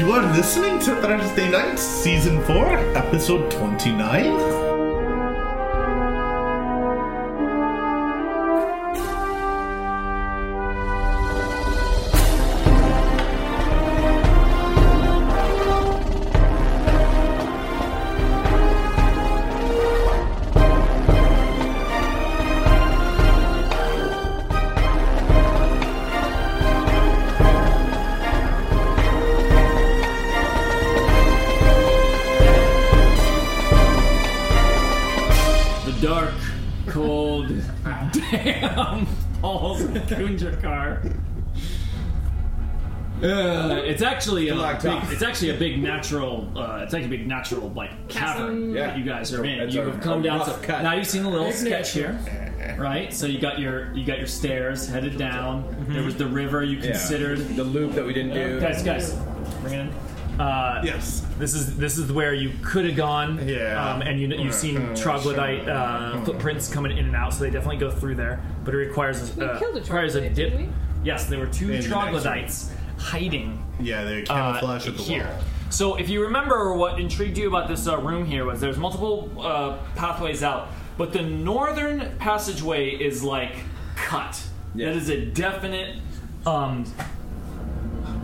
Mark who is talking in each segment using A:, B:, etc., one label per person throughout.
A: You are listening to Thursday Night, Season 4, Episode 29.
B: The dark, cold, damn halls of Kunjakar. Uh, it's actually a
C: Black
B: big,
C: top.
B: it's actually a big natural uh, it's actually a big natural like cavern
C: Yeah.
B: that you guys are in.
C: it's
B: You
C: a-
B: have come
C: a
B: down
C: rough
B: to
C: cut.
B: now you've seen a little sketch here, right? So you got your you got your stairs headed down. There was the river you considered.
C: Mm-hmm. the loop that we didn't do.
B: Guys, guys, bring it in. Uh,
A: Yes.
B: This is this is where you could have gone.
A: Yeah.
B: Um, and you, you've seen
A: Uh, uh,
B: troglodyte
A: sure.
B: uh, footprints coming in and out, so they definitely go through there. But it requires a,
D: We
B: uh,
D: killed a
B: requires a
D: troglodyte,
B: dip.
D: didn't
B: Yes, there were two
A: the next one.
B: troglodytes hiding
A: Yeah, they
B: uh,
A: camouflage at the
B: here.
A: wall.
B: So if you remember, what intrigued you about this uh, room here was there's multiple uh, pathways out, but the northern passageway is like cut.
C: Yeah.
B: That is a definite. Um,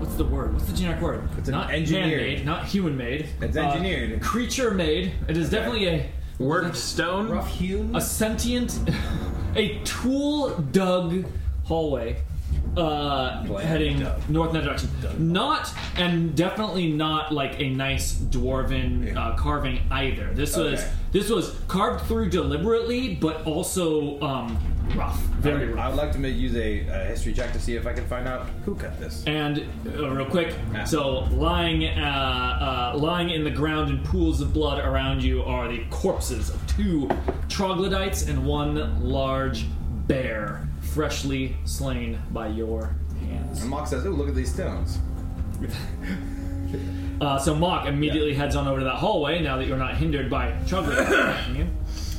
B: what's the word? What's the generic word? It's
C: an
B: not
C: engineered.
B: man-made, not human-made.
C: It's engineered.
B: creature-made. It is definitely a
E: Worked stone.
C: Rough hewn.
B: a sentient, a tool dug hallway, uh,
C: Bland
B: heading
C: dug.
B: north in that direction. Not and definitely not like a nice dwarven uh, carving either. This was
C: Okay.
B: this was carved through deliberately, but also um, rough, very rough.
C: I would like to make, use a, a history check to see if I can find out who cut this.
B: And uh, real quick,
C: Yeah.
B: so lying, uh, uh, lying in the ground in pools of blood around you are the corpses of two troglodytes and one large bear, freshly slain by your hands.
C: And Mock says, "Oh, look at these stones."
B: Uh, so Mock immediately heads on over to that hallway now that you're not hindered by troglodytes.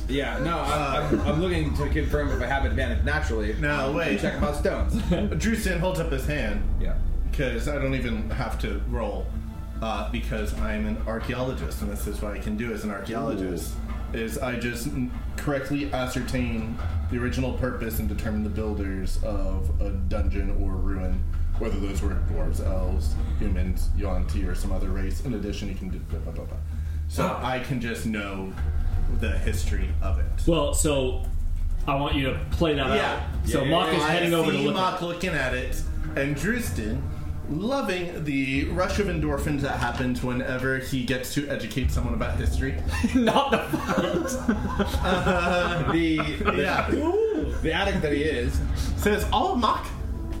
C: Yeah, no, I'm, I'm, I'm looking to confirm if I have advantage naturally.
A: No,
C: Um,
A: wait.
C: Check about stones.
A: Drewstan holds up his hand
C: yeah.
A: because I don't even have to roll uh, because I'm an archaeologist, and this is what I can do as an archaeologist. Is I just n- correctly ascertain the original purpose and determine the builders of a dungeon or ruin, whether those were dwarves, elves, humans, Yonti, or some other race. In addition, you can do blah blah blah. blah. So I can just know the history of it.
B: well, so I want you to play that
A: Yeah.
B: out. So
C: Yeah,
B: Mock
C: yeah,
B: is
A: I
B: heading over to
A: see
B: look. at
A: Mock looking at it, and Drewston loving the rush of endorphins that happens whenever he gets to educate someone about history.
B: Not the fight.
C: The
A: Yeah.
C: the addict that he is.
A: Says, Oh, Mock,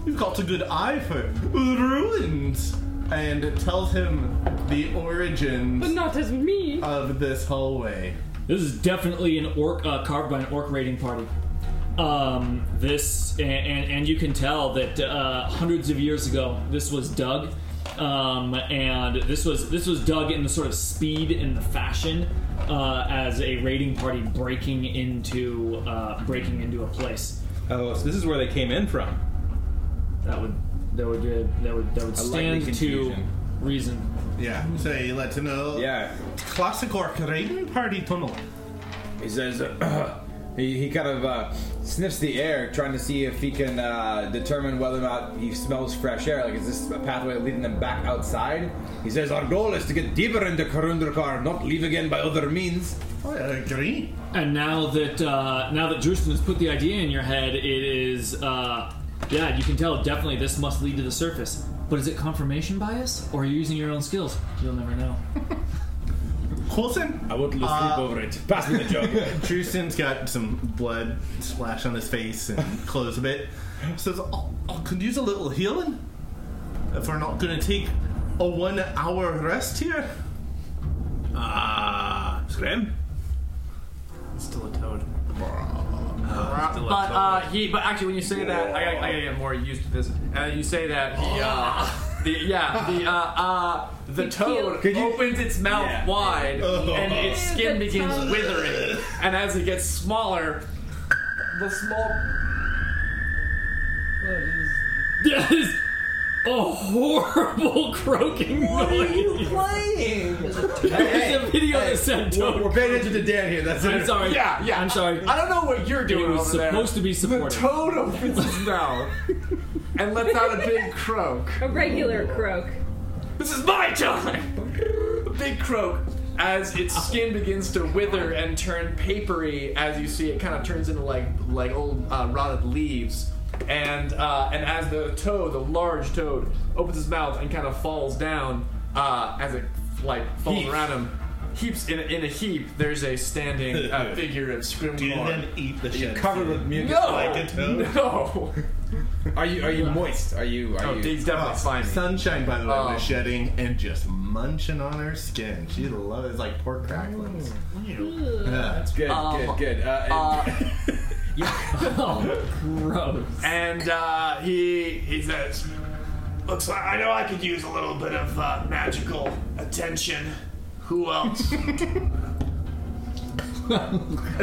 A: you've got a good eye for ruins. And tells him the
D: But
A: origins
D: not as me.
A: of this hallway.
B: This is definitely an orc uh, carved by an orc raiding party. Um, this and, and and you can tell that uh, hundreds of years ago this was dug, um, and this was this was dug in the sort of speed and the fashion uh, as a raiding party breaking into uh, breaking into a place.
E: Oh, so this is where they came in from.
B: That would that would uh, that would that would stand to
C: confusion.
B: reason.
A: Yeah, so you let him know.
C: Yeah.
A: Classic orc raiding party tunnel.
C: He says, he, he kind of uh, sniffs the air, trying to see if he can uh, determine whether or not he smells fresh air. Like, is this a pathway leading them back outside? He says, our goal is to get deeper into Karundrakar, not leave again by other means.
A: I agree.
B: And now that uh, now that Drewston has put the idea in your head, it is uh, yeah, you can tell definitely this must lead to the surface. But is it confirmation bias, or are you using your own skills? You'll never know.
A: Coulson,
C: I won't lose
A: Uh,
C: sleep over it. Pass me the jug.
A: Drewston's got some blood splash on his face and clothes a bit. Says, oh, I could use a little healing if we're not going to take a one hour rest here.
E: Ah, Scram.
F: Still a toad. But uh, he. But actually, when you say that, I gotta, I gotta get more used to this. Uh, you say that the, uh, the yeah, the uh, uh, the toad
C: Could you-
F: opens its mouth
C: Yeah.
F: wide and its
D: Ew,
F: skin
D: the
F: begins
D: toad.
F: withering, and as it gets smaller, the small.
B: Yes. a horrible croaking noise.
C: playing?
B: There's a video that said
C: We're,
B: Toad.
C: we're paying attention to Dan here. That's
B: I'm
C: it.
B: sorry.
F: Yeah, yeah.
B: I'm sorry.
F: I don't know what you're doing
B: It was
F: over
B: supposed to be
F: there. The
B: supported.
F: toad opens his mouth and lets out a big croak.
D: A regular croak.
F: This is my time! A big croak as its skin begins to wither and turn papery as you see it kind of turns into like like old uh, rotted leaves. And uh, and as the toad, the large toad, opens his mouth and kind of falls down uh, as it like falls
A: Heaps.
F: around him, heaps in a, in a heap. There's a standing uh, figure of
A: Do you
F: Scrimgeour.
A: then eat the shit?
C: Covered with mucus.
F: No,
A: like a toad?
F: no.
C: Are you are you moist? Are you are
F: Oh,
C: you?
F: he's definitely slimy.
A: Sunshine, by the way,
F: Oh.
A: was shedding and just munching on her skin. She loves it's like pork cracklings. Yeah.
C: Good,
F: Um,
C: good, good. Uh, and-
B: Oh, gross.
F: and uh, he he says, "Looks like I know I could use a little bit of uh, magical attention. Who else?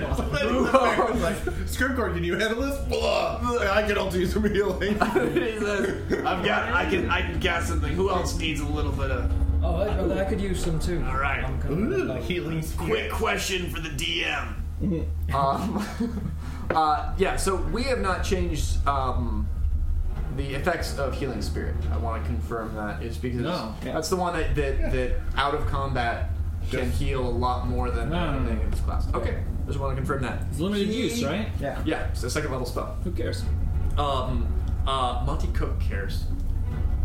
A: like, Scriptcore, can you handle this? Blah. I can also use some healing.
F: he says, I've got I can I can cast something. Who else needs a little bit of?
G: Oh, I, well, I could use some too.
F: All right.
G: I'm kind of
A: Ooh,
G: like,
A: healing spear.
F: Quick question for the DM. um, uh, yeah. So we have not changed um, the effects of healing spirit. I want to confirm that is because
B: No.
F: that's the one that that, that out of combat can heal a lot more than
B: No, no, no.
F: anything in this class. Okay, just want to confirm that.
B: It's limited use, right?
G: yeah.
F: Yeah, it's a second level spell.
B: Who cares?
F: Um, uh, Monty Cook cares.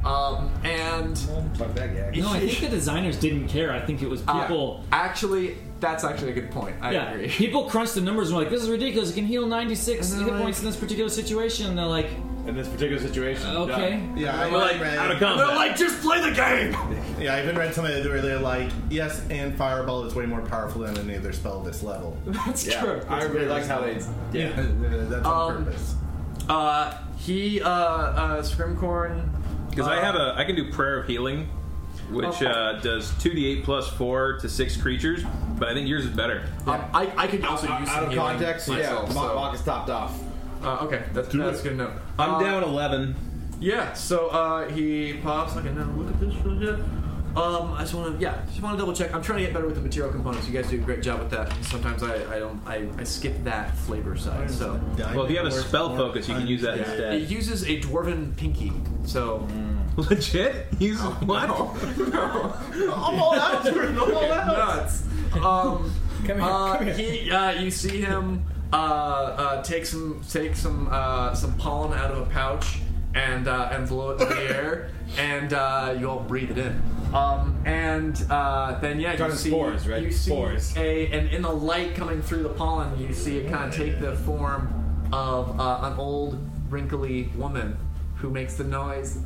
F: Um, and
C: fuck that guy.
B: No, I think the designers didn't care. I think it was
F: uh,
B: people.
F: actually, that's actually a good point. I
B: yeah,
F: agree.
B: people crunched the numbers and were like, "This is ridiculous. It can heal 96
F: And
B: hit
F: they're like-
B: points in this particular situation." And they're like,
C: In this particular situation.
B: "Okay."
A: Yeah, I
E: We're like
A: read,
E: out of combat.
F: They're like, just play the game.
A: yeah, I even read somebody where they're like, yes, and Fireball is way more powerful than any other spell this level.
F: That's
C: Yeah.
F: true.
C: I really like how they.
A: Yeah, that's on
F: Um,
A: purpose.
F: Uh, he, uh, uh, Scrimcorn.
E: Because I have a, I can do prayer of healing, which
F: Oh.
E: uh, does two d8 plus four to six creatures, but I think yours is better.
F: Um, I, I could also use some
C: Out of
F: healing
C: context, yeah.
F: myself,
C: Mock
F: so-
C: Mock is topped off.
F: Uh, okay, that's, that's good to know.
E: I'm
F: Uh,
E: down eleven.
F: Yeah, so uh, he pops. Okay, now look at this right here. Um, I just want to, yeah, just want to double check. I'm trying to get better with the material components. You guys do a great job with that. Sometimes I, I don't, I, I skip that flavor side. So
E: Well, if you have a spell focus, you can use that
F: it
E: instead.
F: uses a dwarven pinky. So
E: Legit? Use
C: Oh,
E: what?
A: I'm all out. I'm all out.
F: nuts. Um,
G: Come here.
F: uh,
G: come here.
F: he, uh, you see him uh, uh, take some take some uh, some pollen out of a pouch and uh, and blow it in the air, and uh, you all breathe it in. Um, and uh, then yeah, you
C: Talking
F: see
C: spores, right?
F: you see
C: Spores.
F: a and in the light coming through the pollen, you see it kind of take the form of uh, an old wrinkly woman who makes the noise.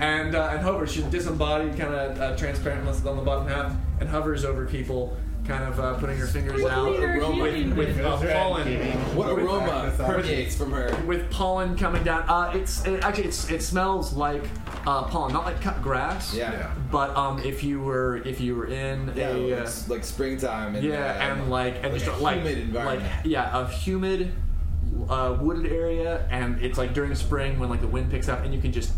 F: and uh, and hovers. She's disembodied, kind of uh, transparent unless on the bottom half, and hovers over people, kind of uh, putting her fingers out
D: Sweeter
F: aroma- with,
D: human.
F: with uh,
A: That's right,
F: pollen.
A: Kitty.
C: What aroma permeates from her?
F: With pollen coming down, uh, it's it, actually it's it smells like uh, pollen, not like cut grass.
C: Yeah.
F: But um, if you were if you were in
C: Yeah,
F: a uh,
C: it's like springtime. And,
F: yeah,
C: uh,
F: and like and just
C: a
F: like
C: humid
F: like
C: environment.
F: yeah, a humid uh, wooded area, and it's like during spring when like the wind picks up, and you can just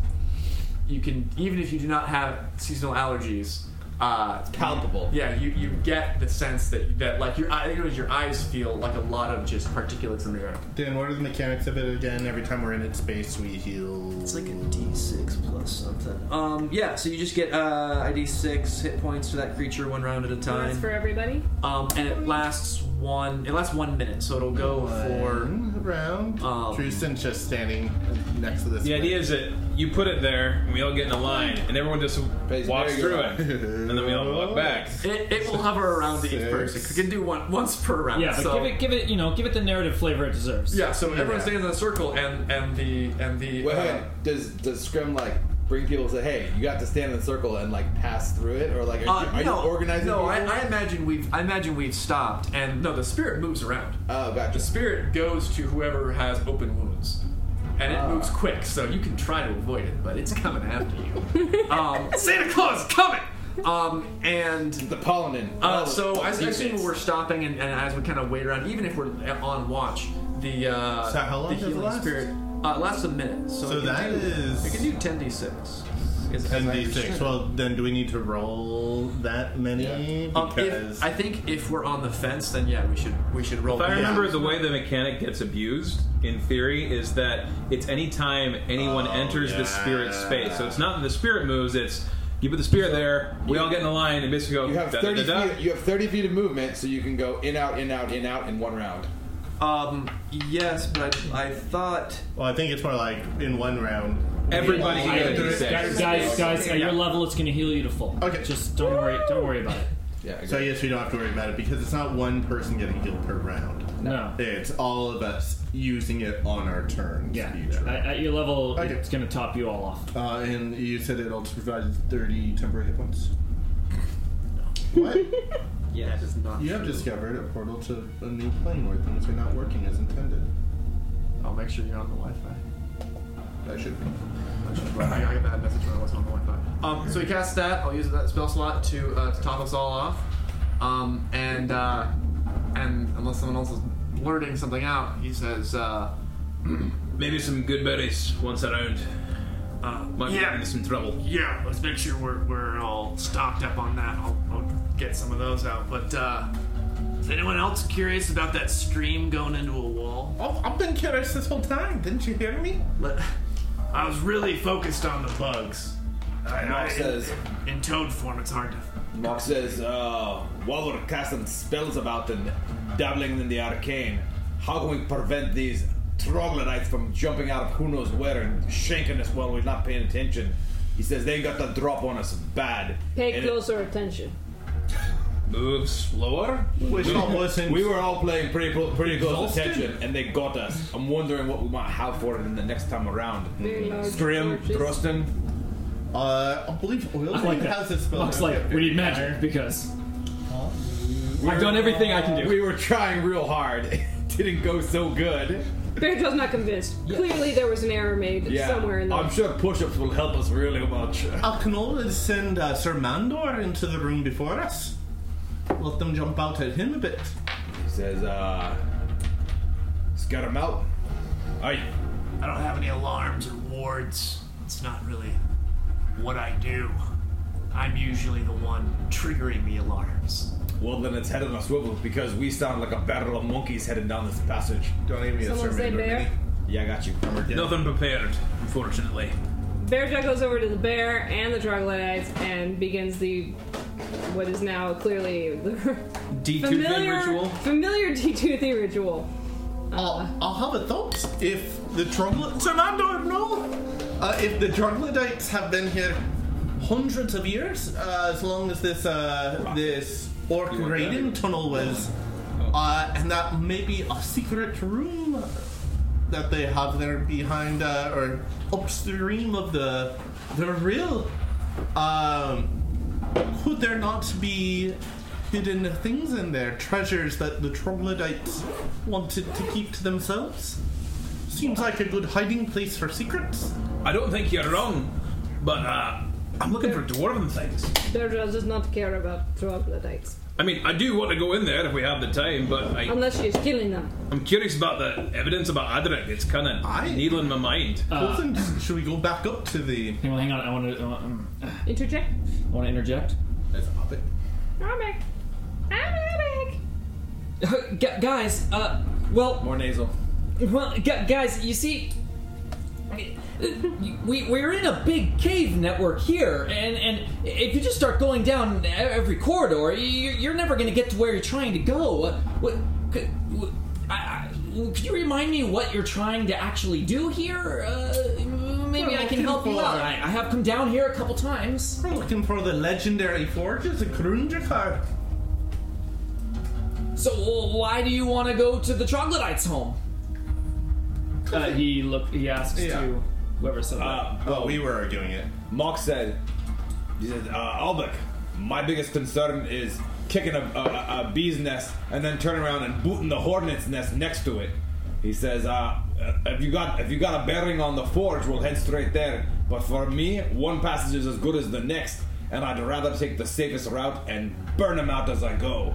F: you can even if you do not have seasonal allergies, uh,
C: palpable.
F: yeah, you, you get the sense that that like your eye- you know, your eyes feel like a lot of just particulates in the air.
A: Dan, what are the mechanics of it again? Every time we're in its space, we heal.
G: It's like a D6 plus something.
F: Um, yeah, so you just get uh, ID six hit points for that creature one round at a
D: And That's for everybody.
F: um, and it lasts one. It lasts one minute, so it'll go for.
A: One round.
F: Um,
A: Trucen's just standing next to this.
E: The idea is that you put it there, and we all get in a line, and everyone just
C: Pays
E: walks
C: very
E: through
C: good.
E: it, and then we all walk back.
F: It, it will hover around each
A: Six.
F: person. It can do one once per round.
B: Yeah, but
F: so.
B: give it, give it, you know, give it the narrative flavor it deserves.
F: yeah, so everyone
A: Yeah.
F: stands in a circle, and and the and the
C: Wait,
F: uh,
C: wait, does does Scrim like bring people to hey, you got to stand in a circle and like pass through it, or like are, you,
F: uh,
C: are
F: no,
C: you organizing?
F: No, I,
C: people?
F: I imagine we've I imagine we've stopped, and no, the spirit moves around.
C: Oh, gotcha.
F: The spirit goes to whoever has open wounds, and it
C: Ah.
F: moves quick, so you can try to avoid it, but it's coming after you. um, Santa Claus is coming. Um, and
C: The pollen. Oh,
F: Uh,
A: Oh,
F: so as I assume we're stopping and, and as we kind of wait around, even if we're on watch, the uh,
A: So how long
F: the
A: does it
F: healing
A: last?
F: spirit Uh, it lasts a minute. So,
A: So
F: it can
A: that
F: do,
A: is-
F: It can do 10d6. is- as I
A: 10d6.
F: understand it.
A: Well, then do we need to roll that many?
F: Um, if-
A: Because
F: I think if we're on the fence, then yeah, we should we should roll.
E: If I
F: the-
E: remember
A: Yeah.
E: the way the mechanic gets abused, in theory, is that it's any time anyone
A: Oh,
E: enters the spirit
A: yeah.
E: space. So it's not that the spirit moves, it's you put the spirit there, we all get in a line and basically go
C: You have
E: da,
C: thirty
E: da, da, da.
C: feet. You have thirty feet of movement, so you can go in, out, in, out, in, out in one round.
F: Um, yes, but I thought
A: well, I think it's more like in one round.
E: Everybody
A: we
E: can
A: all
E: get a
A: enter it.
E: D6.
B: Guys, guys, guys, at your level, it's going to heal you to full.
A: Okay.
B: Just don't worry. Don't worry about it.
C: Yeah. Exactly.
A: So I guess we don't have to worry about it because it's not one person getting healed per round.
B: No.
A: It's all of us using it on our turns.
B: Yeah.
A: each round.
B: At, at your level,
A: Okay.
B: it's going to top you all off.
A: Uh, and you said it also provides 30 temporary hit points? What?
F: that is not.
A: you have
F: true.
A: discovered a portal to a new plane where things are not working as intended.
F: I'll make sure you're on the Wi-Fi.
A: That should be.
F: I got that message when I wasn't on the Wi-Fi. Um, so he casts that. I'll use that spell slot to uh, to top us all off. Um, and uh, and unless someone else is blurting something out, he says, uh,
E: Maybe some good buddies once around.
H: Uh,
E: Might be
H: yeah,
E: getting some trouble.
H: yeah. Let's make sure we're, we're all stocked up on that. I'll, I'll get some of those out. But uh, is anyone else curious about that stream going into a wall?
A: Oh, I've been curious this whole time. Didn't you hear me?
H: Let- I was really focused on the bugs. I, I,
C: Mark says.
H: in toad form, it's hard to.
C: Mark says. Uh, while we're casting spells about and dabbling in the arcane, how can we prevent these troglodytes from jumping out of who knows where and shanking us while we're not paying attention? He says they got the drop on us bad.
D: Pay
C: And it-
D: closer attention.
E: Move slower?
A: Which wasn't.
C: We were all playing pretty pretty close
A: Exhausted?
C: attention, and they got us. I'm wondering what we might have for it in the next time around.
D: Very large
C: Mm. Scrim,
D: torches.
C: Thrustin.
A: Uh, I believe Oil
B: I like that.
A: has this spell.
B: Looks like we need magic because I've done everything I can do.
C: We were trying real hard. It didn't go so good.
D: Bearjaw's not convinced. Clearly, there was an error made
C: Yeah,
D: somewhere in the.
C: I'm sure push-ups will help us really much.
A: I can always send uh, Sir Mandor into the room before us. Let them jump out at him a bit.
C: He says, uh, scout him out. Aye.
H: I don't have any alarms or wards. It's not really what I do. I'm usually the one triggering the alarms.
C: Well, then it's head on a swivel because we sound like a barrel of monkeys headed down this passage.
A: Don't give me
D: Someone
A: Sir
D: say
A: Mandor
D: bear.
A: mini.
C: Yeah, I got you.
E: Nothing prepared, unfortunately.
D: Bearjaw goes over to the bear and the troglodytes and begins the what is now clearly the
E: D2
D: familiar
E: ritual?
D: familiar D2 ritual.
A: I'll, I'll have a thought. If the troglodytes. Sir Mandor, no! Uh, if the troglodytes have been here hundreds of years, uh, as long as this uh, this orc raiding tunnel was, uh, and that may be a secret room that they have there behind uh, or upstream of the the rill. Um, could there not be hidden things in there? Treasures that the troglodytes wanted to keep to themselves? Seems like a good hiding place for secrets.
E: I don't think you're wrong, but uh, I'm looking for dwarven things.
D: Bearjaw does not care about troglodytes
E: I mean, I do want to go in there if we have the time, but I,
D: unless she is killing them.
E: I'm curious about the evidence about Adric. It's kind
A: Aye.
E: of needling my mind.
A: Colson, should we go back up to the.
B: Hang on, hang on. I want to. I want, um,
D: Interject.
B: I want to interject.
A: That's up it.
D: Arabic. Arabic.
B: Gu- guys, uh, well,
C: More nasal.
B: Well, gu- guys, you see, we we're in a big cave network here, and and if you just start going down e- every corridor, you- you're never going to get to where you're trying to go. What? what could, what- I, I, could you remind me what you're trying to actually do here? Uh, maybe I can help you out. I, I have come down here a couple times.
A: We're looking for the legendary forges of Krunjakar.
B: So well, why do you want to go to the troglodytes' home? Uh, he look. He asks
A: Yeah. to
B: whoever said
C: Uh,
A: Well, we were arguing it.
C: Mock said, he said, uh, Albert, my biggest concern is kicking a, a, a- a bee's nest and then turn around and booting the hornet's nest next to it. He says, uh, uh, if you got if you got a bearing on the forge, we'll head straight there. But for me, one passage is as good as the next, and I'd rather take the safest route and burn them out as I go.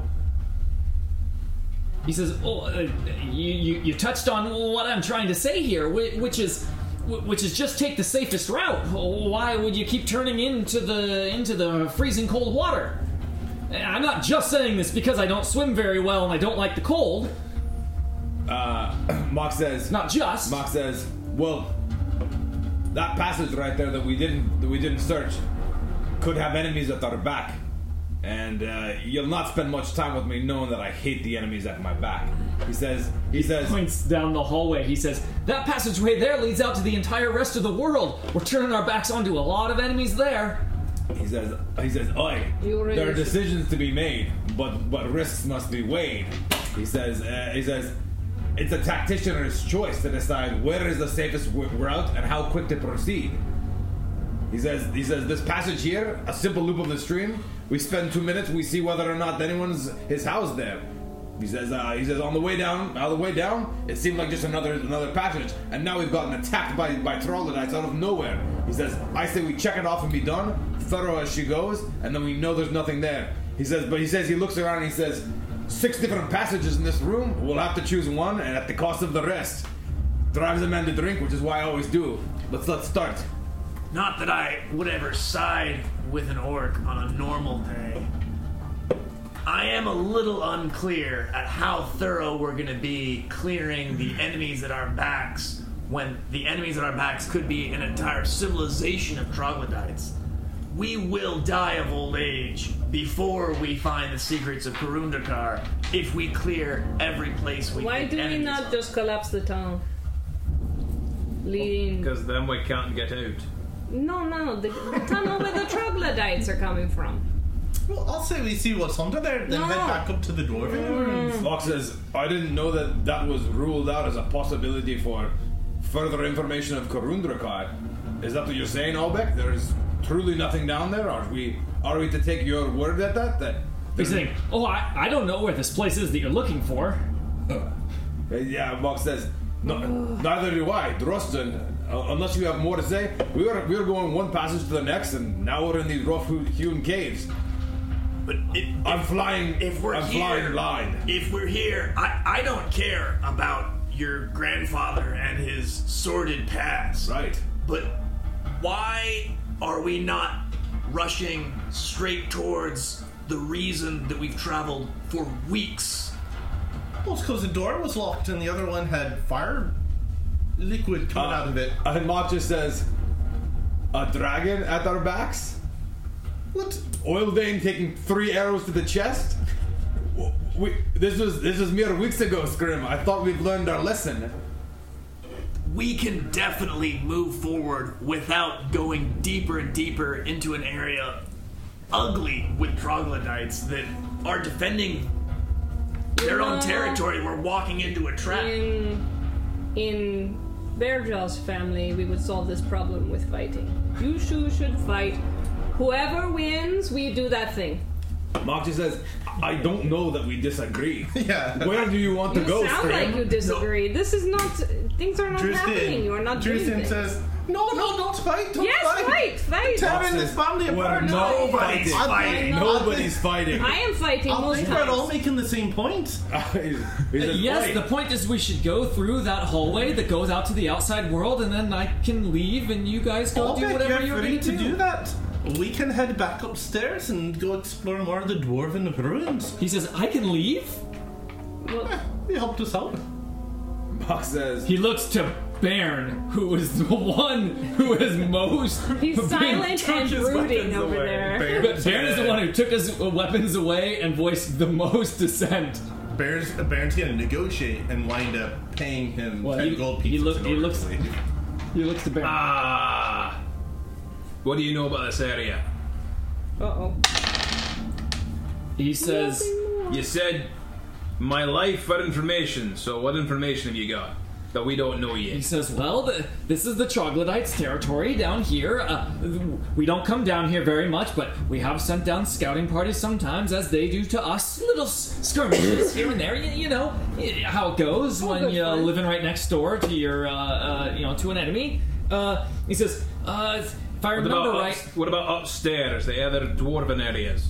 B: He says, "Oh, uh, you, you you touched on what I'm trying to say here, whi- which is." wh- Which is just take the safest route. Why would you keep turning into the into the freezing cold water? And I'm not just saying this because I don't swim very well and I don't like the cold.
C: Uh, Mock says.
B: Not just.
C: Mock says. Well, that passage right there that we didn't that we didn't search could have enemies at our back, and uh, you'll not spend much time with me knowing that I hate the enemies at my back. He says. He says.
B: points down the hallway. He says, That passageway there leads out to the entire rest of the world. We're turning our backs onto a lot of enemies there.
C: He says, he says, oi,
D: You already-
C: there are decisions to be made, but but risks must be weighed. He says, uh, he says, it's a tactician's choice to decide where is the safest w- route and how quick to proceed. He says, he says, this passage here, a simple loop of the stream. We spend two minutes. We see whether or not anyone's his house there. He says, uh, he says, on the way down, on the way down, it seemed like just another another passage, and now we've gotten attacked by by troglodytes out of nowhere. He says, I say we check it off and be done, thorough as she goes, and then we know there's nothing there. He says, but he says he looks around and he says, six different passages in this room. We'll have to choose one, and at the cost of the rest. Drives a man to drink, which is why I always do. Let's let's start.
H: Not that I would ever side with an orc on a normal day. I am a little unclear at how thorough we're going to be clearing the enemies at our backs when the enemies at our backs could be an entire civilization of troglodytes. We will die of old age before we find the secrets of Karundakar if we clear every place we
D: Why
H: think
D: do we
H: enemies
D: not
H: are.
D: just collapse the town? Lean.
E: Because then we can't get out.
D: No, no, the, the tunnel where the troglodytes are coming from.
A: Well, I'll say we see what's under there, then
D: No. Mm-hmm.
A: head back up to the door.
C: Fox says, I didn't know that that was ruled out as a possibility for further information of Karundrakai. Is that what you're saying, Albeck? There is truly nothing down there? Are we are we to take your word at that? That
B: He's saying, Oh, I, I don't know where this place is that you're looking for.
C: Uh, yeah, Mox says, no, neither do I, Drosten. Uh, unless you have more to say, we were we were going one passage to the next, and now we're in these rough hewn caves.
H: But it,
C: I'm flying.
H: if we're
C: I'm
H: here,
C: flying blind.
H: if we're here, I, I don't care about your grandfather and his sordid past.
C: Right.
H: But why are we not rushing straight towards the reason that we've traveled for weeks?
A: Well, because the door was locked and the other one had fire liquid coming out of it.
C: Uh, And Mox just says, a dragon at our backs.
A: What?
C: Oil Dane taking three arrows to the chest. W- We, this was this was mere weeks ago, Scrim. I thought we'd learned our lesson.
H: We can definitely move forward without going deeper and deeper into an area ugly with troglodytes that are defending their own
D: No.
H: territory. We're walking into a trap.
D: In in Bearjaw's family, we would solve this problem with fighting. You should should fight. Whoever wins, we do that thing.
C: Mark just says, "I don't know that we disagree.
A: Yeah.
C: Where do you want to
D: You
C: go,
D: sound
C: Scrim?
D: like you disagree. This is not. Things are not happening.
A: Dristin.
D: You are not doing
A: Dristin
D: this.
A: says, No, Oh, no, don't fight. Don't
D: Yes,
A: fight.
D: fight, fight.
A: Tearing this family
C: We're
A: apart.
C: not
A: I'm
H: fighting.
A: I'm not-
C: Nobody's fighting."
D: I am fighting
I: Oh,
A: I'll
D: most
A: think we're all
D: times.
A: making the same point.
C: He says,
B: yes,
C: "Oi."
B: the point is we should go through that hallway that goes out to the outside world, and then I can leave and you guys go
A: I'll
B: do
A: bet
B: whatever
A: you're
B: you're
A: free
B: going
A: to do that. We can head back upstairs and go explore more of the dwarven ruins.
B: He says, I can leave?
D: Well,
A: They helped us out.
C: Mark says,
B: He looks to Bairn, who is the one who is most.
D: he's
B: been
D: silent
B: touched
D: and
B: his
D: brooding
B: weapons
D: over
B: away.
D: there.
B: But Bairn is the one who took his weapons away and voiced the most dissent.
A: Bear's, Baron's gonna negotiate and wind up paying him
B: Well,
A: 10
B: he-
A: gold
B: he
A: pieces.
B: look-
A: in
B: he
A: order
B: looks-
A: to leave.
B: He looks to Bairn.
E: Ah! What do you know about this area?
D: Uh oh.
B: He says,
E: You said my life for information, so what information have you got that we don't know
B: he
E: yet?
B: says, well, th- this is the troglodytes' territory down here. Uh, we don't come down here very much, but we have sent down scouting parties sometimes, as they do to us. Little s- skirmishes here and there. You, you know y- how it goes when
D: good
B: you're
D: fun.
B: living right next door to your, uh, uh, you know, to an enemy. Uh, he says, uh, if I
E: What
B: remember
E: about,
B: right,
E: ups- what about upstairs, the other dwarven areas?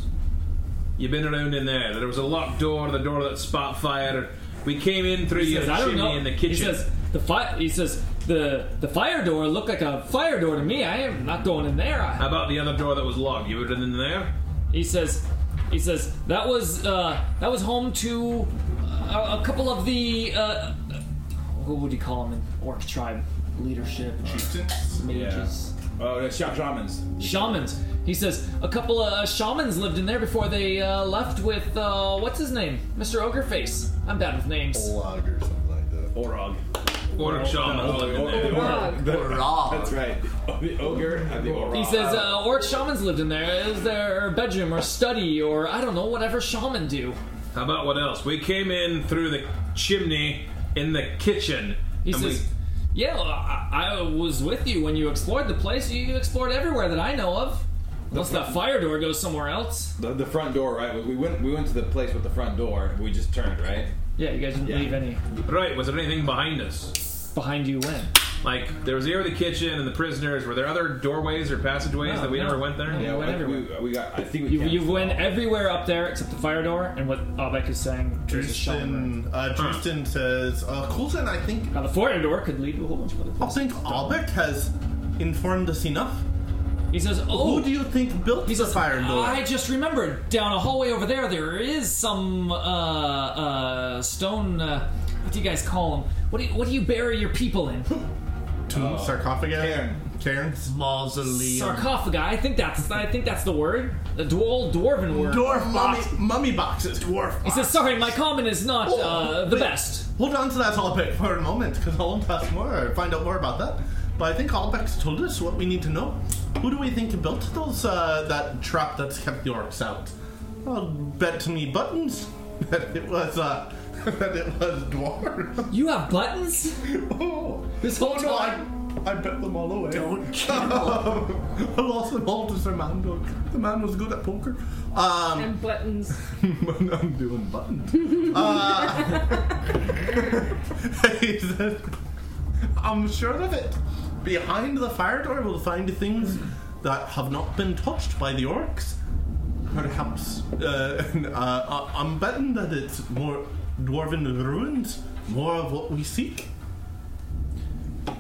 E: You've been around in there. There was a locked door, the door that spat fire, We came in through
B: He
E: your
B: says, I don't
E: chimney
B: know.
E: in the
B: He
E: kitchen.
B: says the fire. He says the the fire door looked like a fire door to me. I am not going in there. I-
E: How about the other door that was locked? You were in there?
B: He says, he says that was uh, that was home to uh, a couple of the uh, what would you call them in orc tribe leadership
A: Chieftains?
B: mages
C: Oh, the shop shamans.
B: shamans. He says a couple of uh, shamans lived in there before they uh, left with uh, what's his name, Mr. Ogreface. I'm bad with names.
A: Log or something like that.
C: Orog.
E: Orc shaman
C: Oh,
E: was living
D: Oh,
E: there.
D: Orog.
C: That's right. The ogre and the orog.
B: He says uh, orc shamans lived in there. It was their bedroom or study or I don't know whatever shaman do.
E: How about what else? We came in through the chimney in the kitchen.
B: He
E: and
B: says,
E: we,
B: "Yeah, I, I was with you when you explored the place. You, you explored everywhere that I know of, unless that fire door goes somewhere else."
C: The, the front door, right? We- We went. We went to the place with the front door. We just turned, right?
B: Yeah, you guys didn't leave any
E: Right, was there anything behind us?
B: behind you when.
E: Like, there was the area of the kitchen and the prisoners. Were there other doorways or passageways
B: No,
E: that we
B: no.
E: never went there?
B: No.
C: Yeah,
B: went
C: we, we,
B: everywhere.
C: we got. I think we.
B: You,
C: can't-
B: you went everywhere up there except the fire door, and what Abek is saying. There's a shaman.
A: Drewston, uh, Drewston says, uh, Coulson, I think,
B: Now the fire door could lead to a whole bunch of other
A: I
B: places.
A: think Albert has informed us enough.
B: He says, "Oh."
A: Who do you think built
B: he
A: the
B: says,
A: fire door?
B: I just remembered down a hallway over there. There is some uh, uh, stone. Uh, what do you guys call them? What do you, what do you bury your people in?
A: Tomb, sarcophagus?
C: Cairn.
A: Cairns?
J: Mausoleum.
B: sarcophagi. I think that's I think that's the word. The dw- old dwarven word.
A: Dwarf mummy, mummy boxes. Dwarf Oh,
B: he says, "Sorry, my common is not uh, the
A: Wait.
B: best."
A: Hold on to that Albeck for a moment, because I want to ask more or find out more about that. But I think Albeck's told us what we need to know. Who do we think built those uh, that trap that's kept the orcs out? I'll bet me buttons that it was uh, that it was dwarf.
B: You have buttons.
A: oh,
B: This whole
A: no, I,
B: time.
A: I bet them all away.
J: Don't
A: I lost them all to Sir Mandel. The man was good at poker. Um,
D: And buttons.
A: I'm doing buttons. uh, he said, I'm sure of it. Behind the fire door, we'll find things that have not been touched by the orcs. Perhaps. Uh, uh, I- I'm betting that it's more dwarven ruins, more of what we seek.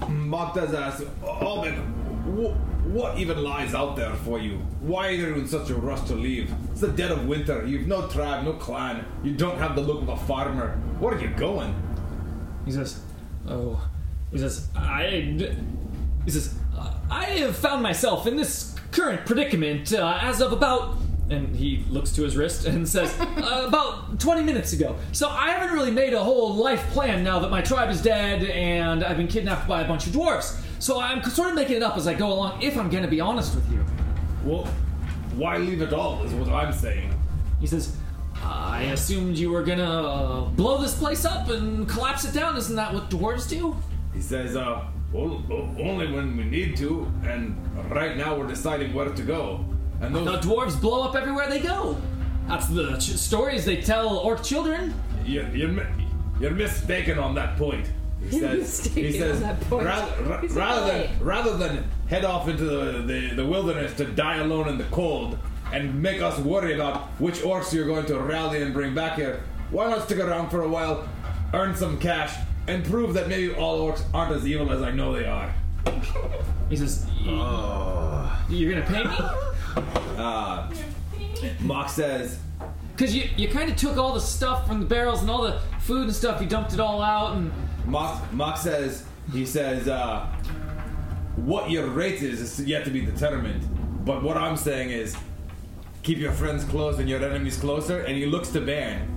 C: Mark does ask, Albert, wh- what even lies out there for you? Why are you in such a rush to leave? It's the dead of winter. You've no tribe, no clan. You don't have the look of a farmer. Where are you going?
B: He says, "Oh," he says, "I," he says, "I have found myself in this current predicament uh, as of about." And he looks to his wrist and says, uh, "About 20 minutes ago. So I haven't really made a whole life plan now that my tribe is dead and I've been kidnapped by a bunch of dwarves. So I'm sort of making it up as I go along. If I'm going to be honest with you."
C: Well, why leave at all is what I'm saying.
B: He says, I assumed you were gonna uh, blow this place up and collapse it down. Isn't that what dwarves do?
C: He says, uh, "Well, o- only when we need to, and right now we're deciding where to go. And
B: The
C: those,
B: dwarves blow up everywhere they go. That's the ch- stories they tell orc children.
C: you, you're, mi- you're mistaken on that point. He
D: You're
C: says, he
D: mistaken
C: says,
D: on that point.
C: rather, ra-
D: He's
C: rather
D: right.
C: than rather than head off into the, the, the wilderness to die alone in the cold and make us worry about which orcs you're going to rally and bring back here, why not stick around for a while, earn some cash, and prove that maybe all orcs aren't as evil as I know they are."
B: He says, "Y- You're gonna pay me?
C: Uh, Mock says.
B: Because you, you kind of took all the stuff from the barrels and all the food and stuff, you dumped it all out, and
C: Mock, Mock says, he says, uh, what your rate is is yet to be determined. But what I'm saying is, keep your friends close and your enemies closer. And he looks to Baron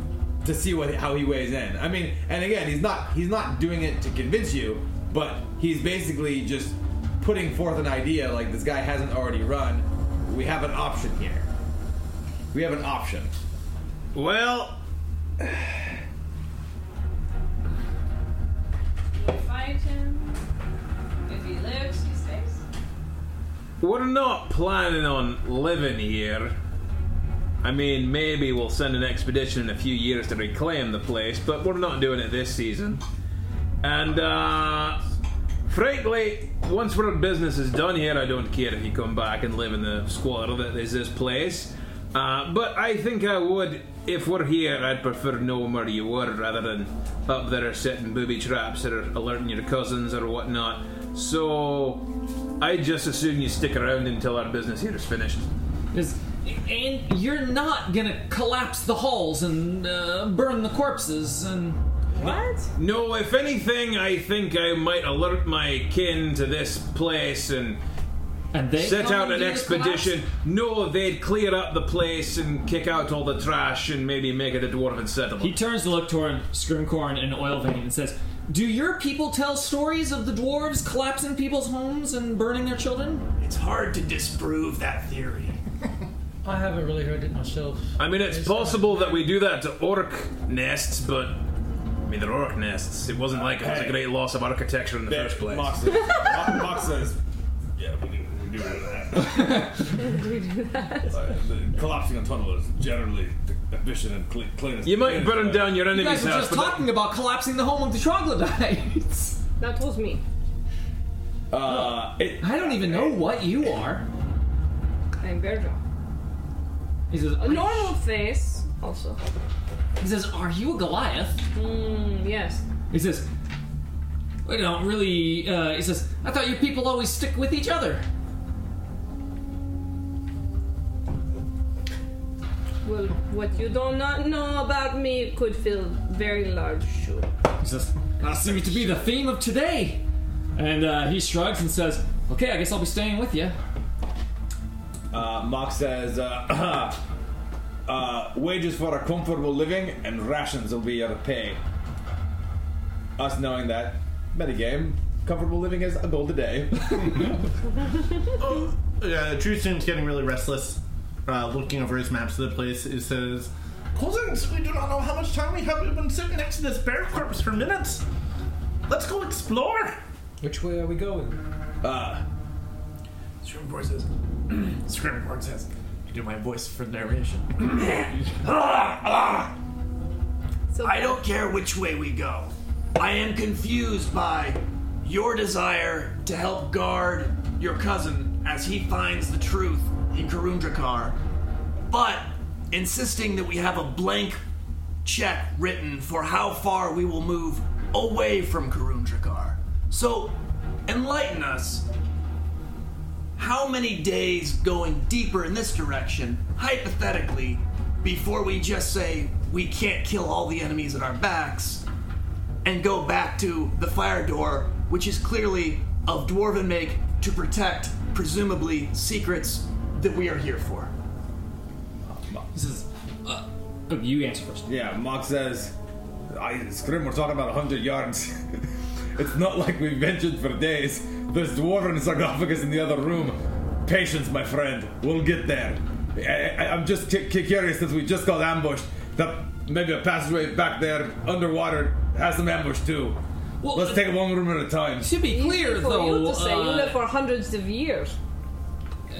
C: to see what how he weighs in. I mean, and again, he's not he's not doing it to convince you, but he's basically just putting forth an idea like this guy hasn't already run. We have an option here. We have an option.
E: Well,
D: Fight him. If he lives, he stays.
E: we're not planning on living here. I mean, maybe we'll send an expedition in a few years to reclaim the place, but we're not doing it this season. And, uh, frankly, once our business is done here, I don't care if you come back and live in the squalor that is this place. Uh, but I think I would if we're here, I'd prefer knowing where you were rather than up there setting booby traps or alerting your cousins or whatnot. So, I just assume you stick around until our business here is finished.
B: Is- and you're not gonna collapse the halls and uh, burn the corpses and.
D: What?
E: No, if anything, I think I might alert my kin to this place and
B: And they
E: set
B: come
E: out
B: and
E: an
B: do the
E: expedition. No, they'd clear up the place and kick out all the trash and maybe make it a dwarven
B: He
E: settlement.
B: turns to look toward Scrimcorn and Oilvein and says, "Do your people tell stories of the dwarves collapsing people's homes and burning their children?"
H: It's hard to disprove that theory.
K: I haven't really heard it myself.
E: I mean, it's possible that we do that to orc nests, but. I mean, they're orc nests. It wasn't like it was a
C: Hey.
E: great loss of architecture in the
C: Yeah,
E: first place.
C: Mox says, Mo- Mox says, yeah, we do, we do that.
D: We do that.
C: Uh, the collapsing a tunnel is generally the efficient and cle- cleanest.
E: You might burn down your
B: You
E: enemy's
B: guys were
E: house,
B: just
E: but that-
B: talking about collapsing the home of the troglodytes.
D: That was me.
C: Uh, it,
B: I don't even know what you are.
D: I'm Virgil.
B: He says,
D: A normal face, also.
B: He says, "Are you a Goliath?"
D: Mm, yes.
B: He says, "We don't really." Uh, he says, "I thought your people always stick with each other."
D: Well, what you do not know about me could fill very large shoe.
B: He says, "That seems to be the theme of today." And uh, he shrugs and says, "Okay, I guess I'll be staying with you."
C: uh, Mox says, uh, uh, wages for a comfortable living and rations will be your pay. Us knowing that, metagame, comfortable living is a goal today.
A: Uh, Drew soon's getting really restless, uh, looking over his maps of the place. It says, Cousins, we do not know how much time we have. We've been sitting next to this bear corpse for minutes. Let's go explore.
K: Which way are we going?
H: Scrimcorn says. Scrimcorn says. I do my voice for narration. Ah, ah.
D: So
H: I don't care which way we go. I am confused by your desire to help guard your cousin as he finds the truth in Karundrakar, but insisting that we have a blank check written for how far we will move away from Karundrakar. So, enlighten us. How many days going deeper in this direction, hypothetically, before we just say we can't kill all the enemies at our backs and go back to the fire door, which is clearly of dwarven make to protect, presumably, secrets that we are here for?
B: He says, uh, "Oh, you answer first.
C: yeah, Mox says, I, Scrim, we're talking about 100 yards. it's not like we've ventured for days. There's dwarven sarcophagus in the other room. Patience, my friend. We'll get there. I, I, am just ki- ki- curious since we just got ambushed. That maybe a passageway back there underwater has some ambush too.
B: Well,
C: Let's take it one room at a time.
B: To be
D: Easy
B: clear,
D: for
B: though,
D: you to say you
B: uh,
D: live for hundreds of years.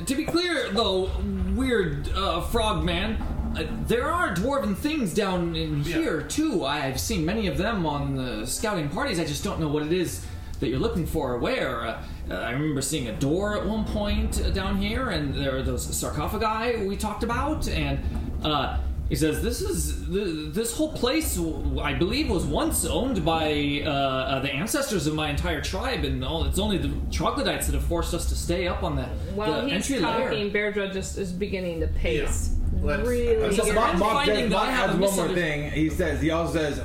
B: to be clear, though, weird uh, frog man, uh, there are dwarven things down in here too. I've seen many of them on the scouting parties. I just don't know what it is that you're looking for or where. Uh, uh, I remember seeing a door at one point uh, down here, and there are those sarcophagi we talked about, and. Uh, he says, "This is th- this whole place. w- I believe was once owned by uh, uh, the ancestors of my entire tribe, and all, it's only the troglodytes that have forced us to stay up on the,
D: While
B: the
D: he's
B: entry layer."
D: talking, Berdra just is beginning to pace.
A: Let's-
D: Really,
B: So
C: So
B: You're
C: Mark, Mark,
B: finding
C: says-
B: that I
C: Mark
B: have
C: adds
B: a
C: one more
B: misunderst-
C: thing. He says, he also says,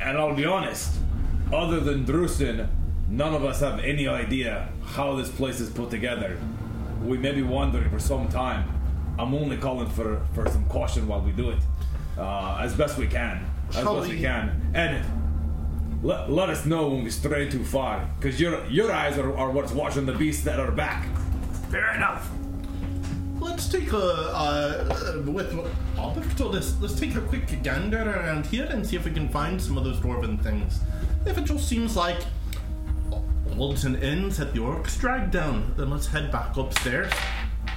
C: and I'll be honest, other than Drusen, none of us have any idea how this place is put together. We may be wandering for some time. I'm only calling for, for some caution while we do it, uh, as best we can, as
A: Shall
C: best we
A: we-
C: can. And let, let us know when we stray too far, because your your eyes are, are what's watching the beasts that are back.
H: Fair enough.
A: Let's take a uh, uh, with Albert told us. Let's take a quick gander around here and see if we can find some of those dwarven things. If it just seems like odds and ends at the orcs dragged down, then let's head back upstairs.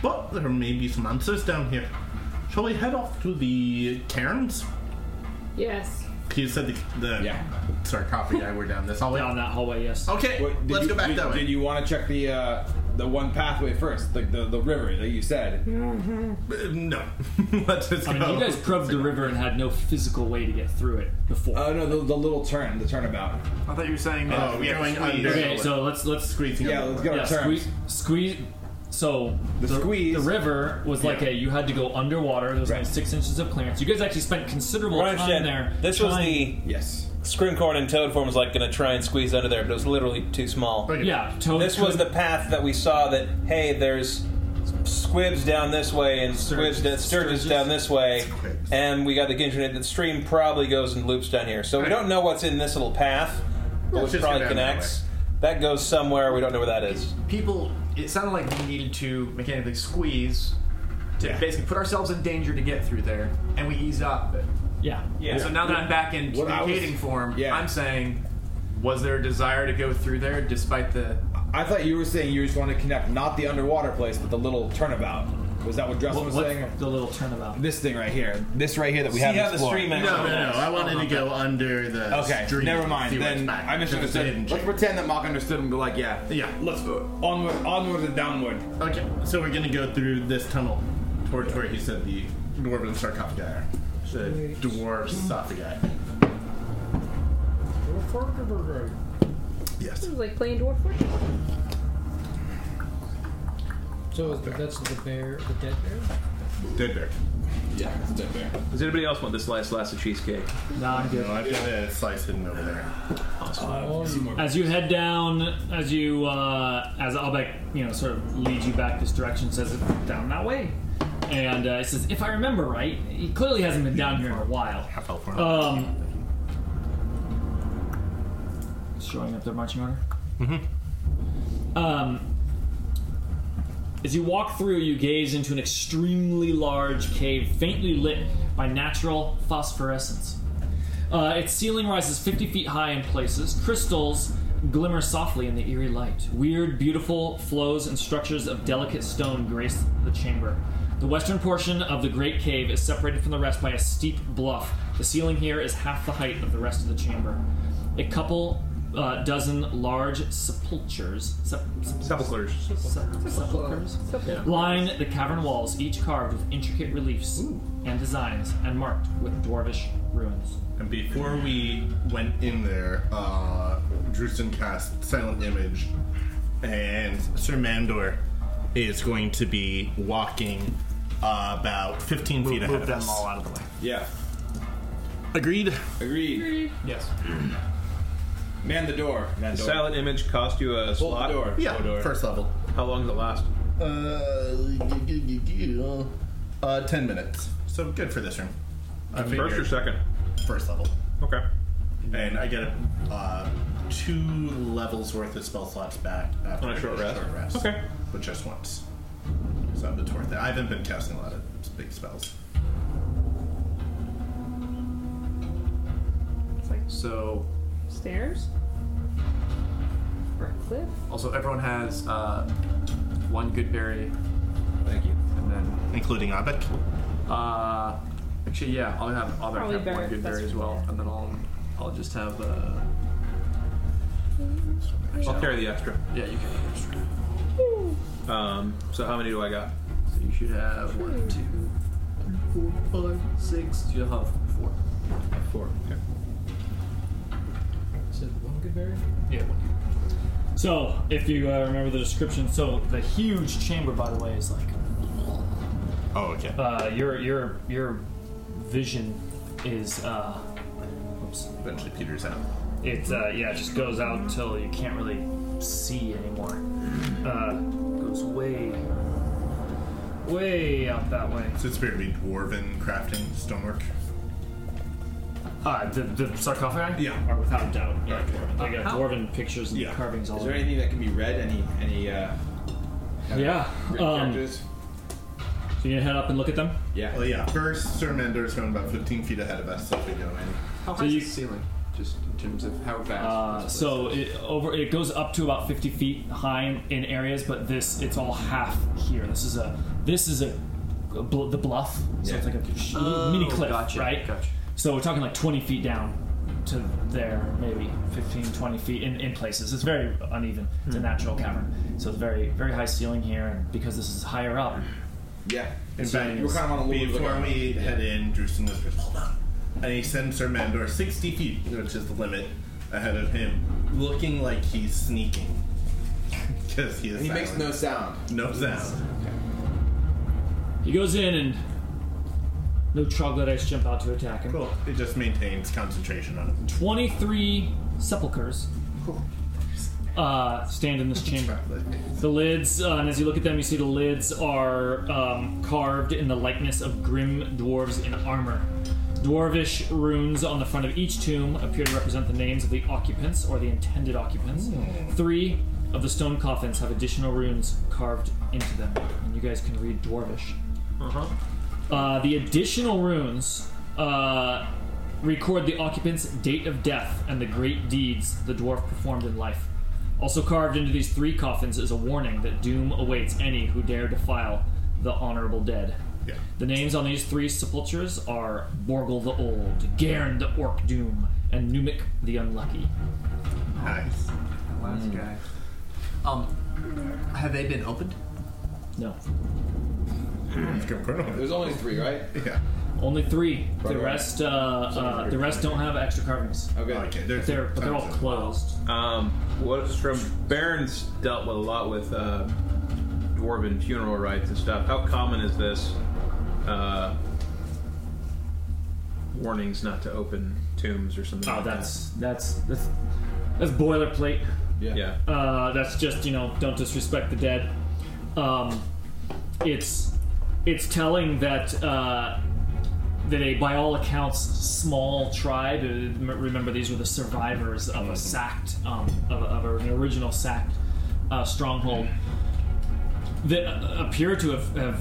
A: But there may be some answers down here. Shall we head off to the cairns?
D: yes.
A: He said the, the
C: Yeah.
A: sarcophagi were down this hallway.
B: down that hallway. Yes.
L: Oh,
A: Okay,
C: Wait, did
A: let's
C: you-
A: go back
C: did,
A: that way.
C: Did you want to check the uh,
L: the one pathway first, like the, the river that you said.
A: No. Let's just
B: I mean, you guys probed the river and had no physical way to get through it before.
L: Oh no, the, the little turn, the turnabout.
F: I thought you were saying that.
A: Oh, yeah,
F: going
A: squeeze.
F: under.
B: okay, so let's let's squeeze.
L: Yeah, let's go
B: Yeah,
L: to turn.
B: squeeze, squeeze. So
L: The squeeze.
B: the river was like a you had to go underwater. There was only
L: Right.
B: six inches of clearance. You guys actually spent considerable
I: Right,
B: time
I: shit.
B: there.
I: This was
B: trying-
I: the
L: Yes.
I: Scrimcorn and Toadform was like going to try and squeeze under there, but it was literally too small.
A: Okay.
B: yeah. Toad,
I: This was the path that we saw that hey, there's squibs down this way and squibs down, sturges,
B: Sturges.
I: down this way,
A: Squibs.
I: and we got the Ginger Nate. The stream probably goes and loops down here, so we don't know what's in this little path, but
A: Let's
I: which
A: just go
I: probably
A: down that
I: connects. That goes somewhere. We don't know where that is.
F: people, it sounded like we needed to mechanically squeeze to basically put ourselves in danger to get through there, and we eased off of it.
B: yeah.
I: Yeah.
F: So now that I'm back in
L: What I was-
F: communicating form,
L: yeah.
F: I'm saying, was there a desire to go through there despite the?
L: I thought you were saying you just want to connect not the underwater place, but the little turnabout. Was that what Dressel
B: What,
L: was
B: what
L: saying?
B: the little turnabout?
L: This thing right here. This right here that we
I: See
L: haven't
I: how the
L: explored.
I: stream
A: No,
I: actually
A: no, no.
I: connects.
A: I wanted to go under the.
L: Okay,
A: stream
L: never
A: and
L: mind.
A: see what's
L: then
A: back.
L: I
A: Just a hidden
L: misunderstood. Let's
A: chamber.
L: pretend that Mark understood and go like, yeah,
A: Yeah.
L: Let's uh, onward, onward and downward.
A: Okay, so we're gonna go through this tunnel towards where he said the dwarven sarcophagi are. The dwarf sarcophagi. Yes.
D: This is like playing Dwarf Fortune.
M: So is the, that's the bear, the dead bear?
A: Dead bear.
L: Yeah, it's dead bear.
E: Does anybody else want this last slice of cheesecake?
B: Nah, I'm good.
A: No, I've got a slice hidden over there.
M: Oh,
B: As you head down, as you uh, as Albeck, you know, sort of leads you back this direction, says down that way, and uh, it says, if I remember right, he clearly hasn't been down here in a while.
A: Half elf
E: Oh.
A: arm.
B: Um, showing up their marching order. Mm-hmm. Um, as you walk through, you gaze into an extremely large cave, faintly lit by natural phosphorescence. Uh, its ceiling rises 50 feet high in places. Crystals glimmer softly in the eerie light. Weird, beautiful flows and structures of delicate stone grace the chamber. The western portion of the great cave is separated from the rest by a steep bluff. The ceiling here is half the height of the rest of the chamber. A couple uh, dozen large sepulchres, sep- sep-
E: Sepulchers.
B: sep- sepulchres line the cavern walls, each carved with intricate reliefs and designs, and marked with dwarvish runes.
A: And before we went in there, uh, Drewston cast Silent Image, and Sir Mandor is going to be walking uh, about 15 feet ahead
F: Move
A: of
F: them
A: us.
F: all out of the way.
L: Yeah,
A: Agreed.
L: agreed.
F: Yes.
L: Man the door. Man the door.
E: Silent image cost you a
L: Bolt the
E: slot.
L: door.
A: Yeah,
L: Bolt the door.
A: first level.
E: How long does it last?
A: Uh, uh, 10 minutes. So good for this room. I
E: First or
A: figured
E: second?
A: first level.
E: Okay.
A: And I get uh, two levels worth of spell slots back after
E: On a short rest?
A: rest.
E: Okay.
A: But just once. So it's worth it. I haven't been casting a lot of big spells.
F: It's like, so
D: Stairs? Or a cliff?
F: also everyone has uh, one good berry,
L: Thank you.
F: and then
A: Including Abek.
F: uh, actually yeah, I'll have I'll
D: Probably
F: have
D: berry,
F: one good
D: that's
F: berry as
D: what
F: well,
D: I have.
F: and then I'll I'll just have uh,
E: I'll carry the extra.
F: yeah you can.
E: Um, so how many do I got?
F: So you should have one, two, three, four, five, six. You'll have four.
E: Four. Okay.
M: is it one good bear?
F: Yeah, one.
B: So, if you uh, remember the description, so the huge chamber, by the way, is like
A: Oh, okay.
B: uh, your your your vision is. Uh, oops.
A: Eventually Peter's out.
B: It's uh, yeah, it just goes out until you can't really see anymore. Uh, goes way, way out that way.
A: So it's appeared to be dwarven crafting stonework.
B: Uh, the, the sarcophagi?
A: Yeah.
B: Are without a doubt. Yeah.
A: Okay.
B: They got dwarven pictures and
A: Yeah.
B: carvings all
L: Is there
B: over.
L: anything that can be read? Any any uh,
B: Yeah.
L: written
B: Um, so
L: characters?
B: you gonna head up and look at them?
L: Yeah.
A: Well, yeah. First, Sir Mandor is going about 15 feet ahead of us if we go in.
F: How
B: So
F: high is
B: you-
F: the ceiling? Just in terms of how fast.
B: Uh,
F: this
B: so
F: place is.
B: it over it goes up to about 50 feet high in, in areas, but this it's all half here. This is a this is a, a bl- the bluff. So it's like a sh-
F: Oh,
B: mini cliff,
F: gotcha,
B: right?
F: Gotcha.
B: So we're talking like 20 feet down to there, maybe 15, 20 feet in, in places. It's very uneven. It's a
F: Hmm.
B: natural cavern. So it's very, very high ceiling here, and because this is higher up.
C: Yeah.
A: In fact, before we head in, Drewston whispers, "Hold on," and he sends Sir Mandor sixty feet, which is the limit, ahead of him, looking like he's sneaking. Because he is.
B: He makes no
A: sound. No sound.
B: He goes in, and no troglodytes jump out to attack him.
A: Cool. It just maintains concentration on him.
B: 23 sepulchres uh, stand in this chamber. The lids, uh, and as you look at them, you see the lids are um, carved in the likeness of grim dwarves in armor. Dwarvish runes on the front of each tomb appear to represent the names of the occupants or the intended occupants. Three of the stone coffins have additional runes carved into them, and you guys can read Dwarvish.
H: Uh-huh.
B: Uh, the additional runes uh, record the occupant's date of death and the great deeds the dwarf performed in life. Also carved into these three coffins is a warning that doom awaits any who dare defile the honorable dead.
A: Yeah.
B: The names on these three sepulchres are Borgel the Old, Gairn the Orc Doom, and Numic the Unlucky.
A: Nice.
F: Last guy. Um, have they been opened?
B: No.
C: There's only three, right?
A: Yeah.
B: Only three.
C: Right,
B: The
C: right.
B: rest, uh, uh, the rest don't have extra carvings.
C: Okay.
A: Okay,
B: But they're, but they're all closed.
E: Um, what's from Baron's dealt with a lot with uh, dwarven funeral rites and stuff. How common is this? Uh, warnings not to open tombs or something.
B: Oh,
E: like
B: that's that's that's that's boilerplate.
E: that. yeah.
B: Uh, that's just you know don't disrespect the dead. Um, it's it's telling that uh, that a by all accounts small tribe. uh, m- Remember these were the survivors of a sacked um, of, of an original sacked uh, stronghold that uh, appear to have, have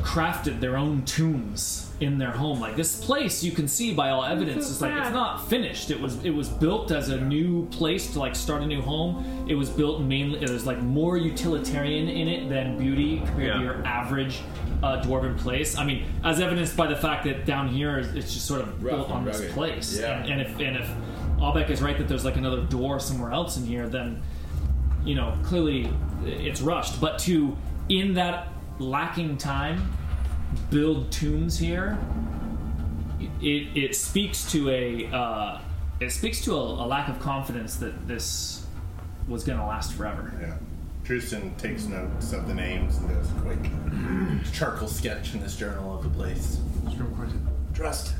B: crafted their own tombs in their home. Like this place, you can see by all evidence,
F: so
B: it's like it's
F: sad.
B: not finished. It was it was built as a new place to like start a new home. It was built mainly. It was like more utilitarian in it than beauty compared
E: Yeah.
B: to your average. Uh, dwarven place. I mean, as evidenced by the fact that down here is- it's just sort of
C: Rough
B: built
C: and
B: on this
C: rugged.
B: place.
C: Yeah.
B: And, and if and if Albeck is right that there's like another door somewhere else in here, then you know, clearly it's rushed, but to in that lacking time build tombs here, it it speaks to a uh, it speaks to a, a lack of confidence that this was going to last forever.
A: Yeah. Drewston takes notes of the names and does a quick charcoal sketch in his journal of the place.
H: Trust.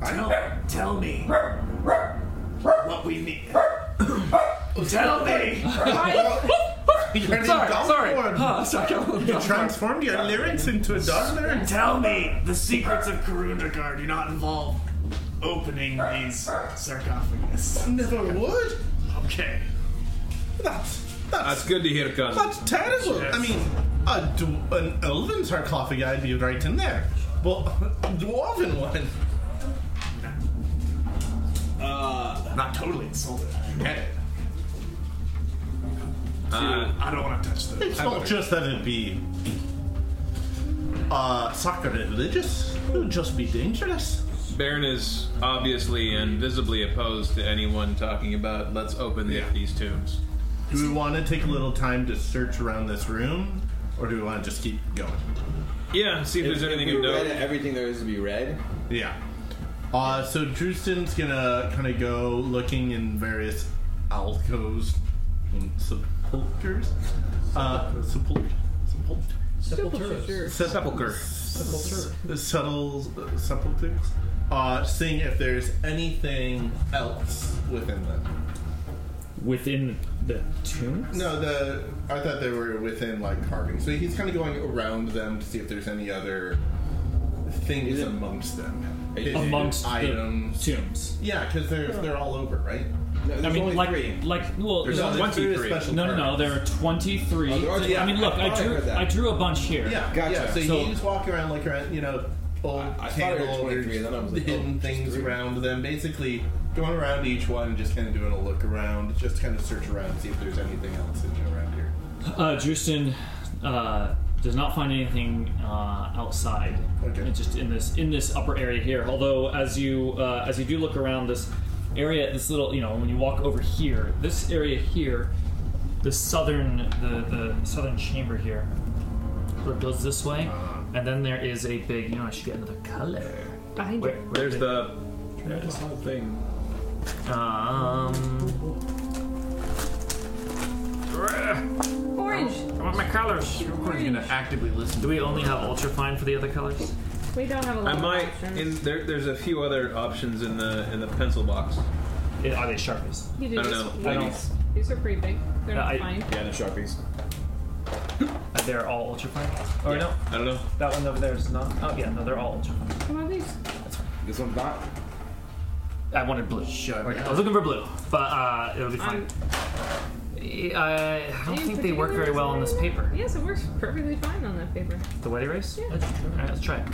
A: I
H: Tell, tell me what we need. tell me.
A: You're
H: Sorry, sorry.
A: Huh,
H: sorry.
A: You transformed your lyrics into a dog lyric.
H: Tell me the secrets of Karundagar do not involve opening these sarcophagus.
A: Never would.
H: Okay.
A: That's
E: That's good to hear, cousin.
A: That's terrible. I mean, a dw- an elven sarcophagi would be right in there. Well, dwarven one.
H: Uh, not totally insulted. I get it.
E: Uh,
H: I don't want to touch those.
A: It's not just that it'd be uh, sacrilegious. It would just be dangerous.
E: Baron is obviously and visibly opposed to anyone talking about let's open the, these tombs.
A: Do we want to take a little time to search around this room, or do we want to just keep going?
E: Yeah, see if, there's anything
C: we
E: of
C: read
E: note.
C: everything there is to be read.
A: Yeah. Uh, so Drewston's gonna kind of go looking in various alcoves and sepulchres. Uh, sepulch- sepulch-
M: Sepulchers.
A: sepulcher. Sepulcher. Subtle uh, sepulchres. Uh, seeing if there's anything else within them.
B: Within the tomb?
A: No, the I thought they were within like carving. So he's kind of going around them to see if there's any other things amongst them,
B: Amongst the
A: items.
B: tombs.
A: Yeah, because they're they're all over, right?
C: No,
B: I
C: there's
B: mean,
C: only
B: like,
C: three.
B: like, well,
A: There's
B: no,
A: only
B: no,
A: three special
B: no, no, there are twenty-three.
C: Oh, there are-
B: I mean, look,
C: yeah,
B: I
C: I
B: drew,
C: heard that.
B: I drew a bunch here.
A: Yeah,
C: Gotcha.
A: Yeah, so,
B: So-
A: you just walk around like around, you know, old
C: I thought it was
A: candle,
C: 23, and then I was like, oh,
A: hidden
C: just
A: things
C: three.
A: around them. Basically, going around each one and just kind of doing a look around, just kind of search around, see if there's anything else in around here.
B: Uh, Drewston uh, does not find anything uh, outside. Okay. It's just in this in this upper area here. Although as you uh, as you do look around this area, this little you know when you walk over here, this area here, the southern the the southern chamber here, sort of goes this way, and then there is a big. You know I should get another color.
D: Behind
B: Where-
D: it.
B: where
E: There's
B: did-
E: the. There's this whole thing.
B: Um.
D: Orange.
F: I want my colors. We're gonna actively listen.
B: Do we only have ultrafine for the other colors?
D: We don't have a lot
E: I might.
D: of options.
E: In there, there's a few other options in the in the pencil box.
B: Yeah, Are they sharpies?
D: You
E: I don't
D: just-
E: know.
D: you
E: I
B: don't-
D: just- These are pretty big. They're
B: Yeah,
D: not
B: I-
D: fine.
L: Yeah, the sharpies.
B: Uh, They're all ultrafine. Or
E: Yeah.
B: no,
E: I don't know.
B: that one over there is not. Oh yeah, no, they're all ultrafine.
D: Come on, these.
L: This one's not.
B: I wanted blue. Okay, I was looking for blue, but uh, it'll be fine.
D: I'm-
B: I I don't
D: in
B: think they work
D: particular
B: very well on this paper.
D: Yes, it works perfectly fine on that paper.
B: The wet erase. Yeah. All right, let's try it.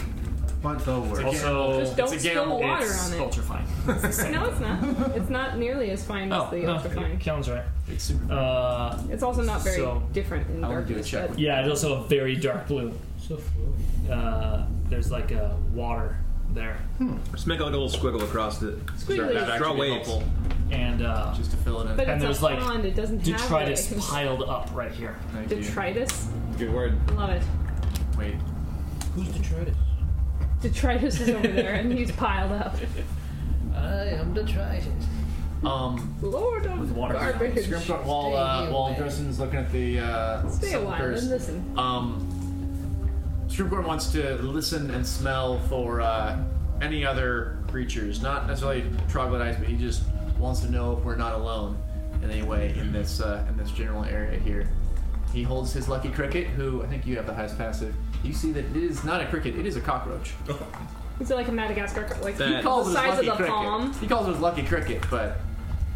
A: What the word?
B: Also,
D: Just don't
B: it's
D: spill water on it.
B: ultrafine.
D: no, it's not. It's not nearly as fine
B: oh,
D: as the
B: no,
D: ultrafine.
B: Kellen's right.
F: It's super.
B: Uh,
D: It's also not very
B: So-
D: different in
F: I wanna do a
D: darkness.
F: check.
D: but-
B: yeah, it's also a very dark blue.
M: So fluid.
B: Uh, there's like a water there,
E: Just make like a little squiggle across it.
D: Squiggly.
E: Draw
F: actually
E: waves.
F: helpful.
B: and uh,
F: Just to fill it in.
D: But
B: And there's,
D: it's a
B: like,
D: pond. It doesn't have
B: detritus
D: it.
B: piled up right here.
F: Thank you.
D: Detritus.
L: Good word.
D: Love it.
F: Wait.
M: Who's detritus?
D: Detritus is over there, and he's piled up.
G: I am detritus.
F: Um.
D: Lord of
B: water.
D: garbage.
F: Script while uh, while Dressen's looking at the uh,
D: Stay a while
F: suckers.
D: and listen.
F: Um, Shroomcorn wants to listen and smell for uh, any other creatures, not necessarily troglodytes, but he just wants to know if we're not alone in any way in this uh, in this general area here. He holds his lucky cricket, who I think you have the highest passive. You see that it is not a cricket; it is a cockroach.
D: Is it like a Madagascar? Like he
E: That-
D: calls
F: his
D: the size of
F: lucky
D: the
F: cricket.
D: palm.
F: He calls it his lucky cricket, but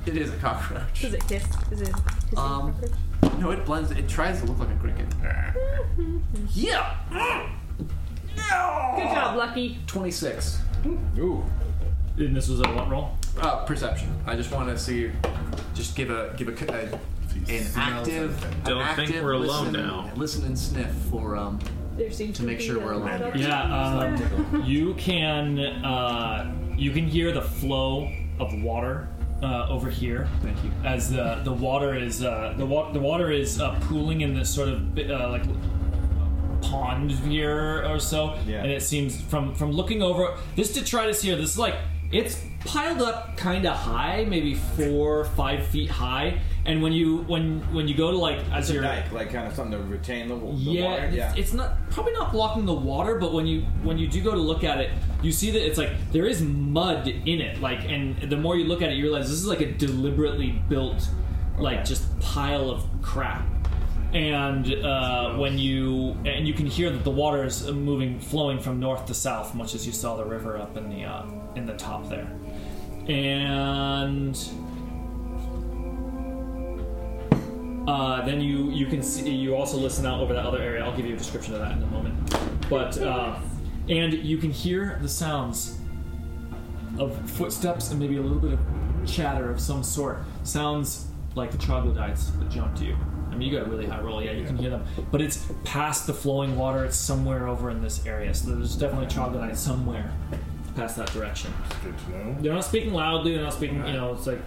F: it is a cockroach.
D: Does it hiss? Is it? Is it
F: Um,
D: cockroach?
F: No, it blends. It tries to look like a cricket. yeah.
D: Good job, Lucky.
F: Twenty-six.
L: Ooh.
B: And this was a what roll?
F: Uh, perception. I just want to see, just give a give a, a
A: he
F: an
A: smells
F: active.
A: anything.
F: an
E: Don't think
F: active
E: we're
F: listen-
E: alone now.
F: Listen and sniff for um.
D: There seems
F: To make
D: be
F: sure
D: a
F: we're
D: lot
F: alone
D: of-
B: Yeah, um, you can uh, you can hear the flow of water uh, over here
F: Thank you.
B: as the the water is uh, the wa- the water is uh, pooling in this sort of uh, like pond here or so,
L: Yeah.
B: and it seems from from looking over this detritus here, this is like it's piled up kind of high, maybe four five feet high, and when you when when you go to like as you're
L: Dike, like kind of something to retain the, the
B: yeah,
L: water.
B: it's- it's not probably not blocking the water, but when you when you do go to look at it, you see that it's like there is mud in it. Like, and the more you look at it, you realize this is like a deliberately built, like
L: Okay.
B: just pile of crap. And uh, when you and you can hear that the water is moving, flowing from north to south, much as you saw the river up in the uh, in the top there. And Uh, then you you can see you also listen out over that other area. I'll give you a description of that in a moment. But uh, and you can hear the sounds of footsteps and maybe a little bit of chatter of some sort. Sounds like the troglodytes that jumped you. I mean, you got a really high roll. Yeah, you can hear them. But it's past the flowing water. It's somewhere over in this area. So there's definitely troglodytes somewhere past that direction.
A: Good to know.
B: They're not speaking loudly. They're not speaking. You know, it's like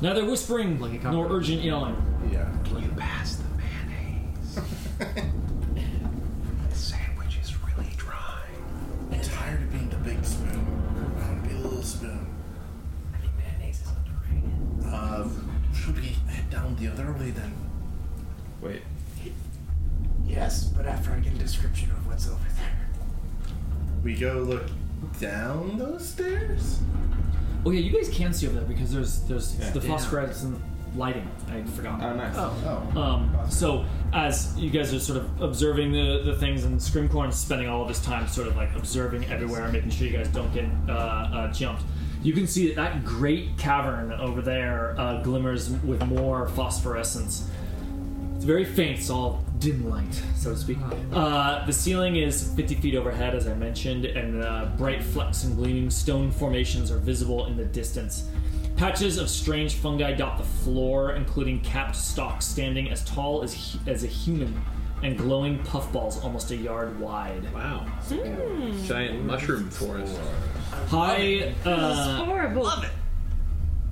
B: neither whispering
F: Like a cockroach.
B: nor urgent yelling.
A: Yeah.
H: You pass the mayonnaise. the sandwich is really dry.
A: I'm tired of being the big spoon. I want to be the little spoon.
H: I think mayonnaise is underrated.
A: Uh, should we head down the other way then?
L: Wait.
H: Yes, but after I get a description of what's over there.
A: We go look down those stairs?
B: Oh yeah, you guys can see over there because there's there's
L: Yeah.
B: the
F: Yeah.
B: phosphorescent lighting. I forgot.
L: Oh, nice.
A: Oh.
B: Um, so as you guys are sort of observing the, the things, and Scrimcorn's spending all of his time sort of like observing everywhere, making sure you guys don't get uh, uh, jumped. You can see that that great cavern over there uh, glimmers with more phosphorescence. It's very faint, it's all dim light, so to speak. Uh, the ceiling is 50 feet overhead, as I mentioned, and uh, bright flecks and gleaming stone formations are visible in the distance. Patches of strange fungi dot the floor, including capped stalks standing as tall as hu- as a human and glowing puffballs almost a yard wide.
E: Wow.
A: Mm.
E: Giant mushroom forest.
B: High uh,
D: horrible. Love it.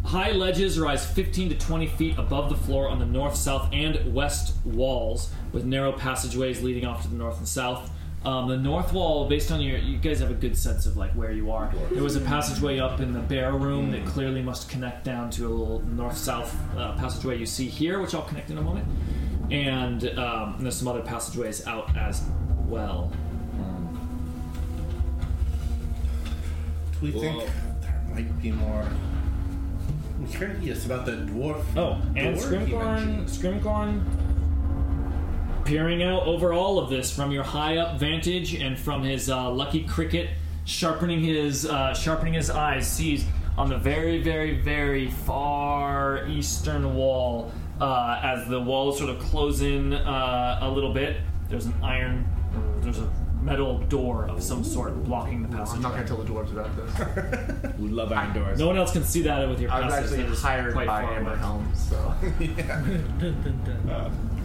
B: High ledges rise 15 to 20 feet above the floor on the north, south, and west walls, with narrow passageways leading off to the north and south. Um, the north wall, based on your, you guys have a good sense of like where you are. There was a passageway up in the bear room that clearly must connect down to a little north-south uh, passageway you see here, which I'll connect in a moment. And, um, and there's some other passageways out as well.
A: Do we think there might be more? I'm curious about the dwarf.
B: Oh, and
A: door he
B: Scrimcorn,
A: mentioned.
B: Scrimcorn, peering out over all of this from your high up vantage and from his uh, lucky cricket, sharpening his uh, sharpening his eyes, sees on the very, very, very far eastern wall uh, as the walls sort of close in uh, a little bit. There's an iron, there's a metal door of some sort blocking the passage.
F: I'm not going to tell the dwarves about this.
C: We love iron doors.
B: No one else can see that with your
F: I was
B: passage.
F: actually
B: That is
F: hired
B: quite
F: by
B: far
F: Amber
B: away.
F: Helm, so.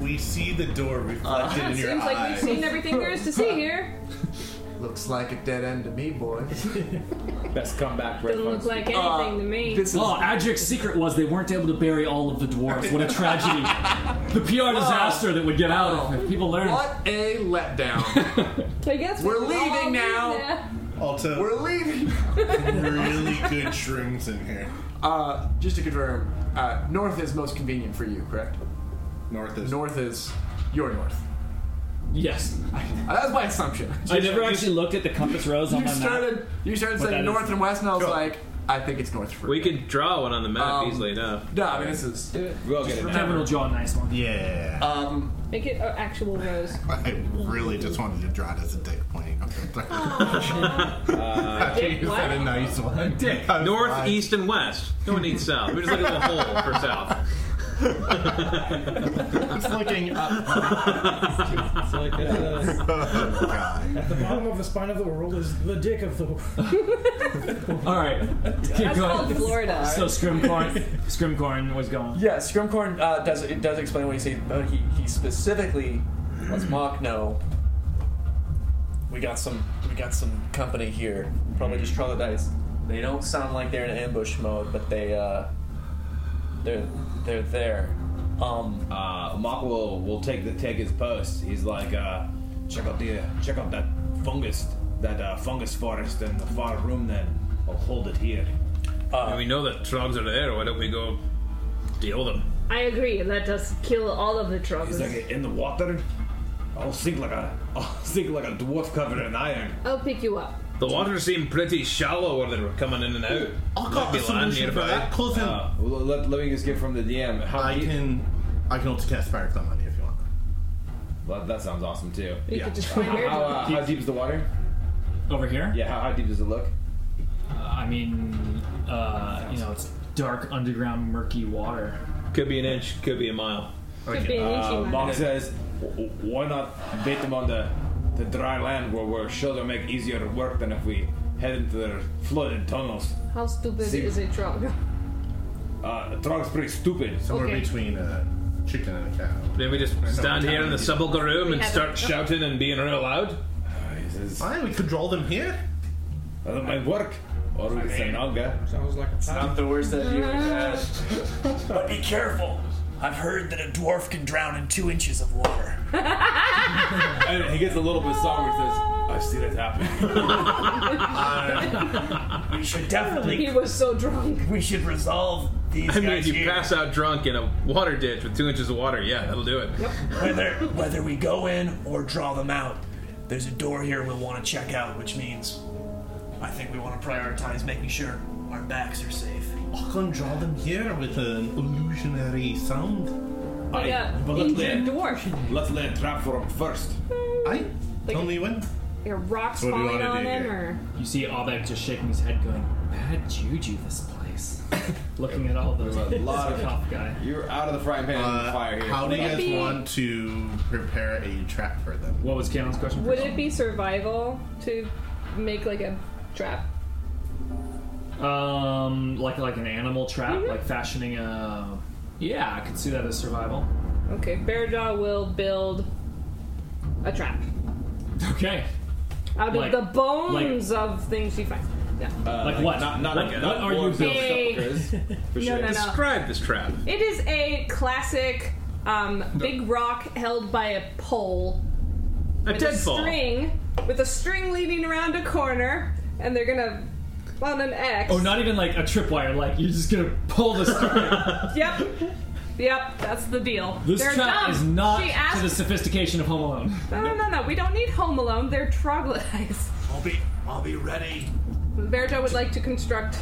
A: We see the door reflected
D: That
A: in your
D: seems
A: eye.
D: like we've seen everything there is to see here.
F: Looks like a dead end to me, boy.
C: Best comeback right
D: Doesn't look like anything
F: Uh,
D: to me.
B: Oh, Adric's secret was they weren't able to bury all of the dwarves. What a tragedy. the PR disaster that would get out if people learned.
F: What a letdown.
D: I guess
F: We're
D: we
F: leaving
D: all
F: now.
D: leave now.
A: Also,
F: We're leaving.
A: really good shrooms in here.
F: Uh, just to confirm, uh, north is most convenient for you, correct?
A: North is
F: North is your north.
B: Yes.
F: Uh, That's my assumption.
B: I never actually looked at the compass rose on
F: You
B: my map.
F: started. You started
B: But that
F: saying north
B: is-
F: and west, and I was like, I think it's north for
E: We
F: you.
E: could draw one on the map
F: Um,
E: easily enough.
F: No, I mean this is.
C: We'll get it. now.
B: Kevin will draw a nice one.
A: Yeah.
F: Um,
D: Make it an actual rose.
A: I really just wanted to draw it as a dick point.
D: Dick,
A: Is that a
D: what?
A: nice one?
E: Dick,
A: I'm
E: north,
A: fine.
E: east, and west. No one needs south. We just look at the hole for south.
A: It's looking up.
M: It's like uh,
A: Oh, God.
M: at the bottom of the spine of the world is the dick of the world.
B: Alright. Keep
D: That's called
B: going.
D: Florida.
B: So Scrimcorn Scrimcorn was going.
N: Yeah, Scrumcorn uh, does it does explain what he said, but he, he specifically lets Mock know we got some we got some company here. Probably just troglodytes. They don't sound like they're in ambush mode, but they uh, they're they're there.
F: Oh.
N: Um,
C: uh, Mock will will take the take his post. He's like, uh, check out the check out that fungus that uh, fungus forest in the far room. Then I'll hold it here.
E: And we know that trogs are there. Why don't we go deal them?
D: I agree. Let us kill all of the
C: He's
D: trolls.
C: like in the water. I'll sink like a I'll sink like a dwarf covered in iron.
D: I'll pick you up.
E: The water seemed pretty shallow where they were coming in and out.
A: I
E: Might
A: got
E: be
A: the
E: land
A: solution for
E: nearby.
A: that. Close in.
C: Uh, well, let, let me just get from the DM. How
A: I
C: do you-
A: can, I can also cast fire climb on you if you want.
C: Well, that sounds awesome too.
D: We
A: Yeah.
D: could just find
C: How,
D: where
C: uh, how deep is the water?
B: Over here?
C: Yeah, how, how deep does it look?
B: I mean uh, you know, it's dark underground murky water.
E: Could be an inch, could be a mile.
D: could be an
C: Uh,
D: Ichiban.
C: Mark says, "W- w- why not bait them on the, the dry land where we're sure they'll make easier work than if we head into their flooded tunnels?
D: How stupid
C: See-
D: is a troll?
C: Uh, Trog's pretty stupid. So
A: Somewhere
D: Okay.
A: between a chicken and a cow.
E: Then we just stand here in the sepulchre room and
D: have-
E: start shouting and being real loud.
C: he says,
A: Why we could draw them here?
C: that might work. Or we can send Olga.
M: Sounds like a
N: not the worst that you had.
G: But be careful. I've heard that a dwarf can drown in two inches of water.
C: And he gets a little bit somber. He says, I've seen it happen.
G: We should definitely
D: He was so drunk.
G: we should resolve these
E: I mean,
G: guys
E: if you
G: here.
E: pass out drunk in a water ditch with two inches of water, yeah, that'll do it.
G: Whether whether we go in or draw them out, there's a door here we'll want to check out, which means I think we want to prioritize making sure our backs are safe.
A: I can draw them here with an illusionary sound.
C: Aye,
D: Yeah,
C: but let's lay,
D: injured
C: a,
D: dwarf.
C: let's lay a trap for him first.
A: I
D: Like-
A: tell me when.
D: Your rocks
A: What do you
D: falling
A: wanna
D: on
A: do
D: them,
A: here?
D: or
B: You see Obek just shaking his head going, Bad juju this place. Looking at all those
C: There's a lot of-
B: top guy.
C: You're out of the frying pan and
A: Uh,
C: the fire here.
A: how do you guys
D: Maybe-
A: want to prepare a trap for them?
B: What was Cannon's question?
D: would it be survival to make like a trap?
B: Um, like like an animal trap,
D: Mm-hmm.
B: like fashioning a. Yeah, I could see that as survival.
D: Okay, Bearjaw will build a trap
B: Okay.
D: out of
B: Like- Uh,
D: the bones of things she finds. Yeah.
B: like what?
E: Not, not,
B: What-
E: not,
B: what are you
D: building?
E: For
D: No,
E: sure.
D: no, no.
E: Describe this trap.
D: It is a classic um, big rock held by a pole.
E: A
D: with
E: deadfall.
D: A string, with a string leading around a corner, and they're gonna on an X.
B: Oh, not even like a tripwire. Like you're just gonna pull the string.
D: Yep. Yep, that's the deal.
B: this
D: they're
B: trap
D: dumb.
B: is not
D: She
B: to
D: asked.
B: the sophistication of Home Alone.
D: no, no, no, no. We don't need Home Alone. They're troglodytes.
M: I'll be, I'll be ready.
D: Berto would like to construct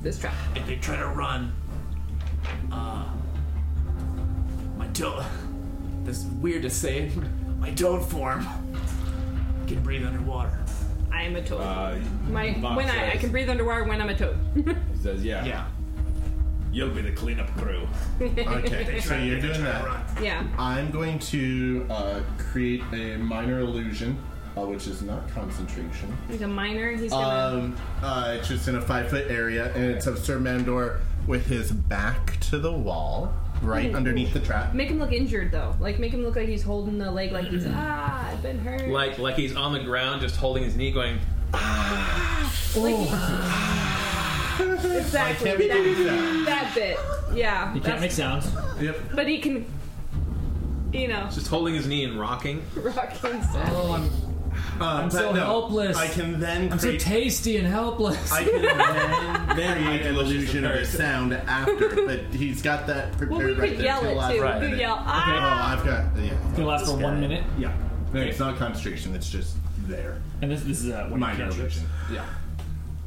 D: this trap.
M: If they try to run, uh, my toe. This is weird to say. My toad form can breathe underwater.
D: I am a toad.
M: Uh,
D: My
M: Mom
D: when I, I
M: says-
D: can breathe underwater when I'm a toad.
L: He says, yeah. Yeah. You'll be the cleanup crew.
A: Okay, so you're doing that.
D: Yeah.
A: I'm going to uh, create a minor illusion, uh, which is not concentration.
D: He's a miner. He's gonna.
A: Um, uh, it's just in a five foot area, and it's of Sir Mandor with his back to the wall, right
D: Ooh.
A: underneath the trap.
D: Make him look injured though. Like make him look like he's holding the leg like he's ah, I've been hurt.
E: Like like he's on the ground, just holding his knee, going.
B: oh.
D: exactly.
A: can't make any
D: that, that bit. Yeah.
B: You can't
D: that's-
B: make sounds.
A: Yep.
D: But he can you know
E: Just holding his knee and rocking.
D: rock himself.
B: Oh, I'm,
A: Uh,
B: I'm
A: but
B: so
A: no,
B: helpless.
A: I can then
B: I'm so
A: create
B: tasty and helpless.
A: I can then create an illusion of the sound after, but he's got that prepared
D: Well, we
A: right
D: could
A: there.
D: yell
A: It's gonna
D: it
A: last
D: too.
A: for a
D: We could
A: minute.
D: yell
A: Oh,
D: ah.
A: I've got yeah.
B: It's gonna last for one minute,
A: Yeah. No, it's not concentration. It's just there.
B: and this this is uh, one
A: Minor
B: cantrip.
A: illusion. Yeah.
D: You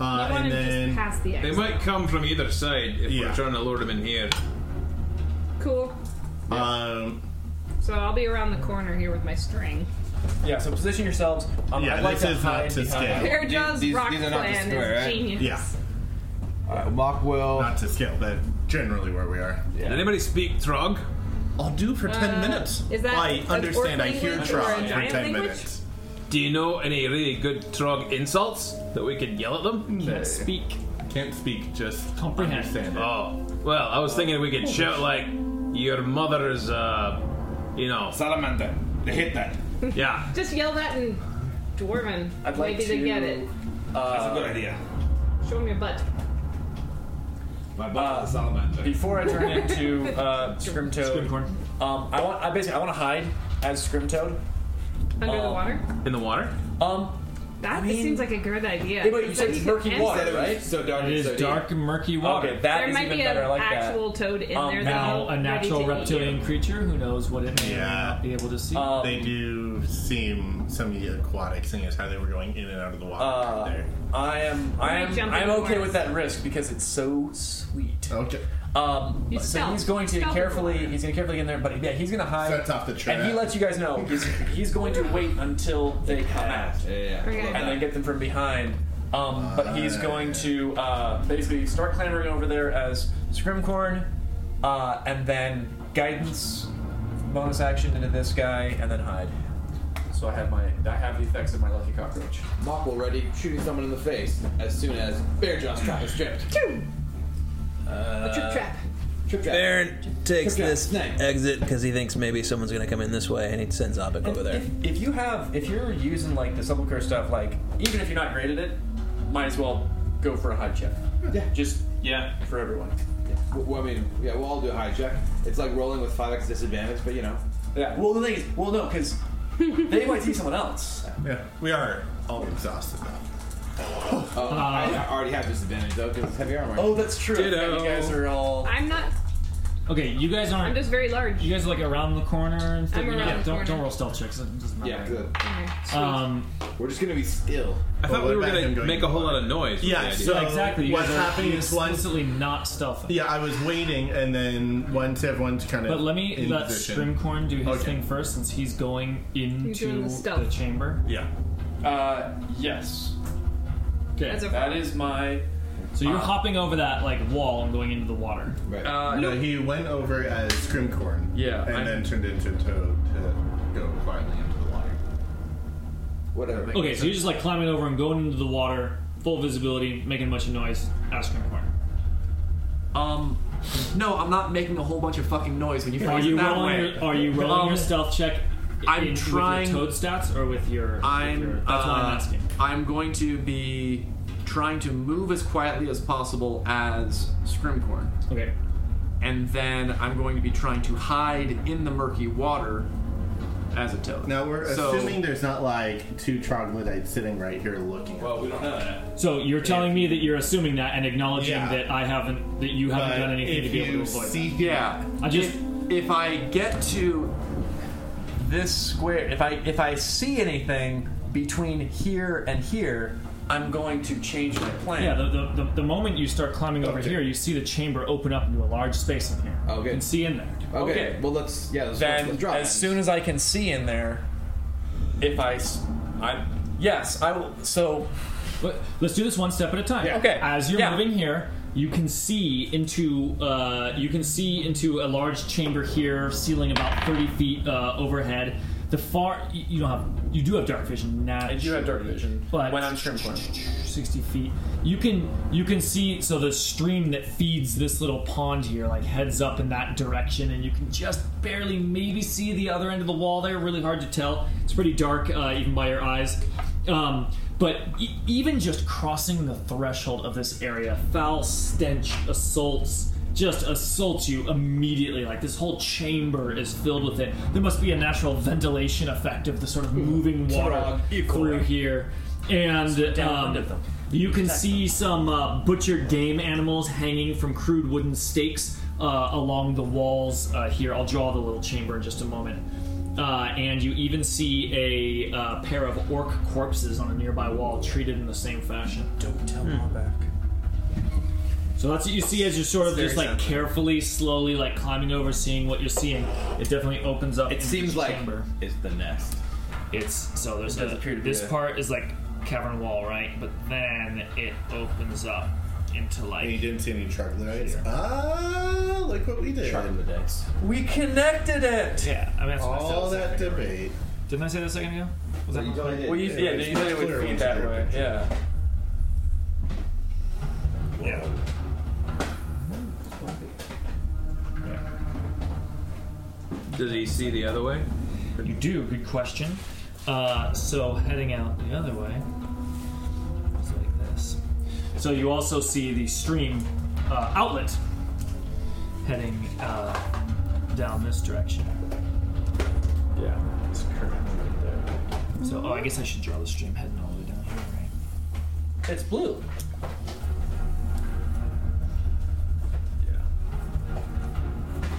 A: Uh,
D: want
A: and
D: him just
A: then
D: past the
E: They
D: X.
E: might come from either side if
A: Yeah.
E: we're trying to lure them in here.
D: Cool.
A: um,
D: So I'll be around the corner here with my string.
N: Yeah, so position yourselves. Um,
A: Yeah,
N: I'd like
A: this
N: to
A: is not
N: hide
A: to
B: Oh,
N: behind-
A: scale.
D: Bearjaw's
C: these-
D: rock
C: these are not the
D: plan
C: square,
D: is
C: right?
D: genius.
A: yeah,
C: Alright, Mock will.
A: not to scale, but generally where we are.
E: Did anybody speak Trog?
A: I'll do for ten minutes.
D: Uh, is that
A: I
D: an
A: understand. I
D: orc
A: hear
D: language or a
A: Trog for
D: giant
A: ten
D: language?
A: minutes.
E: Do you know any really good Trog insults that we could yell at them?
A: Can't speak. Can't speak. Just
B: Comprehend.
A: Understand it.
E: Oh, well, I was thinking we could shout like your mother's, uh, you know,
L: Salamander. They hate that.
E: yeah.
D: Just yell that in Dwarven.
N: I'd like
D: Maybe they
N: to-
D: get it.
L: That's
N: Uh,
L: a good idea.
D: Show him your butt.
L: My boss is a salamander.
N: uh, Before I turn into uh, Scrimtoad,
B: Unicorn.
N: um, I want I basically I want to hide as Scrimtoad.
D: Under the
N: Um,
D: water?
E: In the water?
N: Um,
D: That
N: mean-
D: seems like a good idea.
N: Yeah, but you
D: Because
N: said
D: then
N: it's
D: you
N: murky
D: can
N: water,
D: answer.
N: right?
C: So dark
B: It
C: and so
B: is
C: deep.
B: dark, murky water.
N: okay, that
D: There
N: is
D: might
N: even
D: be
N: better. I
D: an
N: like
D: actual toad in
N: Um,
D: there. that's
B: Oh, Now, a
D: ready
B: natural
D: to eat
B: reptilian
D: you.
B: creature who knows what it may
A: Yeah.
B: not be able to see.
N: that. Um,
A: They do seem some of the aquatic thing is how they were going in and out of the water
N: uh,
A: there.
N: I am I
D: might
N: am
D: jump
N: I'm
D: in
N: okay
D: for
N: with
D: it.
N: that risk because it's so sweet.
A: Okay.
N: Um,
D: You
N: so
D: stealth.
N: he's going to
D: Stealth is
N: carefully
D: water.
N: he's going to carefully get in there, but yeah, he's going to hide.
A: Sets off the trap.
N: And he lets you guys know he's, he's going to wait until they come out.
L: Yeah, yeah, yeah.
D: Okay.
N: and then get them from behind. Um, but he's
A: Uh,
N: going to uh, basically start clambering over there as Scrimcorn, uh, and then guidance, bonus action into this guy, and then hide. So I have my I have the effects of my lucky cockroach.
C: Mock will ready shooting someone in the face as soon as Bearjaw's trap is tripped.
D: A trip trap.
C: Trip trap.
I: Baron takes
C: Look out,
I: this
C: snake.
I: exit because he thinks maybe someone's going to come in this way, and he sends Abik over there.
N: If, if you have if you're using like the sepulchre stuff, like even if you're not great at it, might as well go for a hide check.
C: Yeah.
N: Just yeah for everyone.
C: Well, I mean, yeah, we'll all do a high check. It's like rolling with 5x disadvantage, but you know.
N: Yeah. Well, the thing is, well no, because they might see someone else.
A: Yeah, we are all exhausted now.
C: Oh,
F: Uh,
C: I already have disadvantage though, because it's heavy armor.
N: Oh, that's true. I forgot
E: Ditto.
N: You guys are all.
D: I'm not.
B: okay, you guys
D: I'm
B: aren't.
D: just very large.
B: you guys are like around the corner and stuff.
D: I'm
B: You're
D: around
B: not-
D: the
B: don't
D: corner.
B: don't roll stealth checks. It doesn't matter.
C: Yeah, good.
D: Okay, sweet.
B: Um,
C: We're just gonna be still.
E: I thought
A: Well,
E: we
A: what
E: were
A: about him
E: going to
A: going
E: make a whole lot of noise.
A: Yeah,
E: with the
A: so-
E: idea.
B: exactly. You
A: what's
B: guys are
A: happening is one-
B: explicitly not stealthy.
A: Yeah, I was waiting, and then once everyone's kind of.
B: But let me
A: in
B: let
A: position-
B: Scrimcorn do his
A: Okay.
B: thing first, since he's going into
D: doing
B: the,
D: the stealth.
B: chamber.
A: Yeah.
N: Uh, yes.
B: Okay,
D: That's a-
N: That is my.
B: so you're hopping over that like wall and going into the water.
C: Right.
N: Uh,
A: No, he went over as Scrimcorn.
N: Yeah,
A: And
N: I'm-
A: then turned into a Toad to go quietly into the water.
C: Whatever.
B: Okay, so you're just like climbing over and going into the water, full visibility, making a bunch of noise. Ask him for
F: Um, no, I'm not making a whole bunch of fucking noise when you
B: Are
F: phrase it
B: you
F: that
B: rolling?
F: way.
B: Your, are you rolling
F: Um,
B: your stealth check?
F: I'm
B: in- with your
F: trying-
B: toad stats or with your.
F: I'm.
B: With your that's what
F: uh,
B: I'm asking.
F: I'm going to be trying to move as quietly as possible as Scrimcorn.
B: Okay.
F: And then I'm going to be trying to hide in the murky water as a toad.
A: Now we're
F: So-
A: assuming there's not like two troglodytes sitting right here looking. Well,
L: we don't know that.
B: So you're telling me that you're assuming that and acknowledging
A: Yeah.
B: that I haven't, that you haven't
A: But
B: done anything to
A: if
B: be able to
A: you
B: avoid that.
A: see-
F: Yeah.
B: I just-
F: if, if I get to this square, if I if I see anything between here and here, I'm going to change my plan.
B: Yeah, the, the, the, the moment you start climbing over here, you see the chamber open up into a large space in here. Okay. You can see in there.
N: Well, let's yeah.
B: let's-
N: then
B: let's draw
N: as soon as I can see in there, if I, s- I yes, I will. So
B: Let's do this one step at a time.
N: Yeah. Okay.
B: As you're
N: Yeah.
B: moving here, you can see into uh, you can see into a large chamber here, ceiling about thirty feet uh, overhead. The far you you don't have you do have dark vision now. I do have dark vision, but when I'm stream sixty feet, you can you can see so the stream that feeds this little pond here like heads up in that direction, and you can just barely maybe see the other end of the wall there. Really hard to tell. It's pretty dark uh, even by your eyes. Um, but e- even just crossing the threshold of this area, foul stench assaults, just assaults you immediately. Like this whole chamber is filled with it. There must be a natural ventilation effect of the sort of moving water through here. And
N: downwind
B: um,
N: of them.
B: you can see some uh, butchered game animals hanging from crude wooden stakes uh, along the walls uh, here. I'll draw the little chamber in just a moment. Uh, and you even see a uh, pair of orc corpses on a nearby wall treated in the same fashion. Don't tell
N: Hmm.
B: back. So that's what you see as you're sort of
N: It's
B: just
N: very
B: like carefully, slowly, like climbing over, seeing what you're seeing. It definitely opens up. It seems like chamber.
L: it's the nest.
B: It's so there's
N: It does
B: a-
N: appear to be
B: this
N: a-
B: part is like cavern wall, right? But then it opens up into like. And you
A: didn't see any troglodytes. Ah, look what we did.
B: Troglodytes.
N: we connected it.
B: Yeah, I mean that's what I said
A: All
B: a
A: that
B: second ago.
A: debate.
B: Didn't I say that a second ago? Was that before?
N: Well, you, yeah, you said it would feed that way. Yeah.
B: Yeah.
E: Does he see the other way?
B: You do. Good question. Uh, so heading out the other way, it's like this. So you also see the stream uh, outlet heading uh, down this direction. Yeah, it's current right there. So, oh, I guess I should draw the stream heading all the way down here, right? It's blue.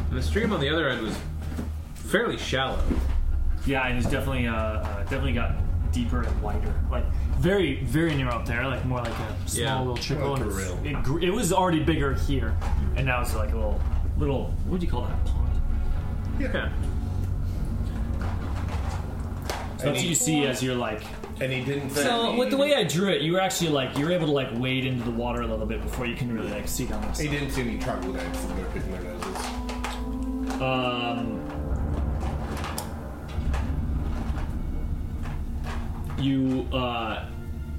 E: And the stream on the other end was fairly shallow.
B: Yeah, and it's definitely uh, uh, definitely got deeper and wider. Like very very near up there, like more like a small
E: Yeah,
B: little trickle.
E: like
B: and
E: a
B: it's-
E: rill.
B: It, gr- it was already bigger here, and now it's like a little little what do you call that pond?
E: Yeah.
B: So that's what you see as you're like.
A: And he didn't.
B: So with the way I drew it, you were actually like you were able to like wade into the water a little bit before you can really like see down the
A: He
B: side.
A: didn't see any troglodytes that are picking their noses.
B: Um, you uh,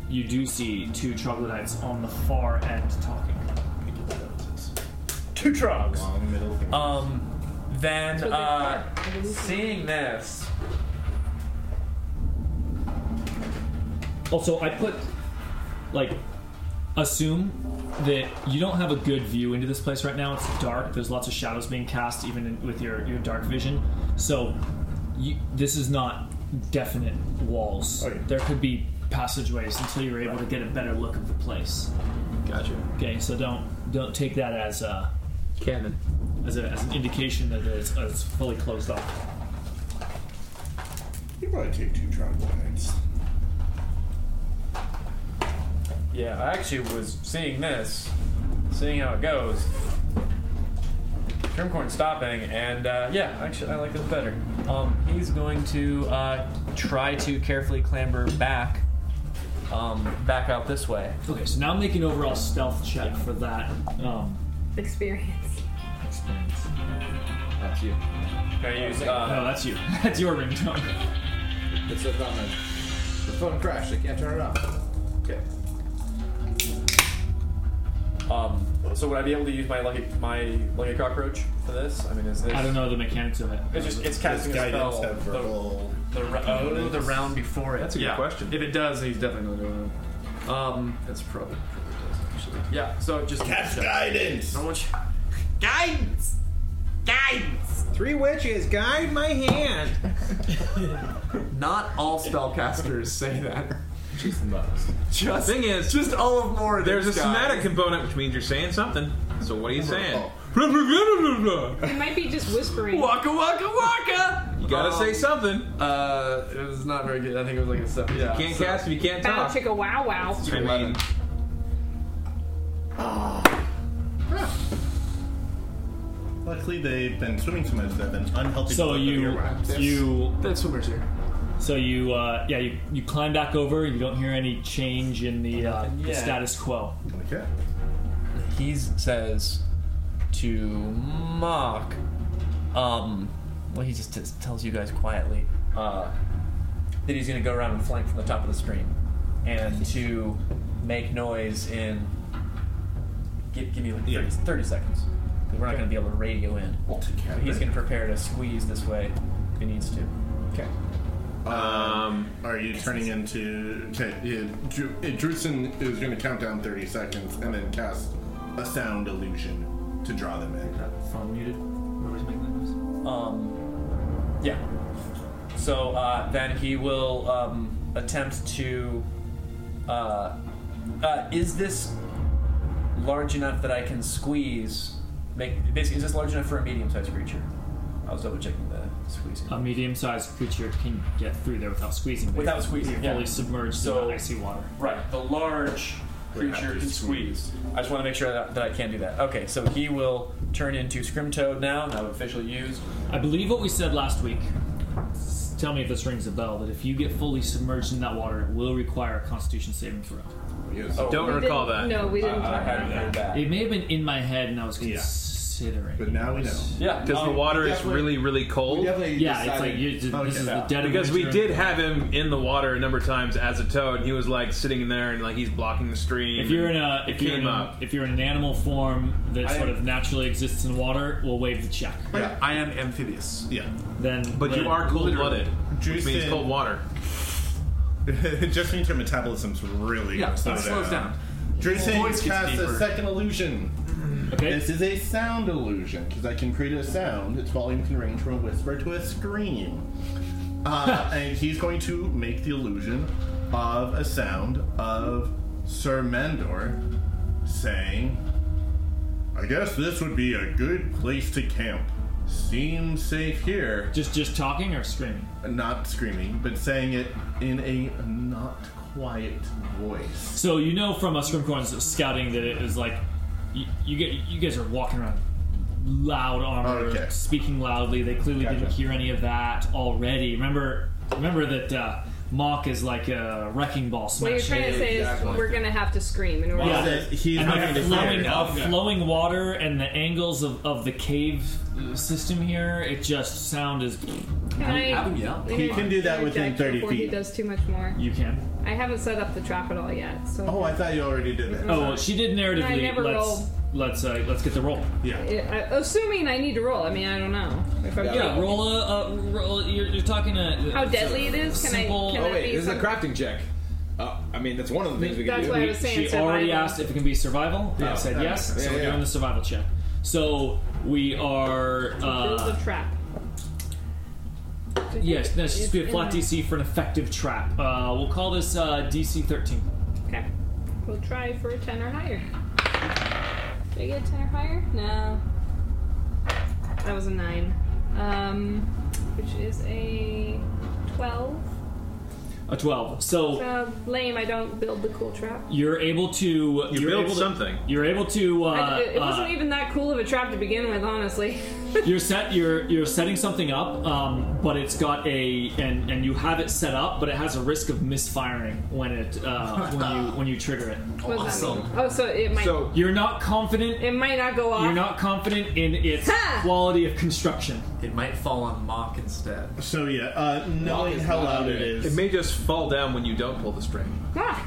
B: you do see two troglodytes on the far end talking.
H: Two trogs.
A: middle
H: Um, then
B: That's what they
H: uh, seeing this,
B: Also, I put like assume that you don't have a good view into this place right now. It's dark. There's lots of shadows being cast, even in, with your your dark vision. So you, this is not definite
H: Oh,
B: walls. There could be passageways until you're able to get a better look of the place.
E: Gotcha.
B: Okay, so don't don't take that as a
E: canon,
B: as, a, as an indication that it's, uh, it's fully closed off.
A: You probably take two troglodytes.
H: yeah, I actually was seeing this, seeing how it goes. Grimcorn stopping, and uh, yeah, actually, I like this better. Um, he's going to uh, try to carefully clamber back, um, back out this way.
B: Okay, so now make an overall stealth check for that. Um,
D: Experience.
B: experience.
C: That's you.
H: I use,
N: uh,
B: no, oh, that's you. That's your ringtone.
C: It's a phone. The phone crashed. I can't turn it off. Okay.
N: Um, so would I be able to use my lucky my lucky cockroach for this? I mean, is this?
B: I don't know the mechanics of it.
N: It's just it's casting a spell. The, the, ra- oh,
F: the round before it.
N: That's a good
F: yeah.
N: question.
F: If it does, he's definitely not doing it. Um, that's probably probably does actually. Yeah. So just
A: Cast guidance.
F: No one. sh-
E: Guidance! Guidance! Three witches, guide my hand!
F: Not all spellcasters say that.
E: Just nuts.
F: Just
E: thing is,
F: just all of Lord.
E: There's a
F: guys.
E: somatic component, which means you're saying something. So what are you saying?
D: It might be just whispering.
F: Waka waka waka.
E: You gotta say something.
F: Uh, it was not very good. I think it was like a seven. Yeah.
E: You can't
F: so-
E: cast if you can't
D: Bow
E: talk.
D: chicka wow wow.
E: I mean,
A: Luckily, they've been swimming so much they've been unhealthy.
B: So
A: buildup of
B: you
A: earwax.
B: you
F: That swimmer's here.
B: so you uh, yeah you, you climb back over. You don't hear any change in the, uh, the status quo.
A: Okay.
N: He says to mock. Um, well, he just t- tells you guys quietly uh, that he's going to go around and flank from the top of the stream, and to make noise in. Give, give me like 30,
A: Yeah.
N: 30 seconds. 'cause We're not going to be able to radio in.
A: care
N: But
A: of
N: he's
A: it.
N: going to prepare to squeeze this way if he needs to.
A: Okay. Um, are you turning into okay? Yeah, Dru- uh, Drusen is going to count down thirty seconds and then cast a sound illusion to draw them in.
B: Phone muted. Whoever's making that noise.
N: Um, yeah. So uh, then he will um, attempt to. Uh, uh, is this large enough that I can squeeze? Make basically, is this large enough for a medium-sized creature? I was double checking the squeezing.
B: A medium-sized creature can get through there without squeezing. but
N: Without
B: you're
N: squeezing, yeah.
B: fully submerged
N: So-
B: in the icy water.
N: Right, the large
A: Would have
N: creature
A: to
N: can
A: squeeze.
N: squeeze. I just want to make sure that, that I can do that. Okay, so he will turn into Scrimtoad now. Now officially used.
B: I believe what we said last week. s- Tell me if this rings a bell. That if you get fully submerged in that water, it will require a Constitution saving throw.
A: Yes.
N: Oh,
E: Don't
D: We
E: recall
D: didn't-
E: that.
D: No, we didn't
N: I, I
D: talk
N: hadn't
D: about
N: heard
D: that.
N: that.
B: It may have been in my head, and I was
A: Yeah.
B: considering.
A: But now we know.
N: Yeah,
E: Because the
N: um,
E: water is
L: definitely-
E: really, really cold.
L: Definitely
B: Yeah, it's
L: decided-
B: like you, this is the
A: Okay.
B: dead of
E: Because we
B: winter.
E: did have him in the water a number of times as a toad, and he was like sitting in there and like he's blocking the stream.
B: If you're in
E: and
B: a
E: it
B: if you're
E: came
B: in,
E: up.
B: if you're in an animal form that
L: I
B: sort
L: am-
B: of naturally exists in water, we'll waive the check.
A: Yeah.
F: I am amphibious.
A: Yeah.
B: Then,
E: But you are cold blooded, which
A: Juice
E: means
A: in.
E: cold water.
A: it just means your metabolism's really
F: Yeah,
A: gonna slow
F: it slows down.
A: Drusen
F: Voice gets
A: casts
F: deeper.
A: a second illusion.
B: okay.
A: This is a sound illusion because I can create a sound. Its volume can range from a whisper to a scream. Uh, and he's going to make the illusion of a sound of Sir Mandor saying, "I guess this would be a good place to camp. Seems safe here."
B: just just talking or screaming.
A: Not screaming, but saying it in a not quiet voice.
B: So you know from us from Corn's scouting that it is like you, you get you guys are walking around loud armor,
A: Okay.
B: speaking loudly. They clearly didn't
A: Gotcha.
B: hear any of that already. Remember remember that uh, Mock is like a wrecking ball
D: What
B: smashing.
D: you're trying to say is we're gonna have to scream in order.
B: Yeah.
A: Says He's
B: and
A: not
B: the
A: going
B: flowing,
A: to
B: of flowing water and the angles of, of the cave uh, system here, it just sound is.
D: Can I?
F: Have him yell.
A: He can do that within
D: interject
A: 30
D: before He
A: feet.
D: does too much more.
B: You can.
D: I haven't set up the trap at all yet, so
A: Oh, I thought you already did that.
B: Oh, well, she did narratively.
D: I never
B: let's
D: rolled.
B: let's uh, let's get the roll.
A: yeah.
D: Yeah, I- assuming I need to roll. I mean, I don't know. If I'm
B: Yeah, roll a uh, roll. You're, you're talking a uh,
D: How deadly it is? Can I-
B: simple-
D: can
L: Oh
D: That'd
L: wait,
D: be
L: this is a
D: something-
L: crafting check. Uh, I mean, that's one of the things we can
D: That's
L: do.
D: why I was saying
B: she already
D: survival.
B: asked if it can be survival. I said
L: Yeah.
B: yes, so
L: Yeah,
B: we're
L: yeah.
B: doing the survival check. So we are.
D: Build
B: Uh,
D: a trap.
B: yes, no, it's just be a
D: It's
B: flat
D: in
B: DC for an effective trap. Uh, we'll call this uh, DC 13.
D: Okay. We'll try for a 10 or higher. Did I get a 10 or higher? No. That was a 9. Um, which is a 12.
B: A 12. So
D: So, lame, I don't build the cool trap.
B: you're able to.
E: You
B: are
E: build
B: able to,
E: something.
B: You're able to. Uh,
D: I, it, it wasn't
B: uh,
D: even that cool of a trap to begin with, honestly.
B: you're set you're you're setting something up um, but it's got a and and you have it set up but it has a risk of misfiring when it uh, when you when you trigger it
D: What does that mean? Oh, so it might
E: So
B: you're not confident
D: it might not go off.
B: you're not confident in its
D: Ha!
B: quality of construction
F: It might fall on Mock instead.
A: So yeah, uh, knowing
F: is
A: how
F: not
A: loud it
E: It
A: is,
E: may just fall down when you don't pull the string.
D: Ah,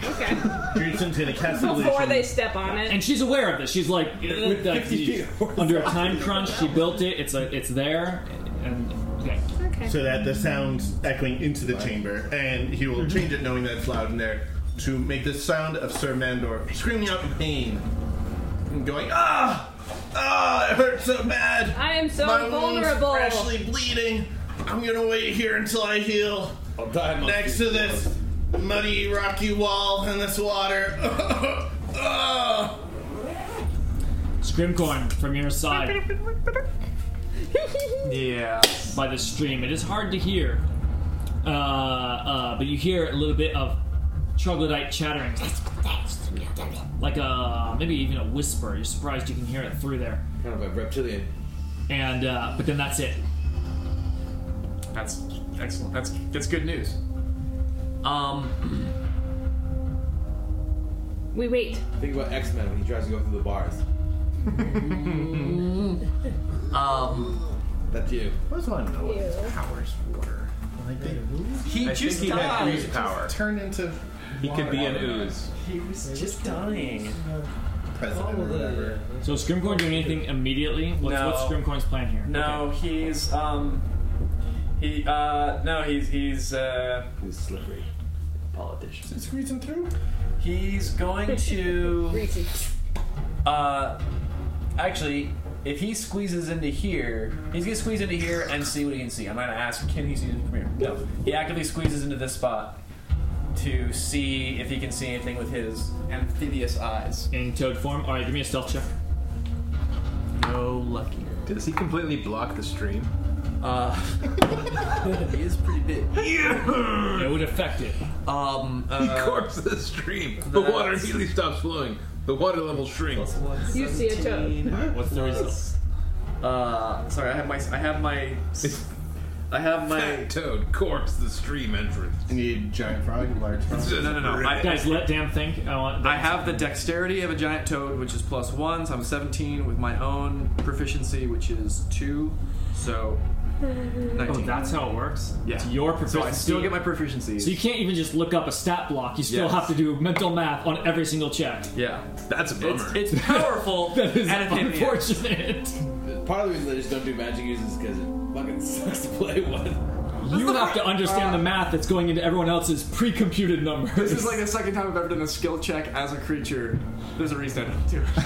A: Dreamson's gonna
D: okay.
A: cast
D: Before
A: illusion.
D: they step on it.
B: And she's aware of this. She's like, with that- under a time crunch, she built it. It's a, it's there, and okay.
D: Okay.
A: so that the sounds echoing into the chamber, and he
E: Mhm.
A: will change it knowing that it's loud in there to make the sound of Sir Mandor screaming out in pain, and going ah ah it hurts so bad.
D: I am so
A: My
D: vulnerable.
A: Wounds freshly bleeding. I'm gonna wait here until I heal.
E: Oh,
L: I'll die amongst
A: Next to
L: these
A: this muddy rocky wall and this water. Ah.
B: Scrimcorn from your side
F: Yeah.
B: by the stream. It is hard to hear, uh, uh, but you hear a little bit of troglodyte chattering, like a maybe even a whisper. You're surprised you can hear it through there.
C: Kind of a reptilian.
B: And uh, but then that's it.
F: That's excellent. That's that's good news. Um,
D: We wait.
C: Think about X Men when he tries to go through the bars.
F: um,
C: That's you.
A: I just want to know what his powers were. Like they
N: He
E: I
N: just
E: think he had
N: died.
E: ooze power.
A: turn into
E: He could be an ooze.
N: He was just dying.
A: president or whatever.
B: So Scrimcorn doing anything immediately? What's,
N: No.
B: what's Scrimcorn's plan here?
N: No, he's um, he uh, no, he's he's uh,
C: He's slippery.
N: politician.
A: It's reason through.
N: He's going to
D: Greasy.
N: uh, actually, if he squeezes into here, he's gonna squeeze into here and see what he can see. I'm not gonna ask, can he see it from here? No, he actively squeezes into this spot to see if he can see anything with his amphibious eyes.
B: Okay. In toad form. All right, give me a stealth check.
F: no lucky.
E: Does he completely block the stream?
F: Uh, he is pretty big.
B: It would affect it.
F: Um,
E: He
F: uh,
E: corks the stream. The water
F: that's-
E: immediately stops flowing. The water level shrinks.
D: You see a toad.
A: What's the result?
F: uh, sorry, I have my, I have my, I have my.
E: Fat Toad corks the stream entrance.
A: You need giant frog, large frog.
E: It's just
F: No, no, no.
E: ridiculous.
F: I,
B: Guys, let damn think. I want.
F: I have the dexterity of a giant toad, which is plus one, so I'm 17 with my own proficiency, which is two, so 19.
B: Oh, that's how it works.
F: Yeah.
B: It's your proficiency.
F: so I still get my proficiency.
B: So you can't even just look up a stat block. You still
F: Yes.
B: have to do mental math on every single check.
F: yeah,
E: That's a bummer.
F: it's, it's powerful
B: That is
F: and it hit me.
B: unfortunate.
C: Part of the reason they just don't do magic uses is because it fucking sucks to play one.
B: you have to understand the math that's going into everyone else's pre-computed numbers.
F: Uh, This is like the second time I've ever done a skill check as a creature. There's a reason I don't do it.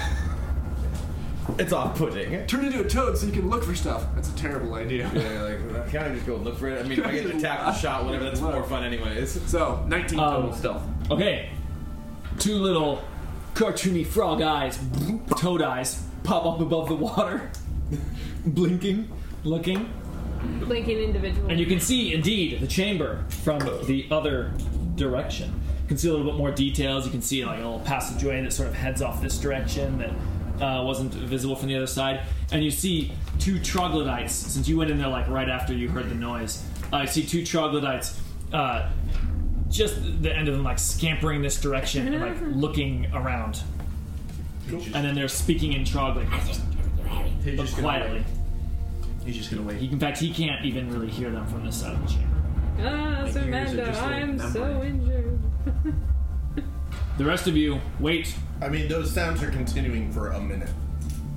C: It's off-putting.
F: Turn into a toad so you can look for stuff. That's a terrible idea.
C: Yeah, like, can I just go look for it? I mean, if I get to tap the shot, whatever, that's more fun anyways.
F: So 19 total
B: Um,
F: stealth.
B: okay, two little cartoony frog eyes, toad eyes, pop up above the water, blinking, looking.
D: Blinking individual.
B: And you can see, indeed, the chamber from the other direction. You can see a little bit more details. You can see like a little passageway that sort of heads off this direction that uh, wasn't visible from the other side. And you see two troglodytes. Since you went in there like right after you heard the noise, I see two troglodytes. Uh, just the end of them like scampering this direction and like looking around. And then they're speaking in troglodyte, but quietly.
A: He's just gonna wait.
B: He, in fact, he can't even really hear them from this side of the chamber.
D: ah, Sir Mando, I'm so injured.
B: The rest of you, wait.
A: I mean, those sounds are continuing for a minute.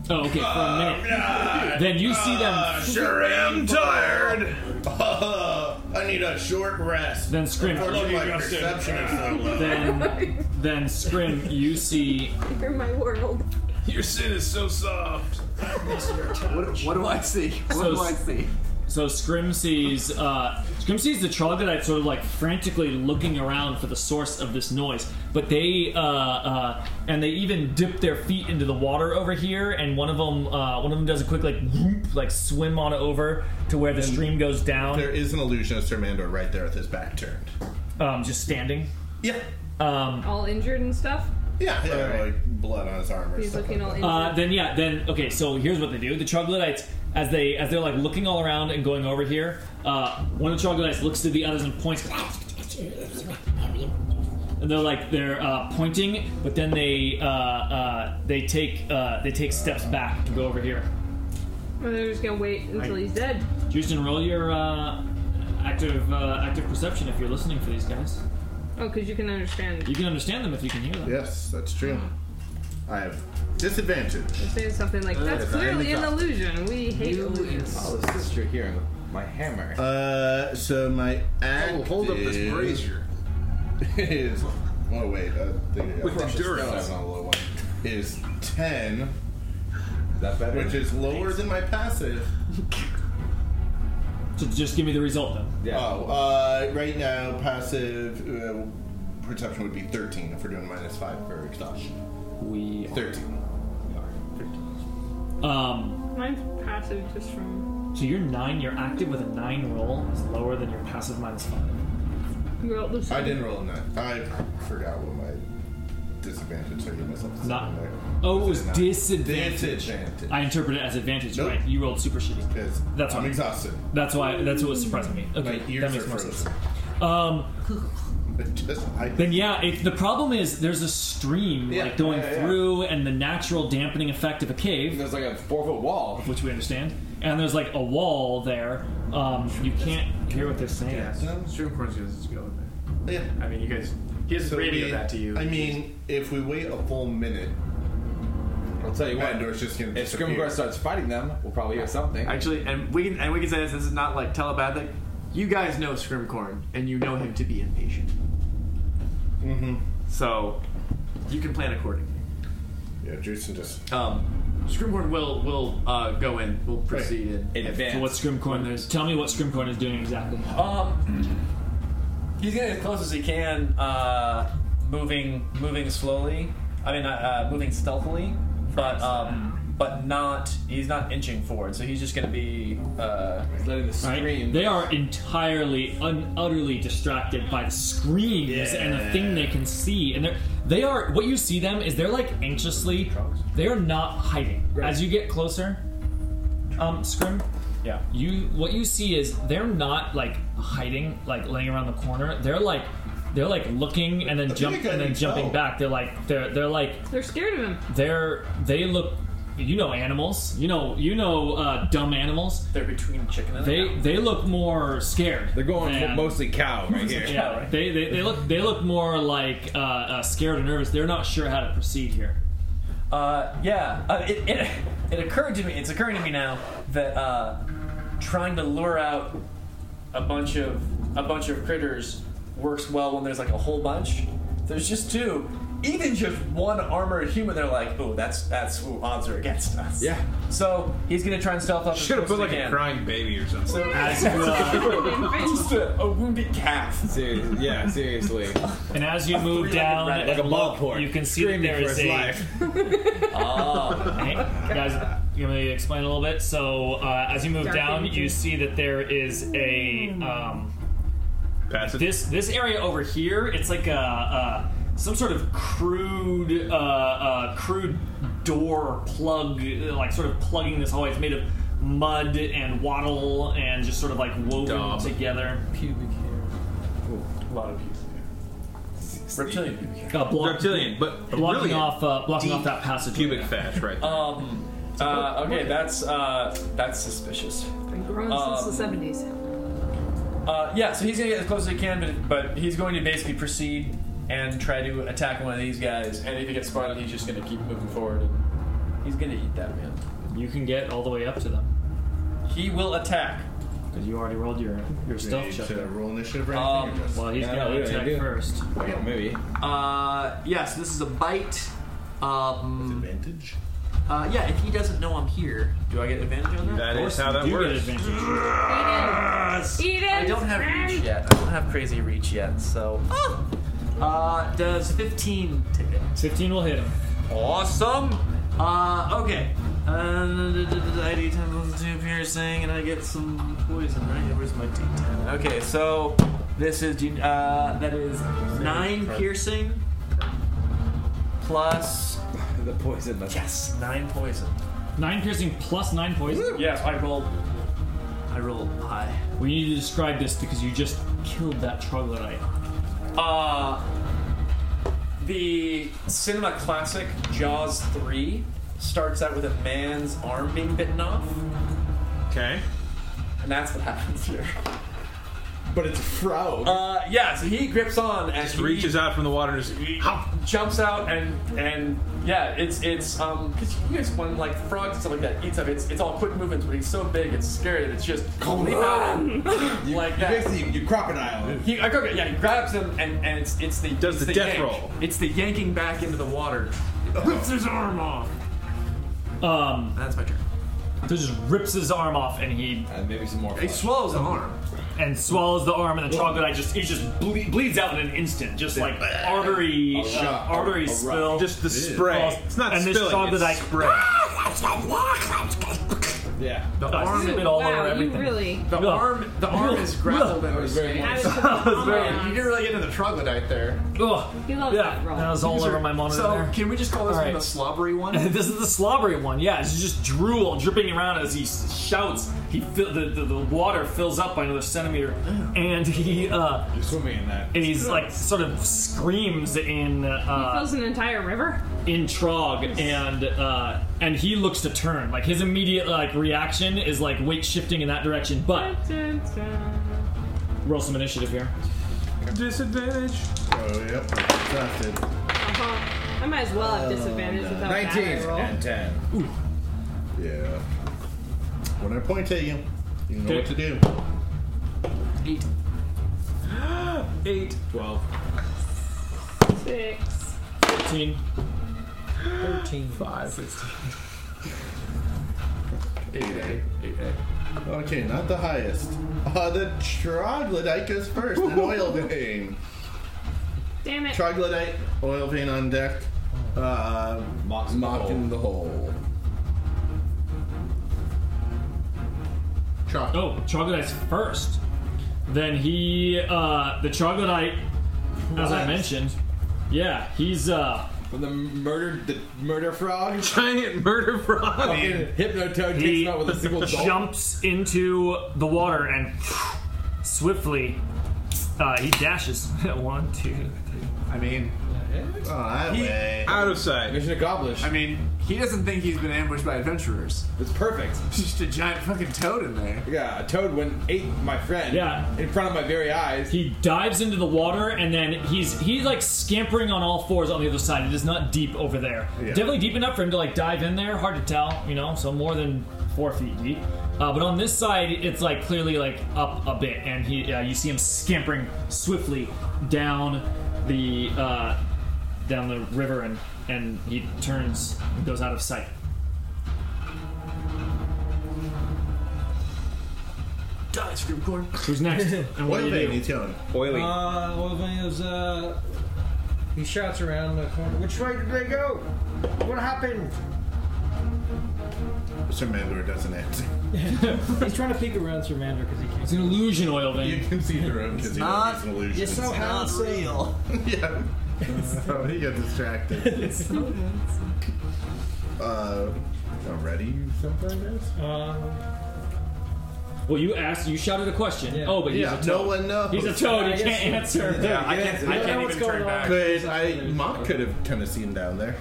B: Oh, okay, for a minute. Then you see them.
A: Uh, Sure am tired. I need a short rest.
B: Then scream.
A: Unfortunately, my perception is so low.
B: Then, then Scrim, you see.
D: You're my world.
E: Your sin is so soft.
F: What do I see? What
B: So
F: do I
B: s-
F: see?
B: So Scrim sees. Uh, Scrim sees the troglodyte sort of like frantically looking around for the source of this noise. But they uh, uh, and they even dip their feet into the water over here, and one of them uh, one of them does a quick like whoop, like swim on over to where the stream goes down.
A: There is an illusion of Sir Mandor right there with his back turned.
B: Um, just standing.
A: Yeah.
B: Um,
D: All injured and stuff.
A: Yeah, yeah, like blood on his arm or
D: He's
A: stuff
D: looking all
A: like
D: injured.
B: Uh, then yeah, then okay. So here's what they do: the troglodytes, as they as they're like looking all around and going over here, uh, one of the troglodytes looks to the others and points. And they're like they're uh, pointing, but then they uh, uh, they take uh, they take steps back to go over here.
D: Or they're just gonna wait until
B: I-
D: he's dead.
B: Houston, roll your uh, active uh, active perception if you're listening for these guys.
D: Oh, because you can understand.
B: You can understand them if you can hear them.
A: Yes, that's true. I have disadvantage.
D: You're saying something like,
A: Uh,
D: that's
A: if I end
D: clearly an
A: up-
D: illusion. We hate illusions.
C: Oh, this is true here. My hammer.
A: Uh, so my active
C: Oh, hold up this brazier.
A: is. Oh wait, uh, there you go.
E: With the duress.
A: That's not a low one. Is ten. Is
C: that better?
A: Which is lower than my passive.
B: So just give me the result then.
A: Oh, uh, right now passive uh, perception would be thirteen if we're doing minus five for exhaustion.
B: We
A: thirteen.
B: Um,
D: Mine's passive just from
B: so your nine, your active with a nine roll is lower than your passive minus five.
D: you rolled the
A: I didn't roll a nine. I forgot what my disadvantage. So I gave myself a
B: Not-
A: second there.
B: Oh, it was
A: Not-
B: disadvantage.
A: Disadvantage.
B: I interpret it as advantage,
A: Nope.
B: right? You rolled super shitty. That's
A: I'm
B: why.
A: exhausted.
B: That's why. That's what was surprising me. Okay,
A: My ears
B: that makes
A: are
B: more sense.
A: frozen.
B: Um,
A: Just, I,
B: then yeah, it, the problem is there's a stream
A: Yeah,
B: like going
A: yeah, yeah.
B: through, and the natural dampening effect of a cave.
C: There's like a four foot wall,
B: which we understand, and there's like a wall there. Um, you can't hear what they're saying.
F: Yeah, stream corn's gonna just go in
A: there.
F: I mean, you guys, he has
A: So
F: radio
A: we-
F: that to you.
A: I mean, if we wait a full minute,
C: I'll tell you what.
A: Bandor's just gonna
C: If
A: disappear.
C: Scrimgar starts fighting them, we'll probably hear something.
F: Actually, and we can and we can say this. This is not like telepathic. You guys know Scrimcorn, and you know him to be impatient.
A: Mm-hmm.
F: So you can plan accordingly.
A: Yeah, Jason just
F: Um, Scrimcorn will will uh, go in. Will proceed in
B: So what Scrimcorn? Tell me what Scrimcorn is doing exactly.
N: Um, he's getting as close as he can, uh, moving moving slowly. I mean, uh, uh, moving stealthily, but um, but not. He's not inching forward, so he's just going to be uh,
C: letting the
B: Right? They are entirely, un- utterly distracted by the screams and the thing they can see, and they're they are what you see them is they're like anxiously, they are not hiding. As you get closer, um, Scrim,
N: Yeah.
B: you what you see is they're not like hiding, like laying around the corner. They're like they're like looking and then
A: I
B: jump
A: think I
B: and then
A: can
B: jumping
A: tell.
B: back. They're like they're they're like
D: They're scared of him.
B: they're they look. You know animals. You know you know uh, dumb animals.
N: they're between chicken and
B: They they look more scared. They're
C: going
B: than,
C: mostly cow right here.
B: yeah. They, they they look they look more like uh, uh, scared or nervous. They're not sure how to proceed here.
N: Uh, yeah, uh, it, it, it occurred to me, it's occurring to me now that uh, trying to lure out a bunch of a bunch of critters works well when there's like a whole bunch. There's just two. Even just one armored human, they're like, oh, that's that's who odds are against us.
C: Yeah.
N: So he's gonna try and stealth up. as
E: Should have
N: close
E: put
N: as
E: like
N: he
E: a
N: can.
E: crying baby or something.
N: So as just a, a wounded calf.
C: Serious, yeah, seriously.
B: And as you move down,
C: Like a ball port.
B: you can see that
C: Screaming
B: there
C: for
B: is
C: his
B: a.
C: life.
N: Oh.
B: Hey, guys, you want me to explain a little bit? So uh, as you move
N: Dark
B: down,
N: energy.
B: you see that there is a. Um, This this area over here, it's like a, uh some sort of crude uh, uh, crude door plug, uh, like sort of plugging this hallway. It's made of mud and wattle and just sort of like woven
E: Dumb.
B: together. Pubic
N: A lot of Reptilian pubic hair.
B: Uh, block-
E: Reptilian, but
B: blocking
E: really
B: off uh, blocking off
E: deep
B: that passage.
E: pubic fat, right?
N: Um. Uh, okay, that's uh, that's suspicious.
D: Been grown
B: Uh,
D: since the 70s.
N: Uh, yeah, so he's gonna get as close as he can, but but he's going to basically proceed and try to attack one of these guys. And if he gets spotted, he's just gonna keep moving forward. And he's gonna eat that man.
B: You can get all the way up to them
N: He will attack.
B: because you already rolled your your
A: stuff
B: stealth check.
A: to roll initiative or
N: Um,
A: anything. or just-
B: Well, he's
C: Yeah,
B: gonna
C: we already
B: attack
C: do.
B: first.
C: Well, maybe.
F: Uh, yeah, so this is a bite. Um,
A: advantage.
F: uh, yeah, if he doesn't know I'm here, do I get advantage on that?
E: That
B: Of course
E: is how
B: you
E: that
B: do get
E: works.
B: advantage.
D: Eat it!
N: I don't have reach yet. I don't have crazy reach yet. So
F: Oh! Uh, does 15 ticket.
B: Fifteen will hit him.
F: Awesome! Uh, okay. Uh, d- d- d- I do 10 plus 2 piercing, and I get some poison, right? Where's my D10? Okay, so this is, uh, that is 9 piercing plus,
C: The poison. That's
F: yes, 9 poison.
B: Nine piercing plus nine poison.
N: yes, I rolled.
F: I rolled high.
B: We need to describe this because you just killed that troglodyte.
N: Uh, the cinema classic Jaws 3 starts out with a man's arm being bitten off,
E: Okay.
N: And that's what happens here.
E: But it's a frog.
N: Uh, yeah, so he grips on and
E: Just
N: he
E: reaches out from the water and just.
N: jumps out and and yeah, it's it's um because you guys when like frogs and stuff like that eats up, it's it's all quick movements, but he's so big, it's scary that it's just leap out like that.
C: Basically, you, you crocodile.
N: He, I go, yeah, he grabs him and, and it's it's the
E: Does
N: it's
E: the death
N: yank.
E: roll.
N: It's the yanking back into the water.
F: Rips his arm off.
B: Um,
F: That's my turn.
B: so just rips his arm off and he
C: Uh, maybe some more.
F: He swallows an arm.
B: and swallows the arm, and the troglodyte just he just ble- bleeds out in an instant, just like artery
E: A
B: uh,
E: shot.
B: artery
E: A rock.
B: spill.
E: Just
B: Ew.
E: the spray. It's not
B: and this
E: spilling,
B: troglodyte
E: it's spray.
C: Yeah.
F: The
B: Uh,
F: arm.
B: spit all
D: wow,
B: over
D: you
B: everything.
D: really.
F: The arm. The arm is grappled and
D: I
F: restrained.
D: was like, oh
F: You
D: my God.
F: didn't really get into the troglodyte there.
B: Ugh.
D: He loves
B: Yeah,
D: that roll.
B: that was all over my monitor.
F: So
B: there.
F: can we just call this
B: All
F: one the
B: right.
F: slobbery one?
B: this is the slobbery one. Yeah, it's just drool dripping around as he s- shouts. He fill, the, the the water fills up by another centimeter, and he uh
C: You're swimming in that.
B: and he's like sort of screams in
D: He
B: uh,
D: fills an entire river.
B: in Trog, and uh, and he looks to turn. Like his immediate like reaction is like weight shifting in that direction. But
D: Dun, dun.
B: roll some initiative here.
E: Disadvantage.
A: Oh, yep. Drafted.
D: Uh-huh. I might as well have disadvantage without that
C: 19
D: roll.
C: and 10.
A: Yeah. When I point at you, you know what to do.
E: Eight.
C: 12.
D: Six.
B: Fourteen.
A: Okay, not the highest. Uh, the troglodyte goes first. An oil vein.
D: Damn it.
A: Troglodyte, oil vein on deck. Uh,
C: Mocks
A: mocking the hole. Trog.
B: Oh, troglodyte's first. Then he uh, the troglodyte, as I
C: What?
B: mentioned. Yeah, he's uh.
C: From the murder, the murder frog.
E: Giant murder frog.
C: Fucking Hypnotoad takes
B: He
C: him out with a single jump.
B: jumps into the water and swiftly uh, he dashes. One, two, three.
F: I mean,
A: Oh, that way.
E: Out of sight.
C: Mission accomplished.
F: I mean, he doesn't think he's been ambushed by adventurers.
C: It's perfect.
F: Just a giant fucking toad in there.
C: Yeah, a toad went ate my friend.
B: Yeah.
C: In front of my very eyes.
B: He dives into the water and then he's he's like scampering on all fours on the other side. It is not deep over there. Definitely deep enough for him to like dive in there. Hard to tell, you know. So more than four feet deep. Uh, but on this side, it's like clearly like up a bit, and he uh, you see him scampering swiftly down the uh, down the river, and and he turns and goes out of sight.
H: Die, Screamcorn.
B: Who's next? And what
A: Oil
B: do you
A: vein,
B: do?
A: he's going.
E: Oily.
I: Uh, well, then was, uh, he shouts around the corner. Which way did they go? What happened?
A: Mr. Mandler doesn't answer.
I: He's trying to peek around Sir Mander because he can't.
B: It's an illusion oil vein.
A: You can see through him because he
H: not-
A: knows he's an illusion.
I: You're so handsome.
A: yeah. Oh, he got distracted. uh, already something else?
I: Uh,
B: Well, you asked, you shouted a question.
I: Yeah.
B: Oh, but he's
A: Yeah,
B: a
A: no
B: toad.
A: one knows.
B: He's a toad.
I: I
B: He
I: guess-
B: can't answer.
C: Yeah,
F: I can't, I
I: I don't
F: can't
I: know
F: even
I: what's
F: turn
I: going
F: back.
I: on.
A: Could I? Mop could have kind of seen down there.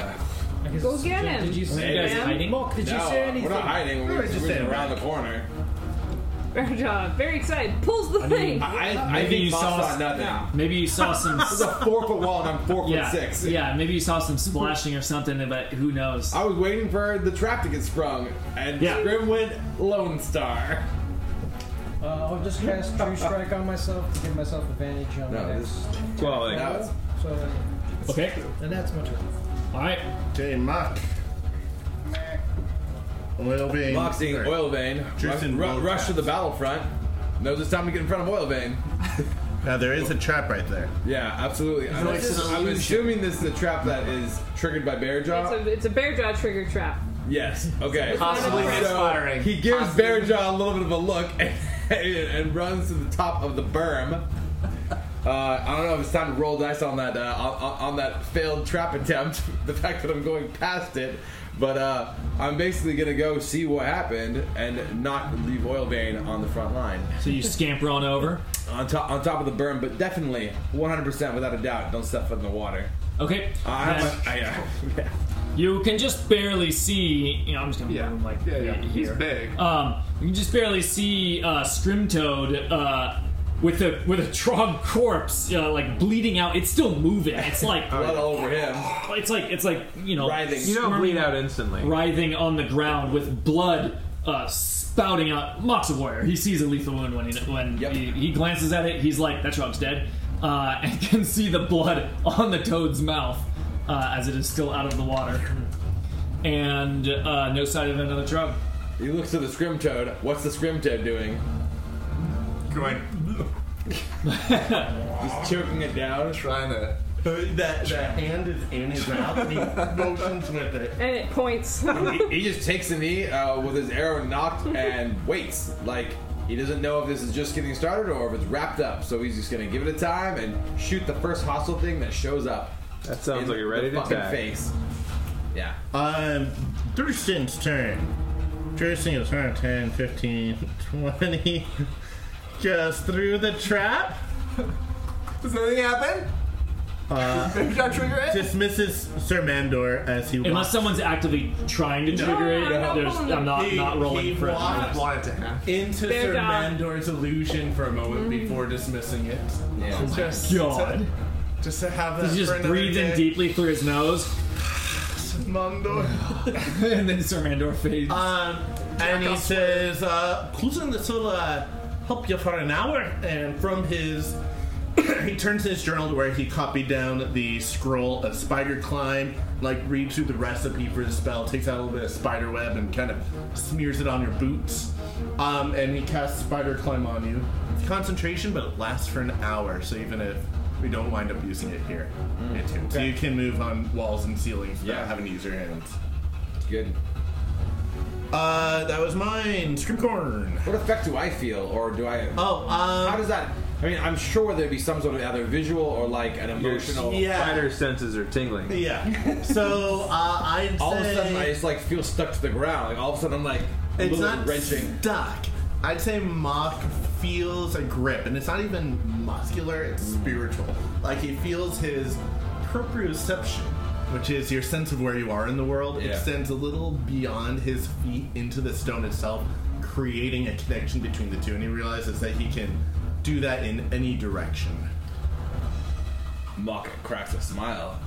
I: I guess
D: Go
I: it's-
D: get him.
I: Did you
B: Are
I: say
B: you guys
D: Yeah.
B: hiding?
I: Mock, did you
C: No,
I: say
C: We're
I: anything?
C: not hiding.
A: We
C: We're
A: were
C: just
A: just
C: sitting
A: standing
C: around the
A: back.
C: corner.
D: Fair job. Very excited. Pulls the thing.
C: I, I,
B: Maybe
C: think
B: you
C: Boss
B: saw
C: saw,
B: us-
C: nothing.
B: Maybe you saw some.
C: It's a four foot wall, and I'm four foot
B: yeah,
C: six.
B: yeah. Maybe you saw some splashing or something, but who knows?
C: I was waiting for the trap to get sprung, and
B: Yeah.
C: Grim went Lone Star.
I: Uh, I'll just cast True Strike on myself to give myself advantage on
C: No,
I: the
C: this
I: next.
E: Quality.
C: Now it's
I: So, uh,
B: Okay.
I: and that's my turn.
B: All right.
A: Okay, Mop. Oil vein.
C: Moxie,
A: Sorry.
C: Oil Vein, rush,
A: Tristan
C: ru-
A: rolled
C: rush to
A: past.
C: the battlefront. Knows it's time to get in front of Oil Vein.
A: Now there is a trap right there.
C: Yeah, absolutely. I'm, I'm assuming this is a trap that is triggered by Bear
D: It's
C: Jaw.
D: a, it's a bear jaw trigger trap.
C: yes. Okay.
F: Possibly
C: So,
F: misfiring.
C: He gives Bear Jaw a little bit of a look and, and runs to the top of the berm. Uh, I don't know if it's time to roll dice on that uh, on, on- on that failed trap attempt. The fact that I'm going past it, but uh, I'm basically gonna go see what happened and not leave Oil Vein on the front line.
B: So you scamper on over.
C: on top on top of the berm, but definitely 100% without a doubt, don't step foot in the water.
B: Okay.
C: Uh, I,
B: Then
C: I, I, yeah.
B: You can just barely see. You know, I'm just gonna
F: Yeah.
B: move him like
F: Yeah, yeah. He's
B: here.
F: big.
B: Um, you can just barely see uh, Scrimtoad uh, with a with a trog corpse uh, like bleeding out. It's still moving. It's like
C: Blood all over him.
B: it's like it's like you know
C: Writhing.
E: You don't
B: squirming-
E: bleed out instantly.
B: writhing on the ground with blood uh, spouting out. Mock's a warrior. He sees a lethal wound when he when he, he glances at it. He's like, "That shrub's dead," uh, and can see the blood on the toad's mouth uh, as it is still out of the water, and uh, no sign of another shrub.
C: He looks at the scrim toad. What's the scrim toad doing?
F: Going
C: He's choking it down.
F: trying to.
A: That, that hand is in his mouth and he motions with it.
D: And it points.
C: He, he just takes a knee uh, with his arrow knocked and waits. Like he doesn't know if this is just getting started or if it's wrapped up. So he's just gonna give it a time and shoot the first hostile thing that shows up.
E: That sounds
C: in
E: like you're ready
C: the
E: to
C: fucking
E: attack.
C: face. Yeah.
A: Um, Thurston's turn. Thurston goes turn 10, 15, 20. Just through the trap.
F: Does nothing happen?
A: Uh,
F: Did I trigger it?
A: dismisses Sir Mandor as he
B: Unless
A: walks
B: someone's actively trying to trigger it,
D: No,
B: there's,
D: no,
B: I'm not
A: He-
B: not
A: he
B: rolling for it.
A: walked-
F: I want it to happen.
A: into
D: They're
A: Sir
D: gone.
A: Mandor's illusion for a moment before dismissing it.
C: Yeah.
A: Just
B: Oh God.
A: To, just to have that.
B: He's
A: for
B: just
A: another
B: breathes in
A: day.
B: deeply through his nose,
A: Mandor.
B: and then Sir Mandor fades.
A: Um, and he says, uh, "Cousin, this will uh, help you for an hour." And from his, he turns his journal to where he copied down the scroll of spider climb, like reads through the recipe for the spell, takes out a little bit of spider web, and kind of smears it on your boots. Um, and he casts spider climb on you. It's concentration, but it lasts for an hour. So even if we don't wind up using it here, it's here. So you can move on walls and ceilings without
C: Yeah.
A: having to use your hands.
C: Good.
A: Uh, that was mine. Scrimcorn.
C: What effect do I feel, or do I?
A: Oh,
C: How
A: um,
C: does that? I mean, I'm sure there'd be some sort of either visual or like an emotional.
A: Yeah.
E: Spider senses are tingling.
A: yeah. So uh, I'd
C: All of
A: say
C: a sudden, I just like feel stuck to the ground. Like all of a sudden, I'm like a
A: it's
C: little
A: not
C: wrenching.
A: stuck. I'd say Mock feels a grip, and it's not even muscular; it's spiritual. Like he feels his proprioception, which is your sense of where you are in the world,
C: Yeah.
A: extends a little beyond his feet into the stone itself, creating a connection between the two. And he realizes that he can do that in any direction.
C: Mock cracks a smile.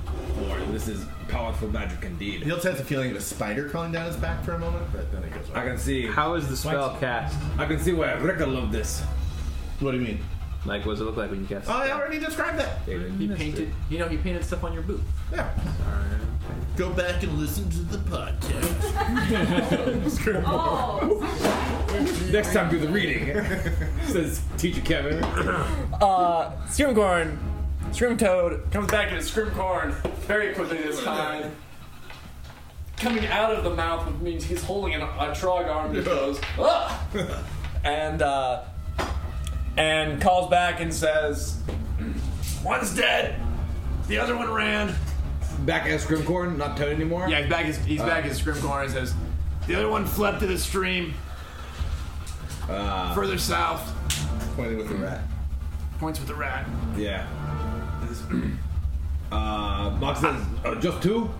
C: For this is powerful magic indeed.
A: He'll sense a feeling of a spider crawling down his back for a moment, but then it goes
C: I
A: away.
C: can see.
E: How is the spell cast?
C: I can see why Ricka loved this.
A: What do you mean?
E: Like, what does it look like when you cast?
A: I already described that.
F: He painted. You know, he painted stuff on your boot.
A: Yeah. Go back and listen to the podcast.
D: oh,
C: Next time, do the reading. Says teacher Kevin.
N: Uh, Scrimcorn, Scrimtoad,
H: Comes back into Scrimcorn very quickly this time. Coming out of the mouth which means he's holding an, a trog arm that goes, ah!
N: and uh, and calls back and says,
H: One's dead! The other one ran.
C: Back as Grimcorn, not Toad anymore.
H: Yeah, he's back. His, he's back in Scrimcorn and says, "The other one fled to the stream,
N: Uh.
H: further south."
A: Pointing with the rat.
H: Points with the rat.
C: Yeah. Uh, Mock says, "Oh, just two?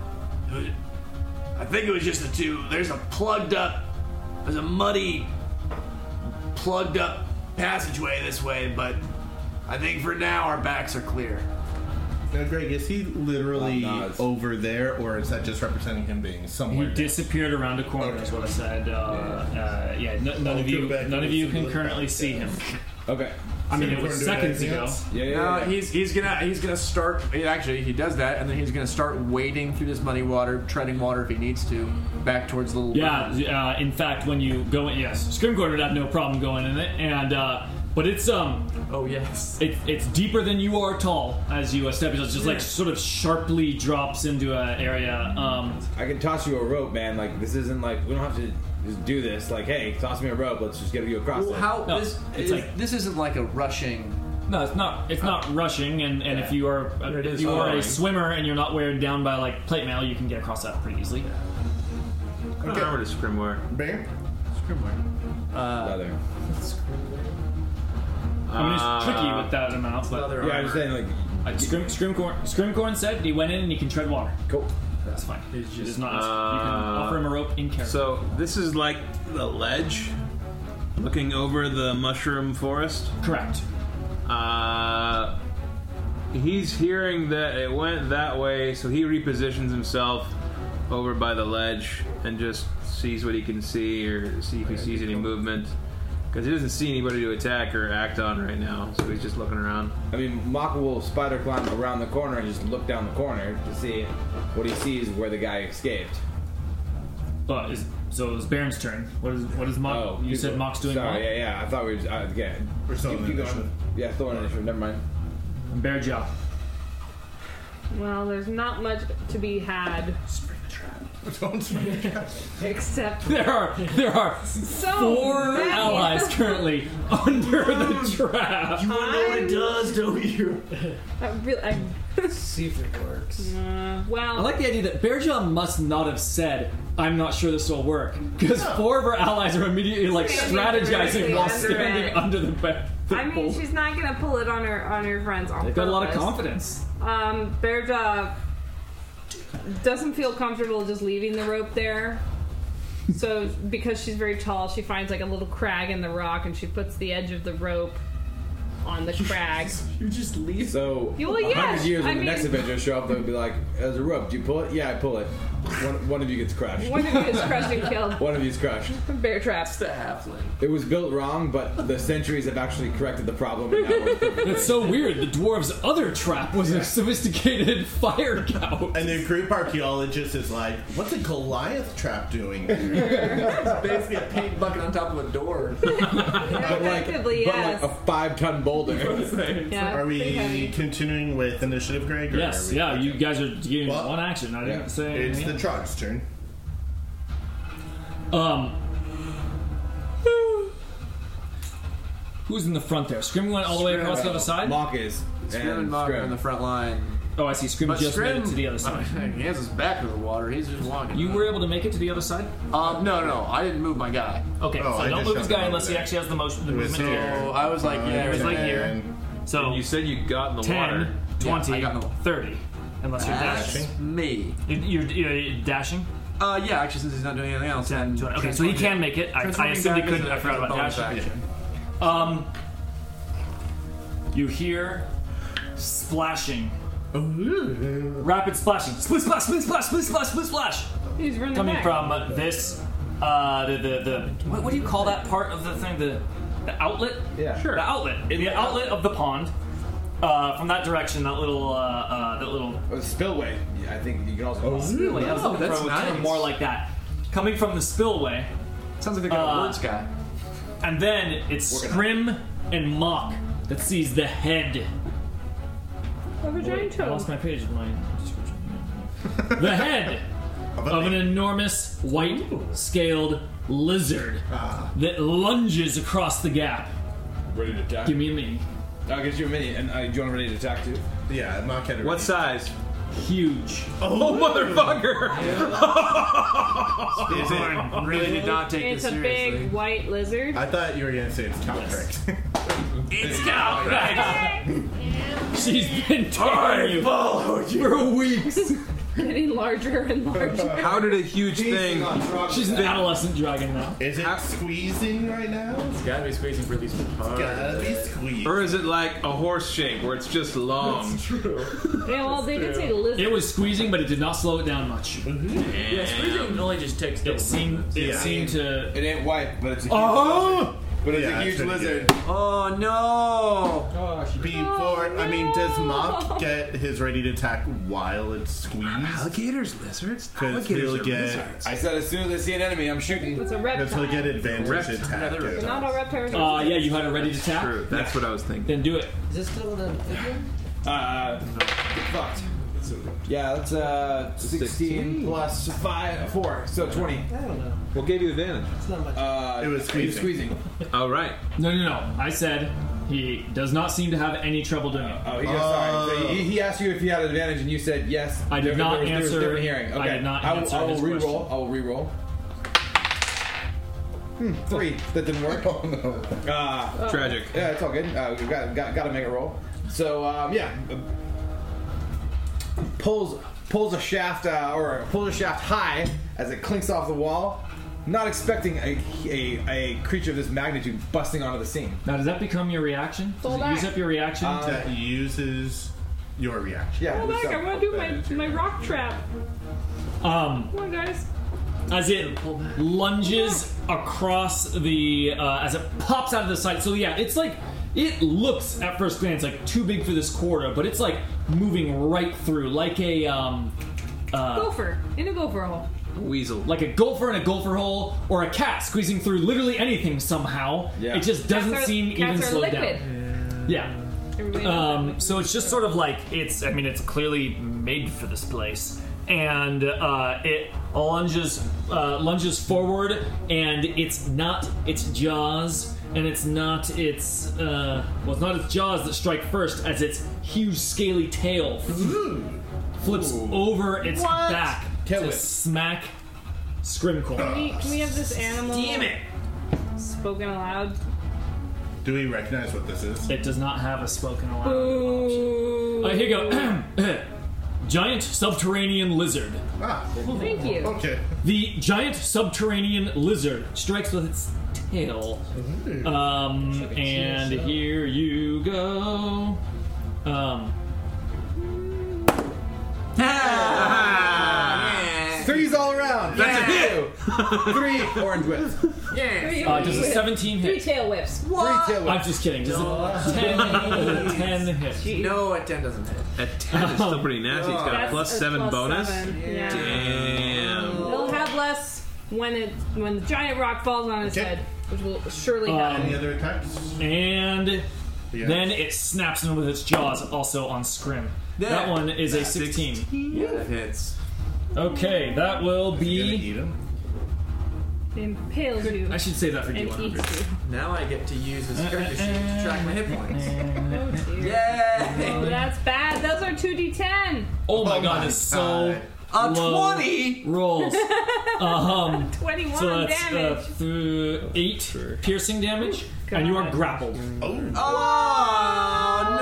H: I think it was just the two. There's a plugged up, there's a muddy, plugged up passageway this way, but I think for now our backs are clear.
A: Now, Greg, is he literally
C: Uh, no, it's-
A: over there, or is that just representing him being
B: He
A: somewhere?
B: disappeared around a corner, is what I said. Uh, uh, yeah, n- none of
A: go
B: you,
A: Oh, back
B: none of
A: and
B: you
A: listen
B: can
A: to the
B: currently see him.
C: Okay.
B: I mean, it was
A: Scrimcorn doing
B: seconds ago.
A: anything
C: Yeah, yeah,
F: No,
C: yeah.
F: he's he's gonna he's gonna start. He actually, he does that, and then he's gonna start wading through this muddy water, treading water if he needs to, back towards the little.
B: Yeah, uh, in fact, when you go in, yes, Scrimcorn would have no problem going in it, and uh, but it's um,
F: Oh yes.
B: it, it's deeper than you are tall as you uh, step. It's just like sort of sharply drops into an area. Um,
C: I can toss you a rope, man. Like this isn't like we don't have to just do this. Like, hey, toss me a rope. Let's just get you across.
F: Well,
C: it.
F: how
B: No,
F: this
B: it's
F: is-
B: like-
F: this isn't like a rushing.
B: no, it's not. It's not rushing, and, and if you are
E: it
B: if
E: is
B: you are
E: falling.
B: a swimmer and you're not weighed down by like plate mail, you can get across that pretty easily.
E: Okay. Armor to Scrimware.
A: Bam.
C: Leather.
B: I mean, it's
E: Uh,
B: tricky with that amount, but
C: Yeah, I'm just saying like
B: uh, Scrim, Scrimcorn, Scrimcorn said he went in and he can tread water.
C: cool.
B: That's fine. It's just it's not. you can offer him a rope in character.
E: uh, So this is like the ledge, looking over the mushroom forest.
B: Correct.
E: Uh, he's hearing that it went that way, so he repositions himself over by the ledge and just sees what he can see, or see if he sees any movement. Because he doesn't see anybody to attack or act on right now, so he's just looking around.
C: I mean, Maka will spider climb around the corner and just look down the corner to see what he sees where the guy escaped.
B: But is, so it was Baron's turn. What is what is Mock?
C: Oh,
B: you said Mock's doing
C: Sorry,
B: well.
C: yeah, yeah. I thought we were. Uh, yeah.
A: We're still in initiative.
C: Yeah, still in initiative. Never mind.
B: Bear jaw.
D: Well, there's not much to be had. Spring the trap.
A: Don't spring the
D: trap. Except
B: There are there are
D: So
B: four
D: many.
B: allies currently under the trap.
H: You wanna know what it does, don't you?
D: I really, I,
B: See if it works.
D: uh, well,
B: I like the idea that Bearjaw must not have said, "I'm not sure this will work," because four of her allies are immediately like
D: Standing
B: strategizing
D: directly
B: while
D: under
B: standing
D: it.
B: under the bed.
D: I mean, she's not gonna pull it on her on her friends. On
B: They've got a lot of
D: purpose.
B: confidence.
D: Um, Bearjaw doesn't feel comfortable just leaving the rope there. So, because she's very tall, she finds like a little crag in the rock and she puts the edge of the rope on the crag.
B: You just leave.
C: So,
D: You- well, yeah,
C: 100 years
D: I
C: when the
D: mean-
C: next adventure show up, they'll be like, "There's a rope. Do you pull it? Yeah, I pull it. One, one of you gets crushed.
D: One of you is crushed and killed.
C: One of you's crushed.
D: Bear traps.
H: The halfling.
C: It was built wrong, but the centuries have actually corrected the problem. And now we're
B: That's so weird. The dwarves' other trap was a sophisticated fire cow.
A: And the group archaeologist is like, what's a Goliath trap doing?
H: It's basically a paint bucket on top of a door.
C: but like,
D: Effectively,
C: but
D: yes.
C: like a five-ton boulder.
D: yeah,
A: Are
D: pretty
A: we
D: heavy.
A: continuing with initiative, Greg? or
B: Yes,
A: are we-
B: yeah, you guys are getting
A: Well,
B: one action. I didn't
A: yeah.
B: say
A: It's
B: anything
A: the truck's turn.
B: else. Um. Who's in the front there? Scrim went all the way across the other side?
C: Mock is
F: Scrim and Mock are in the front line.
B: Oh, I see. Scrim
F: But
B: just
F: Scrim,
B: made it to the other side.
F: he has his back to the water. He's just walking.
B: You were able to make it to the other side?
F: Um, no, no, I didn't move my guy.
B: Okay,
A: Oh,
B: so
A: I
B: don't
A: just
B: move this
A: shot
B: guy
A: him
B: unless he
A: there.
B: actually has the motion the
A: It was
B: movement
A: here.
B: here.
F: So Oh, I was like, Uh, yeah,
B: it was like here.
A: And
B: So
E: You said you got in the
B: 10,
E: water.
B: 20,
F: Yeah, I got no- Ah,
B: 30. Unless you're dashing.
F: That's me.
B: You- You're, you're dashing?
F: Uh, yeah, actually, since he's not doing anything else, then
B: Okay, so he can make it. I, I
F: Transforming
B: assumed he
F: back
B: couldn't.
F: is a-
B: I forgot
F: is a
B: about
F: bonus
B: dashing.
F: action.
B: Um, you hear splashing. Rapid splashing. Splish, splash, splish, splash, splish, splash, splish, splash.
D: He's running
B: Coming
D: back.
B: from this, uh, the, the, the what, what do you call that part of the thing? The, the outlet?
C: Yeah.
B: Sure. The outlet. The outlet of the pond. Uh, from that direction, that little, uh, uh, that little
C: Uh, Spillway. Yeah, I think you can also.
B: Really? I was
F: Oh,
B: looking
F: that's
B: for a term
F: nice.
B: more like that. Coming from the spillway,
F: Sounds like they got
B: Uh,
F: a words guy.
B: and then it's Scrim and Mock that sees the head.
D: Of a giant
B: I lost
D: toad.
B: my page in my description. the head
A: Of
B: of an enormous white scaled lizard that lunges across the gap.
C: Ready to attack.
B: Give me a mini.
C: I'll get you a mini, and uh, do you want ready to attack too?
A: yeah, Mock had it.
E: What size?
B: Huge.
E: Oh, motherfucker!
A: ready. Is it?
F: I really did not take
D: It's
F: this
D: a
F: seriously.
D: big white lizard.
A: I thought you were gonna say it's contract.
B: It's She's been tearing you for weeks.
D: Getting larger and larger.
E: How did a huge thing?
B: She's an adolescent dragon now.
A: Is it squeezing right now?
F: It's gotta be squeezing for these parts.
A: Gotta be squeezed.
E: Or is it like a horse shape where it's just long?
D: yeah, well, they did say lizard.
B: It was squeezing, but it did not slow it down much.
H: Mm-hmm. Yeah, squeezing only just takes
B: It seemed, it
A: Yeah.
B: seemed to
C: It ain't white, but it's a huge
A: Oh!
C: lizard. But it's
A: Yeah,
C: a huge
A: it's pretty
C: lizard.
F: Oh no!
A: Before, I mean, does Mock get his ready to attack while it's squeezed?
E: Alligators, lizards.
A: Because he'll get,
C: I said as soon as I see an enemy, I'm shooting.
D: It's a
A: because
D: reptile.
A: he'll get advantage
E: Reptile.
A: attack.
E: Another
A: yeah.
E: reptile.
D: Not all reptiles.
B: Uh,
D: are
B: yeah, you had a ready to tap.
E: True. That's what I was thinking.
B: Then do it.
I: Is this still the figure?
C: Uh, get fucked. Yeah, that's uh 16,
E: 16.
C: plus five, four, so 20.
I: I don't know.
E: What gave you advantage?
I: It's not much.
C: Uh,
A: It was
C: you're squeezing.
E: Oh, right.
B: No, no, no. I said he does not seem to have any trouble doing it.
C: Oh, he just sorry. So he, he asked you if he had an advantage, and you said yes.
B: I did
C: There-
B: not
C: there was- there was
B: answer-
C: different hearing.
B: I
C: Okay.
B: did not
C: will-
B: answer
C: I will
B: his
C: re-roll.
B: question.
C: I will re-roll. Hmm, three. That didn't work.
A: Oh no.
C: Uh,
E: Tragic.
C: Yeah, it's all good. Uh, we got, got got to make a roll. So um, yeah, pulls pulls a shaft uh, or pulls a shaft high as it clinks off the wall. Not expecting a, a, a creature of this magnitude busting onto the scene.
B: Now, does that become your reaction? Does
D: Fall
B: it use
D: back.
B: up your reaction?
C: Uh,
A: That uses your reaction.
C: Yeah.
D: Hold on, I want to do my, my rock trap.
B: um,
D: Come on, guys.
B: as it lunges across the uh, as it pops out of the side. So yeah, it's like it looks at first glance like too big for this quarter, but it's like moving right through, like a um, uh,
D: Gopher. In a gopher hole.
E: Weasel.
B: like a gopher in a gopher hole, or a cat squeezing through literally anything somehow.
C: Yeah.
B: It just doesn't
D: Cats are-
B: seem
D: cats
B: even
D: are
B: slowed
D: liquid.
B: down. Yeah.
D: Everybody knows
B: Um, so it's just sort of like it's. I mean, it's clearly made for this place, and uh, it lunges uh, lunges forward, and it's not its jaws, and it's not its uh, well, it's not its jaws that strike first, as its huge scaly tail flips over its
D: What?
B: back
A: Kill
B: to
A: it.
B: smack Scrimcore.
D: Can we, can we have this animal
H: Damn it!
D: spoken aloud?
A: Do we recognize what this is?
B: It does not have a spoken allowed.
D: Ooh.
B: Uh, here you go. Giant subterranean lizard.
A: Ah,
D: Thank you.
A: okay.
B: The giant subterranean lizard strikes with its tail. Um, and here you go. Um,
C: Threes all around. That's a hit. Three orange whips. Three
D: Three,
B: uh, does a 17
D: Three
B: hit?
D: tail whips.
C: tail
B: I'm
C: whips.
B: just kidding. Does a 10, 10 hit?
F: No, a 10 doesn't hit.
E: A 10 is still pretty nasty. He's got a
D: That's
E: plus
D: a
E: 7
D: plus
E: bonus.
D: seven. Yeah.
E: Damn.
D: It'll have less when it when the giant rock falls on his
A: Okay.
D: head, which will surely
B: Um,
D: happen.
A: Any other attacks?
B: And
A: Yeah.
B: then it snaps in with its jaws, also on Scrim. That
F: Yeah.
B: one is a 16.
F: Yeah, that hits.
B: Okay, that will
A: You gonna
B: be.
A: eat him?
D: It impales you
B: I should say that for
D: and
B: D100.
D: eats you.
F: Now I get to use this character sheet to track my hit points.
D: Oh, dear.
F: Yay!
D: Oh, that's bad. Those are two d10.
B: Oh my
A: Oh
B: god,
A: my
B: it's so.
F: A
B: low
F: 20!
B: Rolls. Um,
D: 21
B: So that's
D: damage.
B: uh, th- eight piercing damage, and you are
D: God.
B: grappled.
F: Oh, no!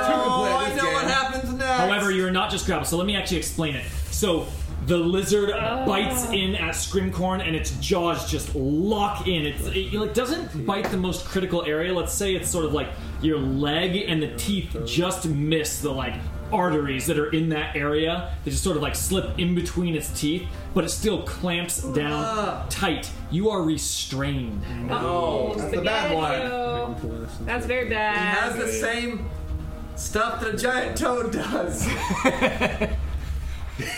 C: Triple play
F: I
C: this
F: know what
C: game.
F: happens next!
B: However, you're not just grappled. So let me actually explain it. So the lizard
D: Ah.
B: bites in at Scrimcorn, and its jaws just lock in. It's, it like doesn't bite the most critical area. Let's say it's sort of like your leg, and the teeth just miss the like arteries that are in that area. They just sort of like slip in between its teeth, but it still clamps down tight. You are restrained.
D: Oh,
C: that's the bad
D: one. That's very
F: has
D: bad.
F: the same stuff that a giant toad does.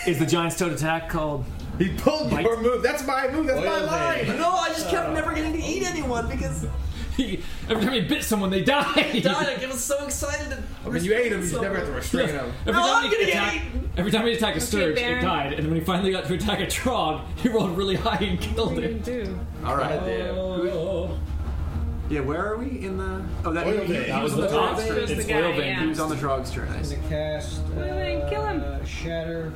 B: Is the giant's toad attack called?
C: He pulled
B: Bite.
C: your move. That's my move. That's my line.
F: no, I just kept never getting to eat anyone because
B: Every time he bit someone, they died.
F: Donic, it was so excited to.
C: I mean, you ate him. You just never have to restrain him.
B: Every
F: No,
B: time
F: I'm
B: he
F: gonna get
B: attacked-
F: eaten.
B: Every time he attacked a Sturge, it
D: Baron.
B: died. And when he finally got to attack a Trog, he rolled really high and killed
D: You
B: it.
D: do.
F: Alright, yeah, where are we in the. Oh, that,
A: Oil
F: he,
A: vein.
F: he
A: That
F: was
B: was the
F: on the
B: top.
F: trog's
D: It was
F: turn.
D: the
B: It's
D: guy,
B: oil vein.
F: He
D: yeah.
F: was on the trog's turn. I see.
I: Gonna cast.
D: Wait, kill him.
I: uh, Shatter.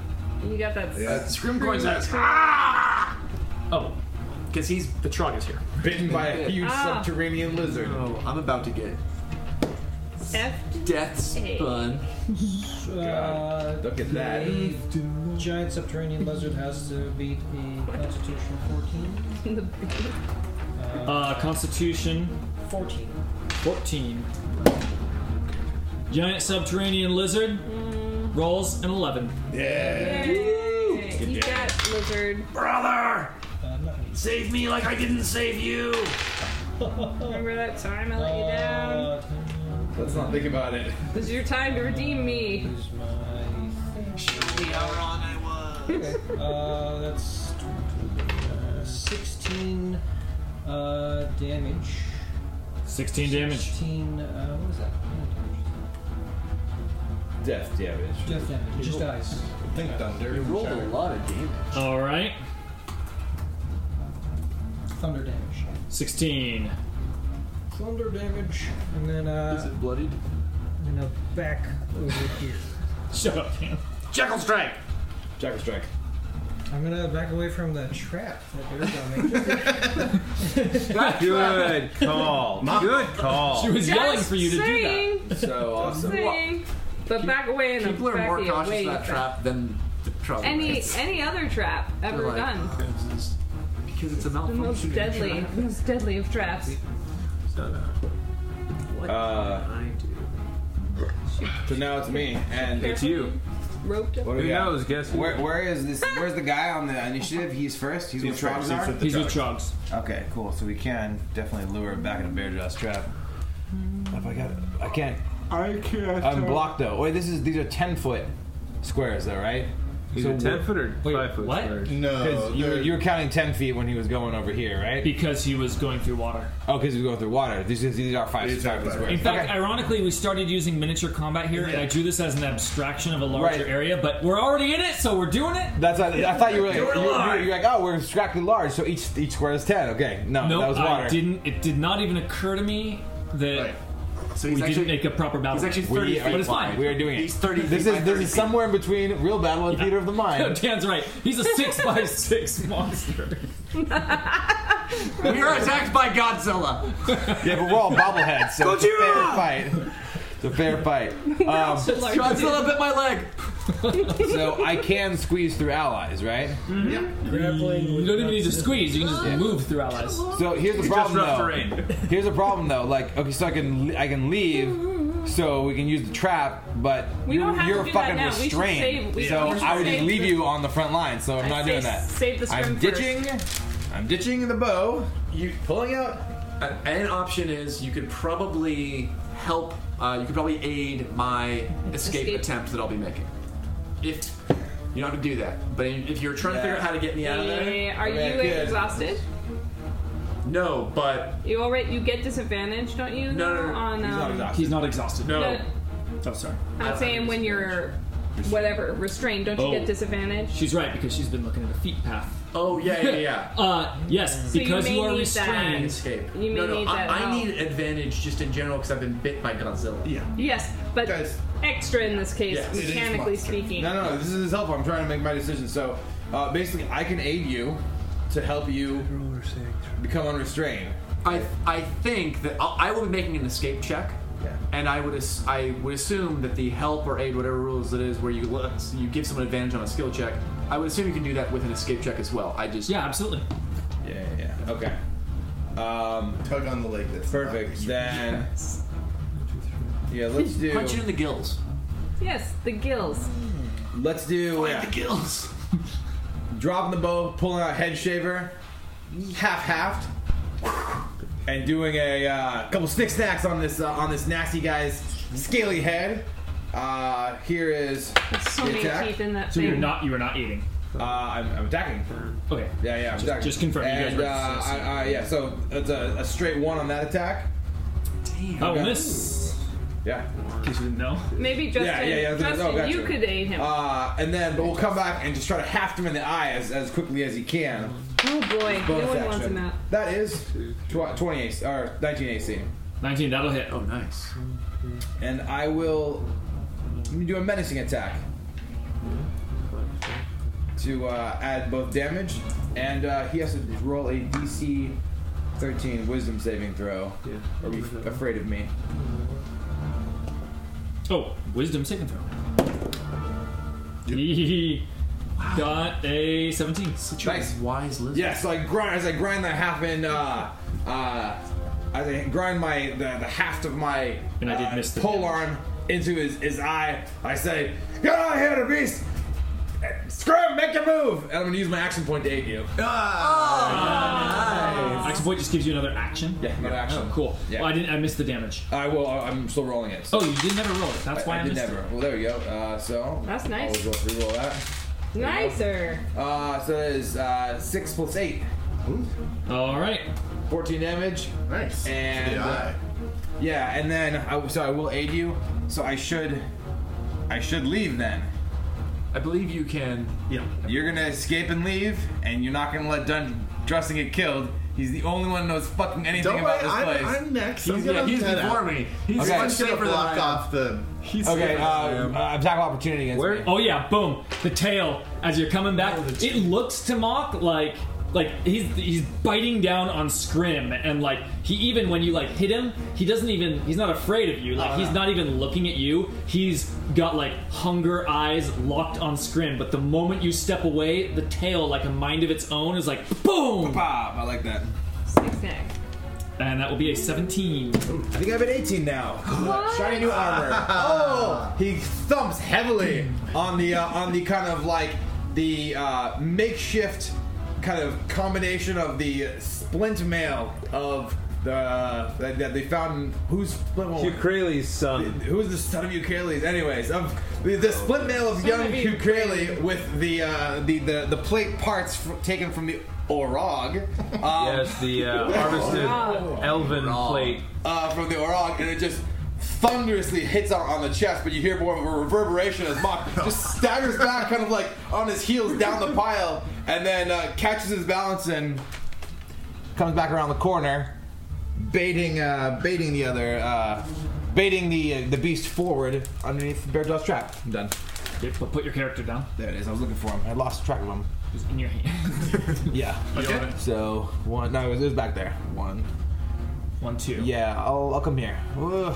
D: You got that.
F: Scrim coins out.
B: Oh,
F: Because he's. The trog is here.
C: Bitten by a huge
D: Ah.
C: subterranean lizard.
F: Oh, I'm about to get
D: F-
F: death
D: Hey.
F: spun.
I: Uh,
C: Look at that.
I: the Giant subterranean lizard has to beat a Constitution 14.
B: uh, Constitution. 14. 14. Giant subterranean lizard rolls an 11.
A: Yeah.
D: Yay. You got lizard.
H: Brother!
I: Uh, I'm not gonna
H: Save me like I didn't save you!
D: Remember that time I let you down?
I: Uh,
C: Let's not think about it.
D: This is your time to redeem me.
I: use my.
H: See how wrong I was.
I: Uh, that's uh, 16 uh, damage.
B: 16 damage.
I: 16, uh, what is that?
C: Death damage.
I: Death damage. It just dies.
A: I think thunder. You
F: Rolled a lot of damage.
B: Alright.
I: Thunder damage.
B: 16.
I: Thunder damage. And then,
F: Is
I: uh,
F: it bloodied?
I: you know, back over here.
B: Shut up, man.
H: Jackal strike!
C: Jackal strike.
I: I'm gonna back away from the trap that bears on me.
E: Good call. Good
B: She
E: call.
B: was yelling for you to do that.
D: saying,
C: So awesome.
D: saying. But back away in the
F: People are
D: back
F: more
D: of your
F: cautious
D: way,
F: of that
D: back.
F: trap than trouble.
D: Any any other trap ever
F: Like, uh,
D: done?
F: Because it's a
D: The most
F: malfunction.
D: deadly, the most deadly of traps.
F: What
C: Uh, so now it's me, and
D: It's you. Roped up.
C: What do we
E: Who
C: got?
E: knows? Guess who?
C: Where, where is this? Where's the guy on the initiative? He's first. He's,
A: He's
C: with
A: first.
C: Trogs.
A: He's
C: are?
A: with the He's with
B: Trogs.
C: Okay, cool. So we can definitely lure him back in a bear jaws trap. If I got, I can't.
A: I can't.
C: I'm blocked though. Wait, this is these are ten foot squares though, right?
E: He's a 10 foot or 5 foot
B: what?
E: squares?
A: No,
C: Because you, were-
A: Oh, they're-
C: you were counting ten feet when he was going over here, right?
B: because he was going through water.
C: oh, because he was going through water. These, these are five,
A: These
C: five
A: are
C: foot
A: better.
C: squares.
B: In fact,
C: Okay.
B: ironically, we started using miniature combat here, and I drew this as an abstraction of a larger
C: Right.
B: area, but we're already in it, so we're doing it.
C: That's what, I thought you were like you,
B: You're
C: you,
B: alive.
C: you're like oh we're abstractly large so each each square is ten okay no
B: No,
C: that was water
B: I didn't. It did not even occur to me that
A: Right.
F: So
B: we
F: he's
B: didn't
F: actually,
B: make a proper battle.
F: he's actually
C: We
F: 30
C: are
F: feet.
B: but it's fine.
C: We are doing it.
F: He's 30
C: This
F: feet by
C: is
F: 30
C: this is
F: feet.
C: somewhere in between real battle and theater of the
B: No,
C: mind.
B: Dan's right. He's a six by six monster.
F: We are attacked by Godzilla.
C: yeah, but we're all bobbleheads, so it's a fair fight. It's a fair fight. Um,
F: Godzilla bit my leg.
C: so I can squeeze through allies, right?
I: Grappling
B: You
I: with
B: don't even need to squeeze. You can just move through allies.
C: So here's the problem
E: rough
C: though.
E: terrain.
C: Here's the problem though. Like okay, so I can I can leave, so we can use the trap, but
D: We don't have to
C: you're
D: do that
C: fucking
D: now. We should
C: restrained.
D: save- we-
C: so
D: we should
C: I would just
D: save
C: leave
D: the-
C: you on the front line. So I'm not
D: say
C: doing that.
D: save the scrim
C: I'm
D: first.
C: ditching. I'm ditching the bow. You pulling out
F: Uh, An option is you could probably help. Uh, you could probably aid my escape,
D: Escape.
F: attempt that I'll be making. If you don't have to do that, but if you're trying to figure out how to get me out of there,
D: Eh, Are
C: Yeah,
D: you
C: good.
D: exhausted?
F: no. But
D: You already you get disadvantage, don't you?
F: No, no, no.
D: On
C: He's not
D: um,
C: exhausted.
B: He's not exhausted.
F: no.
D: no,
B: Oh, sorry.
D: I'm saying when you're whatever restrained, don't you
B: Oh.
D: get disadvantage?
B: She's right because she's been looking at a feet path.
F: Oh yeah, yeah, yeah.
B: Uh, yes,
D: you
B: because
D: may
B: you are
D: need that.
B: restrained.
F: Escape.
D: You may
F: no, no,
D: need
F: I,
D: that
F: I
D: help.
F: need advantage just in general because I've been bit by Godzilla.
A: Yeah.
D: Yes, but
A: Guys.
D: extra in this case,
F: Yes. It
A: is
D: mechanically
A: monster.
D: speaking.
C: No, no, no, this is his help. I'm trying to make my decision. So, uh, basically, I can aid you to help you become unrestrained.
F: I I think that I'll, I will be making an escape check.
C: Yeah.
F: And I would as, I would assume that the help or aid, whatever rules it is, where you let, you give someone advantage on a skill check, I would assume you can do that with an escape check as well. I just
B: Yeah, absolutely.
C: Yeah, yeah, yeah. Okay. Um,
A: Tug on the leg. That's
C: perfect. Then, yeah, let's
F: punch it
C: do.
F: in the gills.
D: Yes, the gills.
C: Let's do. Yeah,
F: gills.
C: dropping the bow, pulling out head shaver, half halved, and doing a uh, couple stick snacks on this uh, on this nasty guy's scaly head. Uh, here is.
D: There's so
C: the
D: many
C: attack.
D: teeth in that
B: So
D: thing.
B: you're not you are not eating.
C: Uh, I'm, I'm attacking.
B: Okay.
C: Yeah, yeah.
B: Just-
C: exactly.
B: just confirm, you guys
C: And,
B: were-
C: uh, I, I, yeah, so it's a, a straight one on that attack.
B: I will
C: Okay.
B: Oh, miss.
C: Yeah.
B: Because you didn't know.
D: Maybe Justin,
C: yeah, yeah, that's-
D: Justin
C: oh, gotcha.
D: you could aid him.
C: Uh, and then, but we'll come back and just try to haft him in the eye as, as quickly as he can.
D: oh boy, no
C: Bonus
D: one wants
C: action.
D: him out.
C: That is tw- 20 AC, or 19 AC.
B: 19, that'll hit.
F: Oh, nice.
C: And I will let me do a menacing attack to uh, add both damage, and uh, he has to roll a DC 13 wisdom saving throw,
F: Yeah.
C: or be afraid of me.
B: Oh, wisdom saving throw. He Got a 17.
C: Nice.
F: Wise lizard.
C: Yeah, so I grind as I grind that half in. Uh, uh, as I grind my the, the haft of my
B: And I did
C: uh,
B: miss the
C: pole
B: damage.
C: arm into his, his eye. I say, "Get out of here, beast! Scram! Make your move!" And I'm gonna use my action point to aid you.
B: Oh. Action point just gives you another action.
C: Yeah, another action.
B: Oh, cool.
C: Yeah.
B: Well, I didn't. I missed the damage.
C: I will. I'm still rolling it. So
B: Oh, you did never roll it. That's why I,
C: I, I did
B: missed
C: never. Well, there we go. Uh, so
D: That's nice.
C: I'll re- re-roll that.
D: Nicer.
C: Uh, so that is uh, six plus eight,
B: it. All right.
C: 14 damage.
A: Nice.
C: And,
A: To the eye.
C: Yeah, and then I, so I will aid you. So I should, I should leave then.
F: I believe you can.
A: yeah.
C: You're gonna escape and leave, and you're not gonna let Dun Dressing get killed. He's the only one who knows fucking anything
A: Don't worry,
C: about this
A: I'm,
C: place.
A: I'm next. I'm
F: He's,
A: gonna
F: yeah, he's
A: head
F: before
A: out.
F: me. He's
C: Okay.
F: much
A: I'm gonna
F: safer than
A: block
F: I am.
A: off the.
F: He's
C: okay,
F: safer
C: uh,
F: than I am.
C: uh, attack of opportunity against
E: Where-
C: me.
B: Oh yeah. Boom. The tail as you're coming back. it looks to mock like Like he's he's biting down on Scrim, and like he even when you like hit him, he doesn't even he's not afraid of you. Like he's not even looking at you. He's got like hunger eyes locked on Scrim, but the moment you step away, the tail like a mind of its own is like boom.
C: I like that.
D: Zigzag.
B: And that will be a 17.
C: I think I have an 18 now.
D: What?
C: Shiny new armor. oh, he thumps heavily on the uh, on the kind of like the uh, makeshift kind of combination of the splint mail of the that, that they found. Who's splint? Well,
E: Hugh Crayley's son.
C: who's the son of Eucrales? Anyways, of the, the split mail of young
D: of
C: Hugh Crayley with the, uh, the the the plate parts fr- taken from the Orog. Um,
E: Yes, the uh, harvested
D: Wow.
E: elven plate.
C: uh, from the Orog, and it just thunderously hits out on the chest, but you hear more of a reverberation as Mach just staggers back, kind of like on his heels down the pile, and then uh, catches his balance and comes back around the corner, baiting, uh, baiting the other, uh, baiting the uh, the beast forward underneath Bear Jaw's trap. I'm done.
B: Okay, But put your character down.
C: There it is. I was looking for him. I lost track of him.
B: It's in your hand.
C: Yeah.
B: Okay.
C: So one. No, it was, it was back there. One.
B: One, two.
C: Yeah. I'll, I'll come here. Ugh.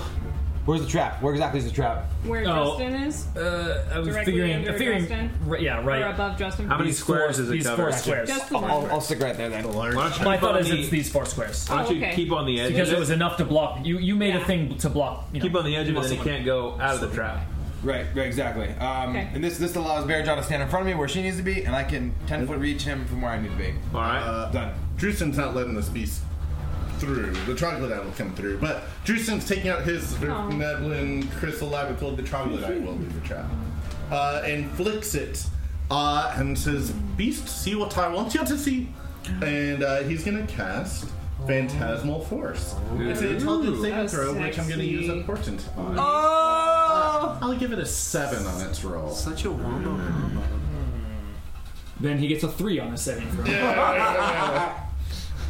C: Where's the trap? Where exactly is the trap?
D: Where
B: Oh.
D: Justin is?
B: Uh, I was
D: Directly
B: figuring.
D: under
B: uh, figuring.
D: Justin?
B: Right, yeah,
D: Or
B: right.
D: above Justin?
E: How many Oh,
B: These
E: squares
B: four,
E: does it
B: these
E: cover?
B: four squares.
D: Just the
C: I'll,
D: one.
C: I'll, I'll stick right there then.
E: Why don't you
B: My
E: keep on
B: thought is
E: the-
B: it's these four squares
E: Why don't you
D: Oh, Okay.
E: keep on the edge?
B: because
E: of
B: it was enough to block. You you made a
D: Yeah.
B: thing to block. You know,
E: Keep on the edge of it, then you
B: someone.
E: can't go out of the trap.
C: Right, right, exactly. Um,
D: Okay.
C: And this this allows Bear Jaw to stand in front of me where she needs to be, and I can ten foot reach him from where I need to be.
E: All right.
A: Uh,
C: Done.
A: Drewson's not letting this beast through. The troglodyte will come through, but Drewson's taking out his
D: Aw.
A: Neblin crystal lab gold. The troglodyte will leave the trap uh, and flicks it uh, and says, "Beast, see what I want you to see," and uh, he's gonna cast. Phantasmal Force. It's an intelligence saving
D: Ooh.
A: throw, which I'm going to use a
D: Sexy. Oh!
A: portent on. Uh, I'll give it a 7 on its roll.
H: Such a wombo.
B: Then he gets a three on a saving throw.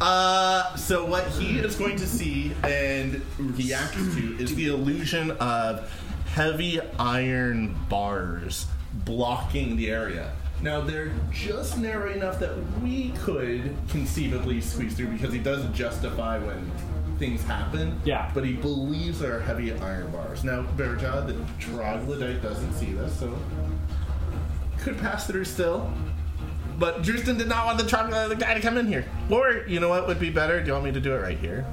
A: Uh, so what he is going to see and react to is the illusion of heavy iron bars blocking the area. Now they're just narrow enough that we could conceivably squeeze through because he does justify when things happen.
B: Yeah.
A: But he believes there are heavy iron bars. Now, Berja, the troglodyte doesn't see this, so could pass through still. But Drewston did not want the chocolate guy to come in here. Or, you know what would be better? Do you want me to do it right here?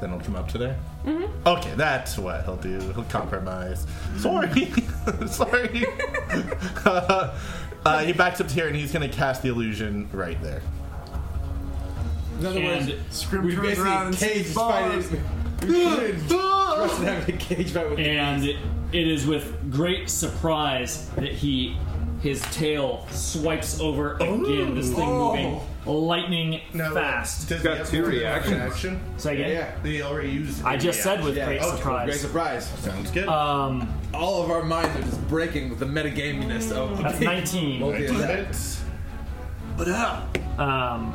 A: Then he'll come up to there? Mm-hmm. Okay, that's what he'll do. He'll compromise. Sorry. Sorry. uh, uh, he backs up to here and he's going to cast the illusion right there.
C: In other
B: And
C: words,
H: Scrim
C: we
H: turns around
C: basically
H: and
C: cage
H: sees
C: fight.
H: bars.
C: it. Rush down the cage fight with
B: and it is with great surprise that he his tail swipes over again. this thing
E: Oh.
B: moving lightning fast.
A: Does
E: got
A: he have
E: two
A: more than
E: reactions.
A: one Action?
B: Say again.
C: yeah.
A: They already used
B: I
A: a
B: just said with
C: Yeah.
B: great
C: Oh,
B: surprise.
C: Great surprise.
A: Sounds good.
B: Um,
C: All of our minds are just breaking with the metagaminess
D: Mm.
C: of
B: that's
C: the
B: 19.
A: Right,
C: multi attack.
A: hits.
H: But how?
B: Um,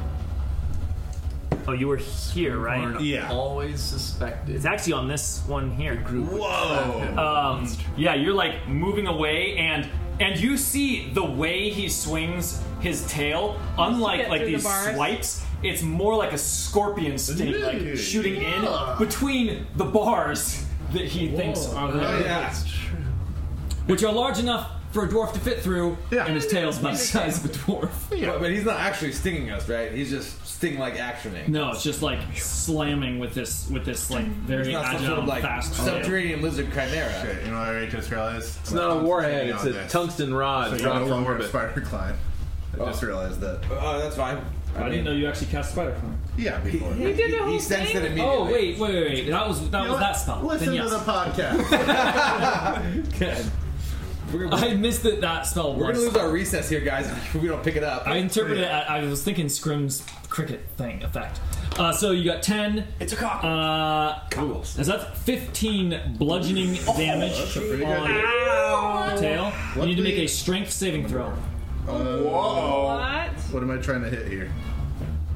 B: oh, you were here, right?
A: Yeah.
H: Always suspected.
B: It's actually on this one here.
A: Whoa.
B: Um, yeah, you're like moving away, and and you see the way he swings his tail. Unlike
D: get
B: like
D: through the
B: these
D: bars.
B: swipes, it's more like a scorpion sting, like
A: Dude,
B: shooting
A: yeah. Oh,
B: in between the bars that he thinks are there,
C: Yeah.
B: which are large enough for a dwarf to fit through,
A: Yeah.
B: and his tail's about the size of a dwarf.
C: But, but he's not actually stinging us, right? He's just sting like actioning.
B: No, it's just like slamming with this with this like
C: It's
B: very
C: not some
B: agile,
C: sort of like
B: fast.
C: subterranean lizard chimera.
A: Okay, you know what I just realized?
E: It's not a warhead, it's a
A: this.
E: tungsten rod
A: So you
E: dropped
A: no
E: from
A: longer have
E: orbit.
A: spider climb. I just realized that.
C: Oh, that's fine.
B: I didn't know you actually cast spider climb.
A: Yeah, before.
D: You did the
C: He
D: whole
C: sensed it
D: thing?
C: immediately.
B: Oh wait, wait, wait, wait. That was that
A: You know what?
B: was that spell.
A: Listen
B: then yes.
A: to the podcast.
B: I missed that that spell
C: We're
B: was.
C: gonna lose our recess here, guys, if we don't pick it up.
B: I interpreted it. I I was thinking Scrim's cricket thing effect. Uh, so you got ten.
H: It's a cock.
B: Uh, is that fifteen bludgeoning
C: Oh,
B: damage
A: that's a pretty good-
B: on the tail? You need to make
A: Luckily-
B: a strength saving throw.
A: Whoa.
D: What?
A: What am I trying to hit here?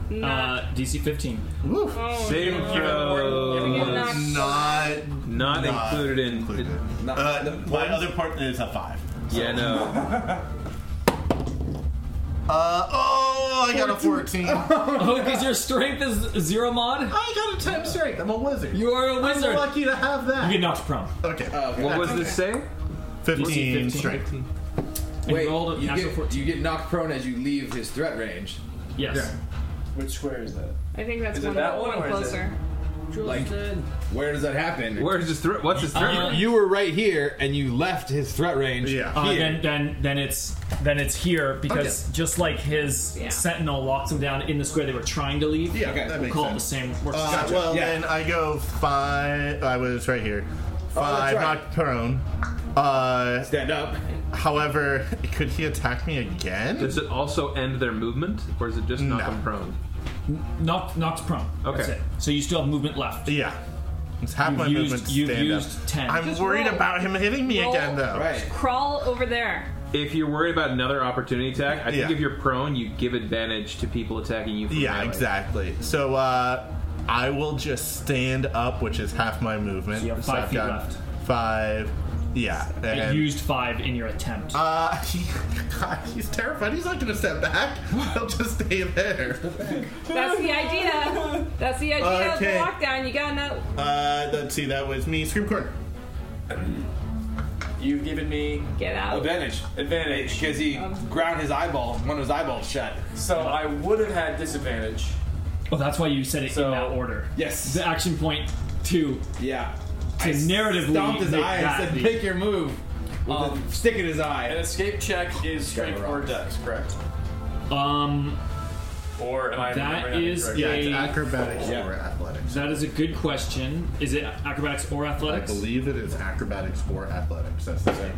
D: Not.
B: Uh, DC fifteen.
A: Woo.
D: oh,
E: Save
D: no.
E: throw
D: Give it
E: was
D: knocked.
A: Not
E: not
A: not
E: included in.
A: included.
C: Not-
A: Uh, my other part is a five.
E: Yeah, no.
A: Uh, oh, Oh, I got a 14.
B: oh, because your strength is zero mod?
A: I got a 10 strength. I'm a wizard.
B: You are a wizard.
A: I'm lucky to have that.
B: You get knocked prone.
A: Okay.
E: What was this say?
A: 15,
B: 15.
A: strength.
C: Wait,
B: rolled a
C: you
B: natural
C: get, you get knocked prone as you leave his threat range.
B: Yes.
N: Which square is that?
D: I think that's
N: Is it
D: one,
N: that
D: one
N: one or is it-
D: closer.
C: Like, where does that happen?
E: Where's his threat? What's his threat?
B: Uh,
L: You were right here, and you left his threat range.
A: Yeah.
B: Uh,
L: here.
B: then, then, then it's then it's here because just like his
D: Yeah.
B: sentinel locked him down in the square they were trying to leave.
A: Yeah, that
B: we'll
A: makes
B: call
A: sense.
B: it the same. We're
A: Uh,
B: gotcha.
A: Well,
L: Yeah.
A: then I go five. I was right here.
C: that's
A: Five,
C: right.
A: knocked prone. Uh,
C: Stand up.
A: however, could he attack me again?
E: Does it also end their movement, or is it just knock
A: No.
E: them prone?
B: knocked knocked prone.
E: Okay.
B: That's it. So you still have movement left.
A: yeah. It's half
B: You've
A: my
B: used-
A: movement to
B: you've
A: stand
B: used
A: up.
B: 10.
A: I'm
D: Just
A: worried
D: roll.
A: about him hitting me
D: Roll.
A: again, though.
C: Right.
D: Crawl over there.
E: If you're worried about another opportunity attack, I think
A: Yeah.
E: if you're prone, you give advantage to people attacking you. From
A: Yeah,
E: melee.
A: exactly. So uh, I will just stand up, which is half my movement.
B: So you have
A: So
B: five
A: I've
B: feet
A: got
B: left.
A: Five. Yeah.
B: You
A: And,
B: used five in your attempt.
A: uh, he, God, he's terrified. He's not going to step back. He'll just stay there.
D: That's the idea. That's the
A: Okay.
D: idea of the lockdown. You gotta know.
A: Uh, let's see. That was me. Scream corner.
N: You've given me.
D: Get
H: Oh,
D: out.
C: Advantage. Advantage. Because he ground his eyeball, one of his eyeballs shut.
F: So I would have had disadvantage.
B: oh, that's why you said it
F: So-
B: in that order.
C: Yes.
B: The action point two
C: yeah.
B: to narratively
C: Stomped his
B: make
C: eye
B: that
C: and said,
B: the-
C: "Pick your move." With
H: Um,
C: a stick in his
F: An
C: eye.
F: escape check is strength
C: Kinda
F: or
C: wrong.
F: dex, correct?
B: um,
F: Or am I
B: That
F: remembering
B: is-
F: correctly?
A: Yeah,
B: Yay.
A: it's acrobatics
C: Yeah.
A: or athletics.
B: that is a good question. Is it acrobatics or
A: I
B: athletics?
A: believe it is acrobatics or athletics. That's the same.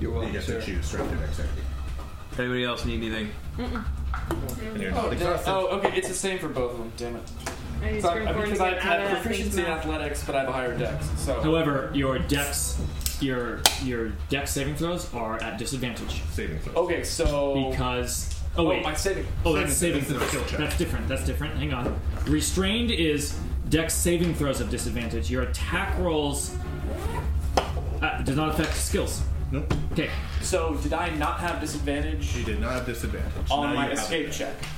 E: You're
A: You
E: welcome,
A: get to
E: sir.
A: choose strength or dexterity.
E: Anybody else need anything?
A: And you're not exhausted.
H: Oh, okay, it's the same for both of them. Damn it.
D: I need
H: So
D: scream
H: I,
D: corner
H: because
D: to
H: I
D: get out of
H: have
D: that
H: proficiency in
D: thing's mouth.
H: athletics, but I have a higher dex. So
B: However, your dex, your your dex saving throws are at disadvantage
A: Saving throws.
H: okay, so
B: because. Oh
H: oh,
B: wait.
H: my saving.
B: Oh, that's saving
A: Saving
B: throws.
A: throws. Skill check.
B: That's different. That's different. Hang on. Restrained is dex saving throws of disadvantage. Your attack rolls uh, does not affect skills.
A: Nope.
B: Okay.
H: So did I not have disadvantage
A: You did not have disadvantage.
H: on
A: Now
H: my
A: you have
H: escape
A: advantage.
H: check?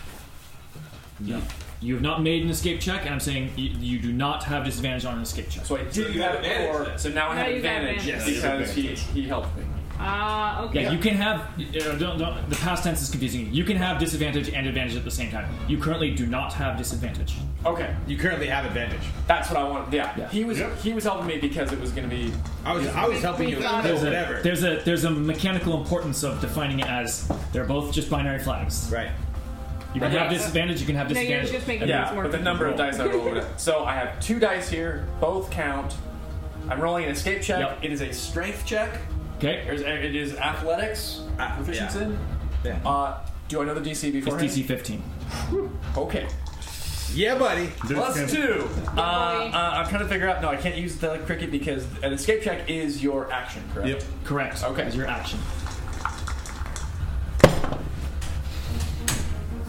B: No. You have not made an escape check, and I'm saying you, you do not have disadvantage on an escape check.
H: So I did have it before. So now I
D: Now
H: have
D: you got
H: advantage
D: advantage.
A: Yes.
H: because he,
A: Advantage.
H: he helped me.
D: Ah, okay.
B: Yeah, you can have. You know, don't, don't, the past tense is confusing you. You can have disadvantage and advantage at the same time. You currently do not have disadvantage.
H: Okay,
C: You currently have advantage.
H: that's what I wanted. Yeah,
B: Yeah.
H: he was he was helping me because it was going to be.
C: I was I was helping you.
D: got
C: do
B: There's a-
C: whatever.
B: There's a there's a mechanical importance of defining it as they're both just binary flags.
C: Right.
B: You can
H: Right.
B: have disadvantage. You can have
D: No, you're
B: disadvantage.
D: just making
H: Yeah,
D: things more
H: but the number of dice I rolled. so I have two dice here, both count. I'm rolling an escape check.
B: Yep.
H: It is a strength check.
B: okay.
H: There's, it is athletics
C: Ah,
H: proficiency.
C: Yeah.
H: Uh, do I know the DC
B: It's
H: before?
B: DC 15.
H: Okay.
C: Yeah, buddy.
H: Plus
A: There's-
H: two. Uh, uh, I'm trying to figure out. No, I can't use the cricket because an escape check is your action, correct?
A: Yep.
B: Correct.
H: Okay.
B: Is your action.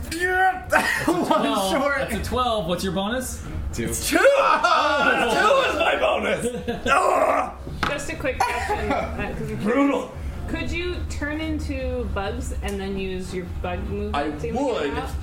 C: One
B: No, That's a 12. What's your bonus?
C: Two. Two is my bonus. Ah!
D: Just a quick question. uh, 'cause I'm curious.
C: Brutal.
D: Could you turn into bugs and then use your bug movement?
H: I
D: to get
H: would.
D: out? Ah,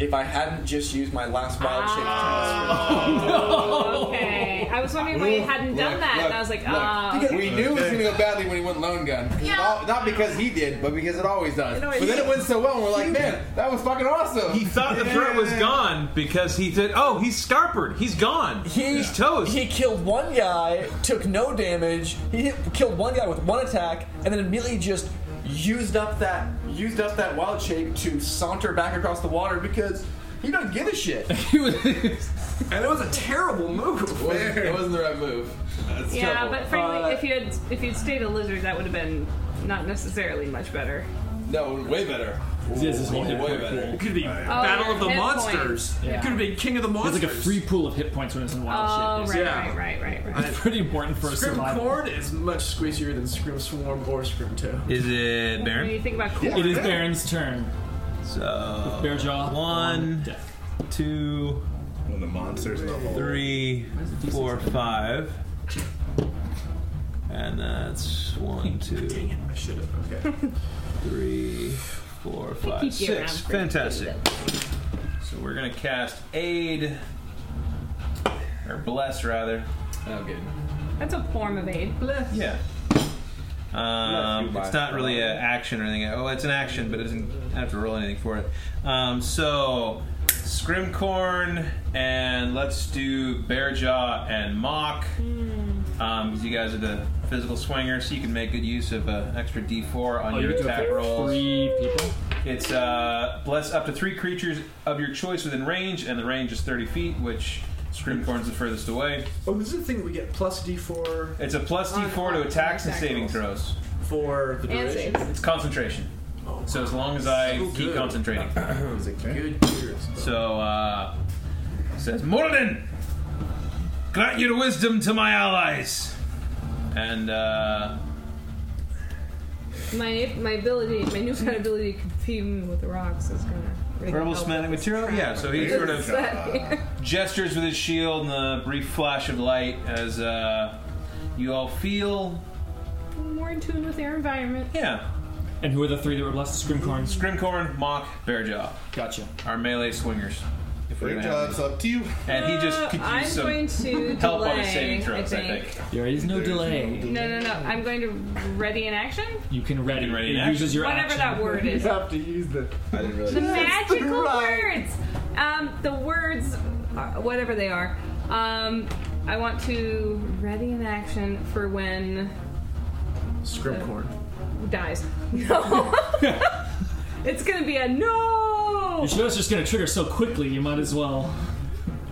H: If I hadn't just used my last wild shape.
D: Okay. I was wondering why you hadn't done
C: Look,
D: that,
C: look,
D: and I was like,
C: look.
D: ah.
C: We knew it was going to go badly when he went lone gun. 'Cause it al- not because he did, but because it always does.
D: It always
C: but then it
D: does.
C: went so well, and we're like, man, that was fucking awesome.
E: He thought the threat was gone because he said, "Oh, he's scarpered. He's gone. he's toast."
N: He killed one guy, took no damage. He hit, killed one guy with one attack, and then immediately just
H: used up that used up that wild shape to saunter back across the water because he doesn't give a shit. and it was a terrible move.
C: It wasn't, it wasn't the right move. That's
D: Yeah,
C: terrible.
D: but frankly,
H: Uh,
D: if you had if you'd stayed a lizard, that would have been not necessarily much better.
C: No, way better.
B: This is
C: way,
B: hit point
C: better.
B: pool.
F: It could be
D: Battle Oh, yeah, of the hit Monsters.
B: Yeah.
F: It could have been King of the
B: It's
F: Monsters.
B: like a free pool of hit points when it's in wild
D: Oh,
B: shape.
D: right,
F: Yeah.
D: right, right, right, right.
B: It's pretty important for a
F: Scrim
B: survival.
F: Corn is much squeezier than Scrim Swarm or Scrim Toe.
E: Is it
D: When
E: Baron?
D: you think about
B: It
D: corn,
B: is Baron's turn.
E: So
B: Bear jaw.
E: One.
B: Death.
E: two,
A: When the monster's in the hole.
E: three, four, five, and that's one, two,
F: I should have.
E: three, four, five,
D: keep you around
E: six.
D: for you to do
E: Fantastic. So we're gonna cast aid or bless rather. Oh, good.
D: That's a form of aid. Bless.
E: Yeah.
D: Bless
E: Um,
D: you
E: it's
D: by
E: not really an action or anything. Oh, it's an action, but it doesn't I have to roll anything for it. Um, so, Scrimcorn, and let's do Bearjaw and Mock. Um, 'cause you guys are the physical swingers, so you can make good use of an extra D4 on
B: Oh, you
E: your
B: get to
E: attack
B: affect
E: rolls.
B: three people.
E: It's uh, bless up to three creatures of your choice within range, and the range is 30 feet, which Scrimcorn's the furthest away.
O: Oh, this is the thing that we get plus D4.
E: It's a plus D4 to attacks and saving throws.
O: For the
D: And
O: duration.
D: saves.
E: It's concentration. So as long as I
O: So
E: keep
O: good.
E: concentrating.
O: Good
E: So, uh, says, Morden! Grant your wisdom to my allies! And, uh,
D: My my ability, my newfound ability to compete with the rocks is gonna. really
E: verbal
D: help
E: smithing
D: with this
E: material?
D: trap.
E: Yeah, so he sort of
D: Exactly.
E: gestures with his shield and a brief flash of light as, uh, you all feel
D: More in tune with their environment.
E: Yeah. And who are the three that were blessed? Scrimcorn. Scrimcorn, Mock, Bearjaw. Gotcha. Our melee swingers. If we're gonna have
A: Bearjaw's up to you.
E: any. And he just
D: Uh,
E: could use
D: I'm
E: some
D: going to
E: help on his
D: delay,
E: saving
D: I
E: throws, I
D: think.
E: think. There is no delay.
D: No, no, no. I'm going to ready in action.
B: You can ready.
E: ready
B: it
E: in action.
B: uses your
D: Whatever
B: action.
D: that word is. You have
B: to use the.
E: I didn't
D: The magical words. Um, the words, are- whatever they are. Um, I want to ready in action for when
O: Scrimcorn.
D: dies. No. it's gonna be a no.
B: Your show's just gonna trigger so quickly. You might as well.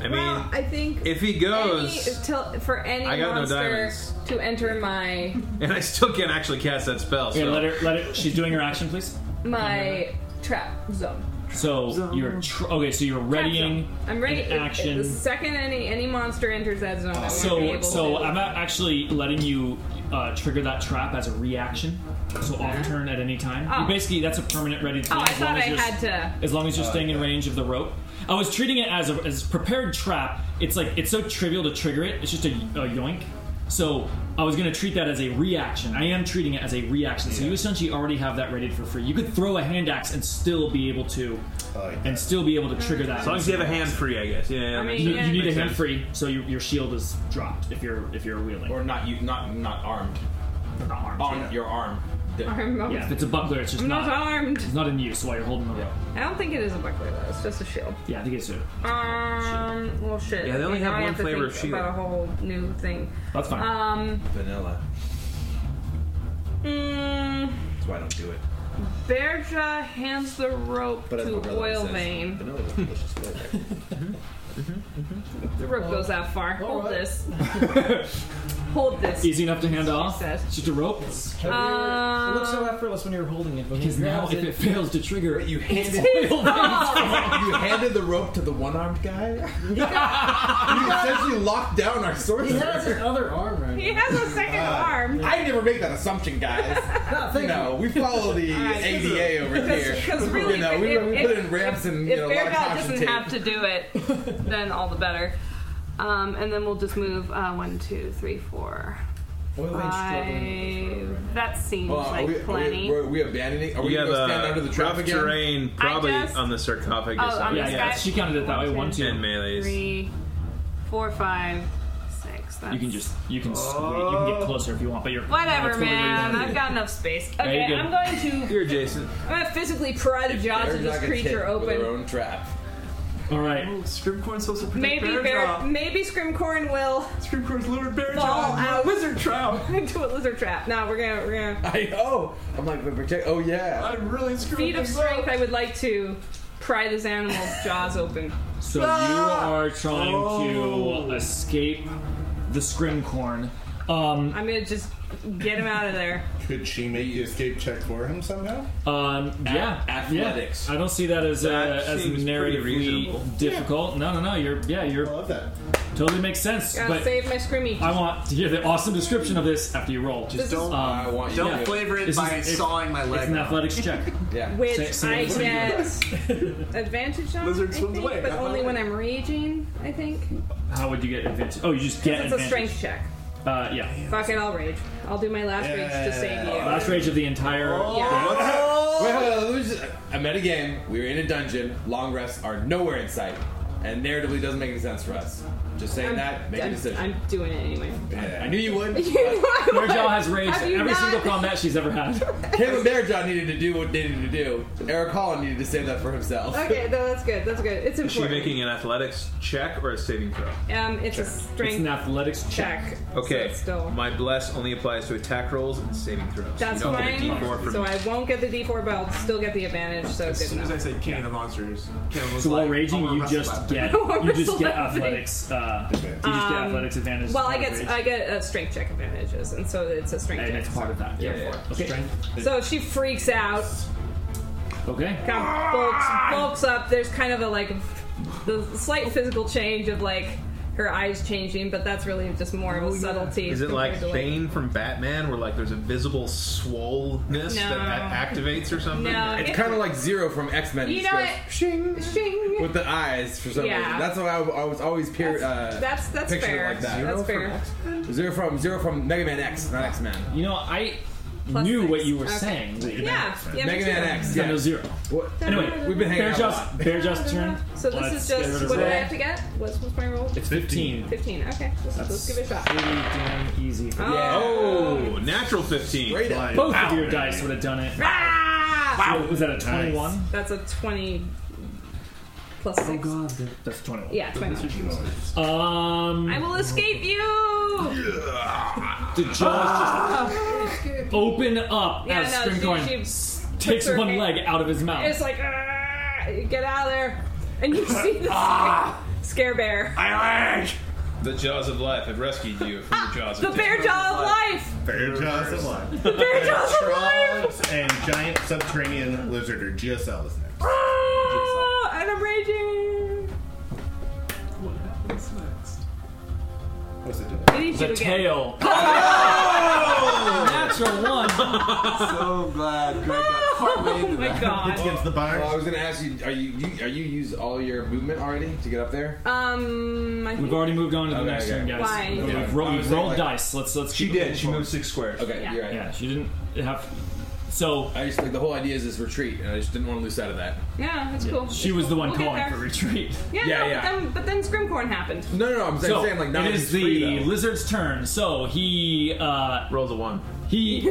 E: I mean,
D: I think
E: if he
D: any,
E: goes,
D: till, for any
E: I got no
D: monster
E: diamonds.
D: to enter my
E: and I still can't actually cast that spell.
B: Yeah,
E: so.
B: let her. Let her. She's doing her action, please.
D: my trap zone.
B: So you're tr- okay. So you're readying.
D: I'm ready.
B: in
D: if- if
B: action.
D: the second any any monster enters that zone, I want to be
B: So
D: able
B: so
D: to.
B: I'm not actually letting you uh, trigger that trap as a reaction. So off turn at any time. You
D: Uh-huh. Oh.
B: basically that's a permanent ready. thing
D: Oh, I
B: as long
D: thought I
B: as you're-
D: had to.
B: As long as you're
E: Oh,
B: staying in range of the rope. I was treating it as a as prepared trap. It's like it's so trivial to trigger it. It's just a, a yoink. So I was gonna treat that as a reaction. I am treating it as a reaction. So you essentially already have that ready for free. You could throw a hand axe and still be able to, and still be able to trigger that.
E: Oh, As long as you have a hand free, I guess. Yeah. yeah,
B: I
E: that
B: mean,
E: makes
B: you,
E: sense.
B: you need a
E: Makes
B: hand
E: sense.
B: free, so your, your shield is dropped if you're if you're wielding. Or
C: not you not not armed.
B: Not armed.
C: On your arm.
D: Arm up.
B: Yeah, if it's a buckler, it's just
D: I'm not armed.
B: It's not in use while you're holding the rope.
D: I don't think it is a buckler though. It's just a shield.
B: Yeah, I think it's a.
D: Um. Well, shit.
B: Yeah, they only
D: Okay,
B: have
D: now I
B: one
D: to
B: flavor of
D: think
B: shield.
D: About a whole new thing.
B: That's fine.
D: Um.
C: Vanilla.
D: Mm,
C: That's why I don't do it.
D: Berja hands the rope
C: But as my
D: to
C: brother
D: Oil
C: says,
D: Vein.
C: vanilla is a delicious
D: The rope goes that far. Hold this. Hold this.
B: Easy enough to hand off.
D: says.
B: It's just a rope.
D: Um,
O: it looks so effortless when you're holding it.
B: Because now if it fails to trigger,
N: you
O: handed-
N: you handed the rope to the one-armed guy.
D: you
N: essentially locked down our
O: He has his other arm right
D: He has a second
N: Uh,
D: arm.
N: I never make that assumption, guys.
O: thank
N: no,
O: you.
N: we follow the
O: All right.
N: ADA over
O: Because-
N: here.
O: because really,
N: you know, we,
D: if-
N: we
D: if-
N: put in ramps and you
D: If
N: know, a lot of
D: Bearjaw
N: caution
D: doesn't
N: tape.
D: have to do it, then all the better. Um, and then we'll just move uh, one, two, three, four,
N: Oil Vein's struggling
D: five. That seems
N: Hold on,
D: like
N: are we, are
D: plenty.
N: we, are we abandoning? Are we
E: You
N: going to
E: have,
N: stand
E: uh,
N: under the trap
E: rough
N: again?
E: terrain,
D: I
E: probably
D: just-
E: on the sarcophagus.
D: Oh, on
E: I
D: this
E: guess.
D: guy? She
B: counted it that way,
D: One,
B: one, two.
E: And melees.
D: Three, four, five, six. That's
B: You can just you can sque- you can get closer if you want, but you're
D: whatever,
B: that's totally where you
D: man.
B: wanna be.
D: I've got enough space.
B: Yeah,
D: Okay,
B: you're
D: I'm
B: good.
D: going to
E: You're adjacent.
D: I'm gonna physically pry the jaws of
N: Bear's not
D: this
N: gonna
D: creature
N: take With her
D: open.
N: own trap.
B: All right.
O: Scrimcorn's supposed to protect
D: Maybe
O: Bear
D: bear,
O: Jaw.
D: maybe Scrimcorn will
O: Scrimcorn's lured Bear
D: fall
O: Jaw into a
D: out
O: lizard trap.
D: into a lizard trap. No, we're gonna we're gonna
N: I oh, I'm like, but protect. Oh yeah.
O: I'm really screwed
D: feet of
O: this
D: strength.
O: up.
D: I would like to pry this animal's jaws open.
B: So you are trying to escape the scrimcorn. Um,
D: I'm gonna just get him out of there.
A: Could she make the escape check for him somehow?
B: um, yeah,
A: athletics.
B: Yeah. I don't see that as
A: That
B: uh, as
A: seems pretty reasonable.
B: narratively difficult. No, no, no. You're yeah, you're
A: I love that.
B: totally makes sense.
D: Gotta
B: But
D: save my scrimmy.
B: I want to hear the awesome description of this after you roll. um,
D: Just This don't- is-
B: I want
F: don't flavor it by sawing my leg
B: It's an
F: off.
B: athletics check.
N: yeah.
D: Which
B: Sa- same
D: I
B: as you.
D: get advantage on,
O: Lizard
D: I
O: swims
D: think,
O: away.
D: but
O: That's
D: only
O: fine.
D: when I'm raging. I think
B: How would you get advantage? Oh, you just get
D: because it's a
B: advantage.
D: strength check.
B: Uh, yeah.
D: Fuck it, I'll rage. I'll do my last rage to save you.
F: Oh.
B: Last rage of the entire.
D: Yeah.
C: Wait, hold on, let me just- I met a game. We were in a dungeon. Long rests are nowhere in sight, and narratively doesn't make any sense for us. Just saying
D: I'm-
C: that, make
D: I'm,
C: a decision.
D: I'm doing it anyway.
C: Yeah, I knew you would.
D: You know I would.
B: Mary Jo has raised
D: Have you
B: every
D: not?
B: single combat she's ever had.
C: Him and Bear John needed to do what they needed to do. Eric Holland needed to save that for himself.
D: Okay, no, that's good. That's good. It's
E: Is she
D: important.
E: making an athletics check or a saving throw?
D: um, it's a strength
B: athletics
D: check.
E: Okay.
D: So it's still-
E: My bless only applies to attack rolls and saving throws.
D: That's
E: you don't get a
D: fine.
E: D4 for
D: So
E: me.
D: I won't get the D4, but I'll still get the advantage. So
F: As
D: good
F: soon as
D: enough.
F: I say King of the Monsters, Kim was
B: So while
F: like,
B: raging,
F: "Oh,
B: you
F: we're
B: just
F: wrestling."
B: get
D: We're
B: you just get
D: wrestling.
B: athletics. Uh, you just get
D: Um,
B: athletics advantage.
D: Well,
B: as part
D: I
B: of
D: get
B: rage.
D: I get uh, strength check advantages, and so it's a strength
B: and
D: check.
B: it's part of that. Yeah. Okay.
D: So if she freaks out,
B: Okay.
D: kind of bulks, bulks up. There's kind of a like the slight physical change of like her eyes changing, but that's really just more of a subtlety.
E: Is it
D: compared
E: like
D: to,
E: Bane from Batman, where like there's a visible swollenness that
D: No.
E: that activates or something?
D: No,
C: It's
D: it-
C: kind of like Zero from X Men.
D: You know what? Shing, shing.
C: With the eyes for some
D: Yeah.
C: reason. That's why I, I was always peer, uh,
D: That's that's
C: pictured
D: fair.
C: like that.
D: That's fair.
C: Zero from Zero from Mega Man X, not X Men.
B: You know, I
C: Plus
B: knew
C: six.
B: what you were
C: Okay.
B: saying.
C: Yeah, yeah, me
B: Mega
C: Mega Man too. X,
B: Yeah.
C: yeah.
B: No zero.
C: What?
B: Anyway,
C: We've been hanging
B: Bear
C: out a
B: Jaw's-
C: lot.
B: Bear Jaw's turn.
D: So this
B: Let's
D: is
B: get rid
D: just
B: of
D: what did I
B: roll.
D: have to get? What's, what's my roll?
B: It's 15.
D: Fifteen. Okay, let's, let's give it a shot.
B: Pretty damn easy.
D: Oh. Yeah.
E: Oh, natural 15.
B: Both
E: Like-
B: of your dice would have done it.
D: Ah!
B: Wow, was that a 21?
D: That's a twenty plus
O: Oh,
D: six.
B: God, that- that's 21.
D: Yeah, 21.
B: Um,
D: I will escape you.
B: The jaws just open up
D: Yeah,
B: as
D: no, she-
B: Scrimcorn
D: she
B: s-
D: puts
B: takes
D: her
B: one
D: hand-
B: leg out of his mouth.
D: It's like, "Ah, get out of there. And you see the
E: Ah.
D: scare, scare bear.
E: The jaws of life have rescued you from the jaws
D: Ah, The
E: of
D: bear
E: death.
D: jaw of life.
A: Bear jaws of life.
D: The bear jaws of life.
A: Frogs and giant subterranean lizard or GSL is next.
D: Ah, and I'm raging.
O: What happens next?
A: What's it doing?
D: It eats
B: The
D: you again.
B: tail.
D: Oh!
B: Natural one.
C: so glad Greg got
D: partway into Oh my that. God. It's against
A: the barn.
C: Well, I was going to ask you are you, you are you use all your movement already to get up there?
D: Um, I think
B: We've already moved on to the
C: Okay,
B: next
C: okay.
B: turn, guys.
D: Why?
B: We've,
C: Okay.
B: we've rolled,
C: I
B: we've
C: was saying,
B: rolled
C: like-
B: dice. Let's let's. She
C: did. She moved
E: six squares.
C: Okay,
D: Yeah.
C: you're right.
B: Yeah, she didn't have. So
C: I just like the whole idea is this retreat, and I just didn't want to lose sight of that.
D: yeah, it's cool.
B: she
D: It's
B: was
D: cool.
B: the one
D: We'll get
B: calling
D: there.
B: for retreat.
D: Yeah,
C: Yeah,
D: no,
C: yeah.
D: But, then, but then Scrimcorn happened.
C: No, no, no. I'm, I'm
B: so
C: saying like now
B: it
C: that
B: is
C: it's
B: the
C: free, though.
B: lizard's turn. So he uh,
E: rolls a one.
B: He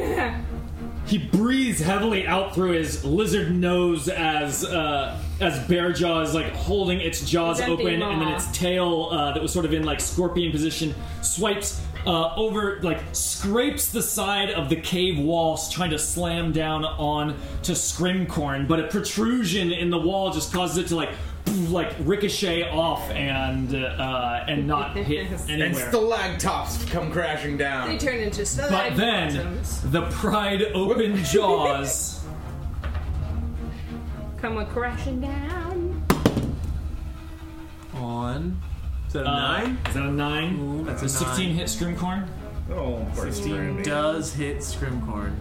B: he breathes heavily out through his lizard nose as uh, as bear jaw is like holding its jaws
N: It's empty
B: open, and then
N: maw.
B: its tail uh, that was sort of in like scorpion position swipes uh, over, like scrapes the side of the cave wall, s- trying to slam down on to Scrimcorn, but a protrusion in the wall just causes it to like. Like ricochet off and uh, and not hit anywhere.
C: and stalactops come crashing down.
D: They turned into stuff.
B: But then the pride open jaws.
D: come a crashing down.
F: On. Is that a
B: Uh,
F: nine?
B: Is that a nine?
F: that's
B: Does
F: a nine.
B: 16 hit Scrimcorn?
A: Oh, poor
F: 16
A: Scrimmy.
F: does hit Scrimcorn.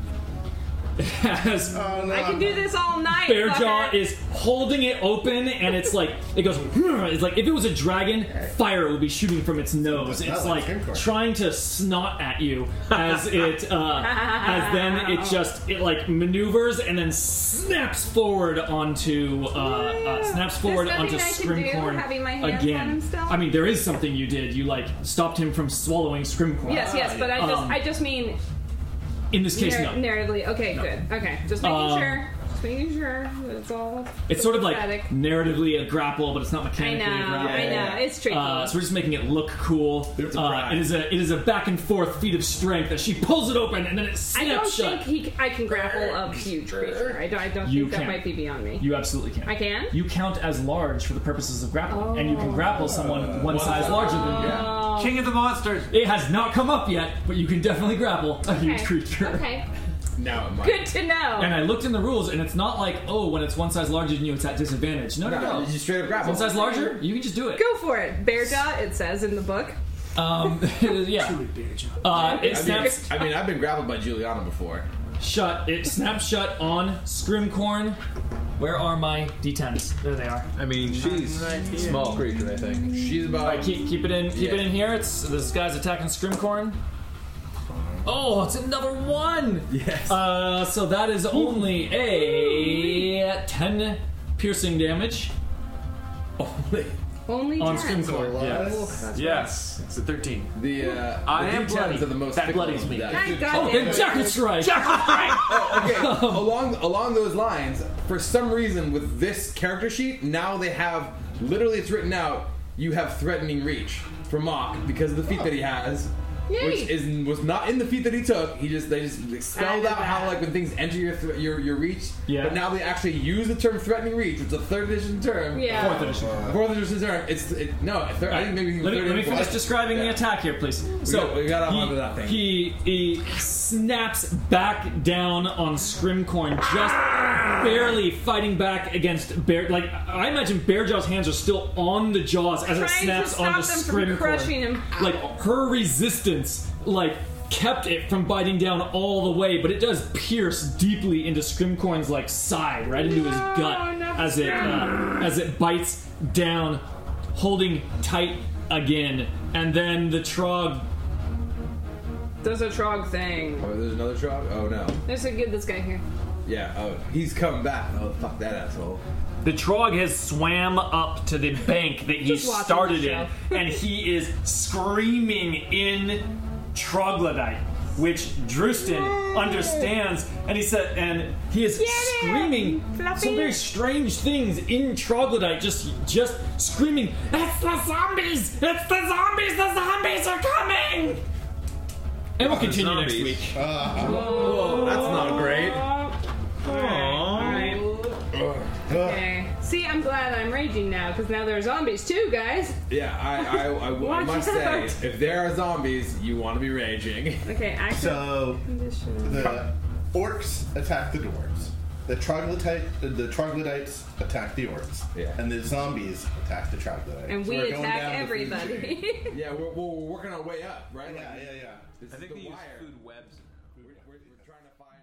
B: As
D: I can do this all night.
B: Bearjaw
D: fucker.
B: is holding it open and it's like, it goes, "Hmm." it's like if it was a dragon, fire would be shooting from its nose.
A: Not
B: It's
A: like
B: like
A: Scrimcorn.
B: trying to snot at you as it, uh, as then it just, it like maneuvers and then snaps forward onto, uh, uh snaps forward
D: There's
B: onto
D: nothing I can do, having my hands on
B: Scrimcorn
D: him
B: again.
D: still?
B: I mean, there is something you did. You like stopped him from swallowing Scrimcorn.
D: Yes, yes, but I just,
B: Um,
D: I just mean
B: in this case,
D: narr-
B: no.
D: narratively. Okay, good. Okay, just making
B: Um,
D: sure. Just making sure that it's all.
B: It's sort of like
D: pathetic.
B: narratively a grapple, but it's not
D: I
B: mechanically
D: know,
B: a grapple.
D: I know. It's tricky.
B: Uh, so we're just making it look cool.
C: a
B: Uh,
C: pride.
B: it is a it is a back and forth feat of strength as she pulls it open and then it
D: I don't
B: snaps
D: think
B: shut.
D: he, c- I can grapple a huge creature. I don't, I don't
B: You
D: think that
B: can.
D: might be beyond me.
B: You absolutely can.
D: I can?
B: You count as large for the purposes of grappling, and you can grapple someone one
C: One
B: size
C: size.
B: larger than you.
D: Oh.
F: King of the Monsters.
B: It has not come up yet, but you can definitely grapple a huge
D: Okay.
B: creature.
D: Okay.
C: Now it might.
D: Good to know.
B: And I looked in the rules, and it's not like oh, when it's one size larger than you, it's at disadvantage. No, no, no.
C: No, you straight up grapple.
B: One size larger, you can just do it.
D: Go for it. Bear jaw, it says in the book.
B: Um, yeah. Uh, it
C: I mean,
B: snaps.
C: I mean, I've been grappled by Juliana before.
B: Shut. It snaps shut on Scrimcorn. Where are my D10s? There they are.
E: I mean, she's small creature, I think.
C: She's
B: All
C: about
B: right, keep, keep it in. Keep it in here. It's this guy's attacking Scrimcorn. Oh, it's another one. Yes. Uh, so that is only a ten piercing damage. Only.
D: Only
B: On
D: ten.
B: Scrimcore, yes.
F: Yes, it's a 13.
C: The uh,
F: I
C: the
F: am
C: D10s
F: bloody.
C: Are the most
F: that
C: fickle
F: bloodies
C: of
F: me.
C: that.
D: God damn
B: Oh, then Jacket's right.
C: Oh, okay.
B: Um,
C: along along those lines, for some reason, with this character sheet, now they have literally it's written out. You have threatening reach for Mock because of the feat that he has, which
D: Yay.
C: is was not in the feat that he took. He just they just spelled
D: Added
C: out how
D: that.
C: like when things enter your thr your your reach.
B: Yeah.
C: But now they actually use the term threatening reach, which is a third edition term.
D: Yeah. Fourth
B: edition.
C: Fourth edition term. It's it, no. Thir- I think maybe even
B: Let me,
C: third
B: let me
C: and
B: finish
C: fourth.
B: describing the attack here, please. so
C: got- we got off
B: he,
C: onto that thing.
B: He he snaps back down on Scrimcorn, just barely fighting back against Bear. Like I imagine Bearjaw's hands are still on the jaws as it
D: Trying to
B: snaps
D: stop
B: onto
D: them from
B: Scrimcorn.
D: crushing him.
B: Like her resistance, like kept it from biting down all the way, but it does pierce deeply into Scrimcorn's like side, right into his gut
D: not
B: as it uh, as it bites down, holding tight again, and then the trog.
D: Does a trog thing.
C: Oh, there's another shot. Oh no.
D: There's a good this guy here.
C: Yeah. Oh, he's coming back. Oh, fuck that asshole.
B: The trog has swam up to the bank that he
D: Just watching
B: started
D: the
B: in,
D: show.
B: and he is screaming in troglodyte, which Drustin understands, and he said, and he is
D: it,
B: screaming
D: Fluffy.
B: some very strange things in troglodyte, just just screaming, "It's the zombies! It's the zombies! The zombies are coming!" And we'll continue next
E: zombies.
B: week.
C: Whoa, that's not great.
D: Alright, alright. Okay. See, I'm glad I'm raging now, because now there are zombies too, guys.
C: Yeah, I, I, I, w- I
D: Watch
C: must
D: out.
C: say, if there are zombies, you want to be raging.
D: Okay, I can
A: So
D: condition.
A: the orcs attack the dwarves. The troglodyte, the troglodytes attack the orcs.
C: Yeah.
A: And the zombies attack the troglodytes.
D: And we
A: We're going down to
D: attack
A: food chain.
D: everybody.
C: Yeah, we're, we're we're working our way up, right?
A: Yeah,
C: Like,
A: yeah, yeah.
C: This
E: I
C: is
E: think
C: the
E: they use
C: wire.
E: food webs.
C: We're, we're, we're trying to find.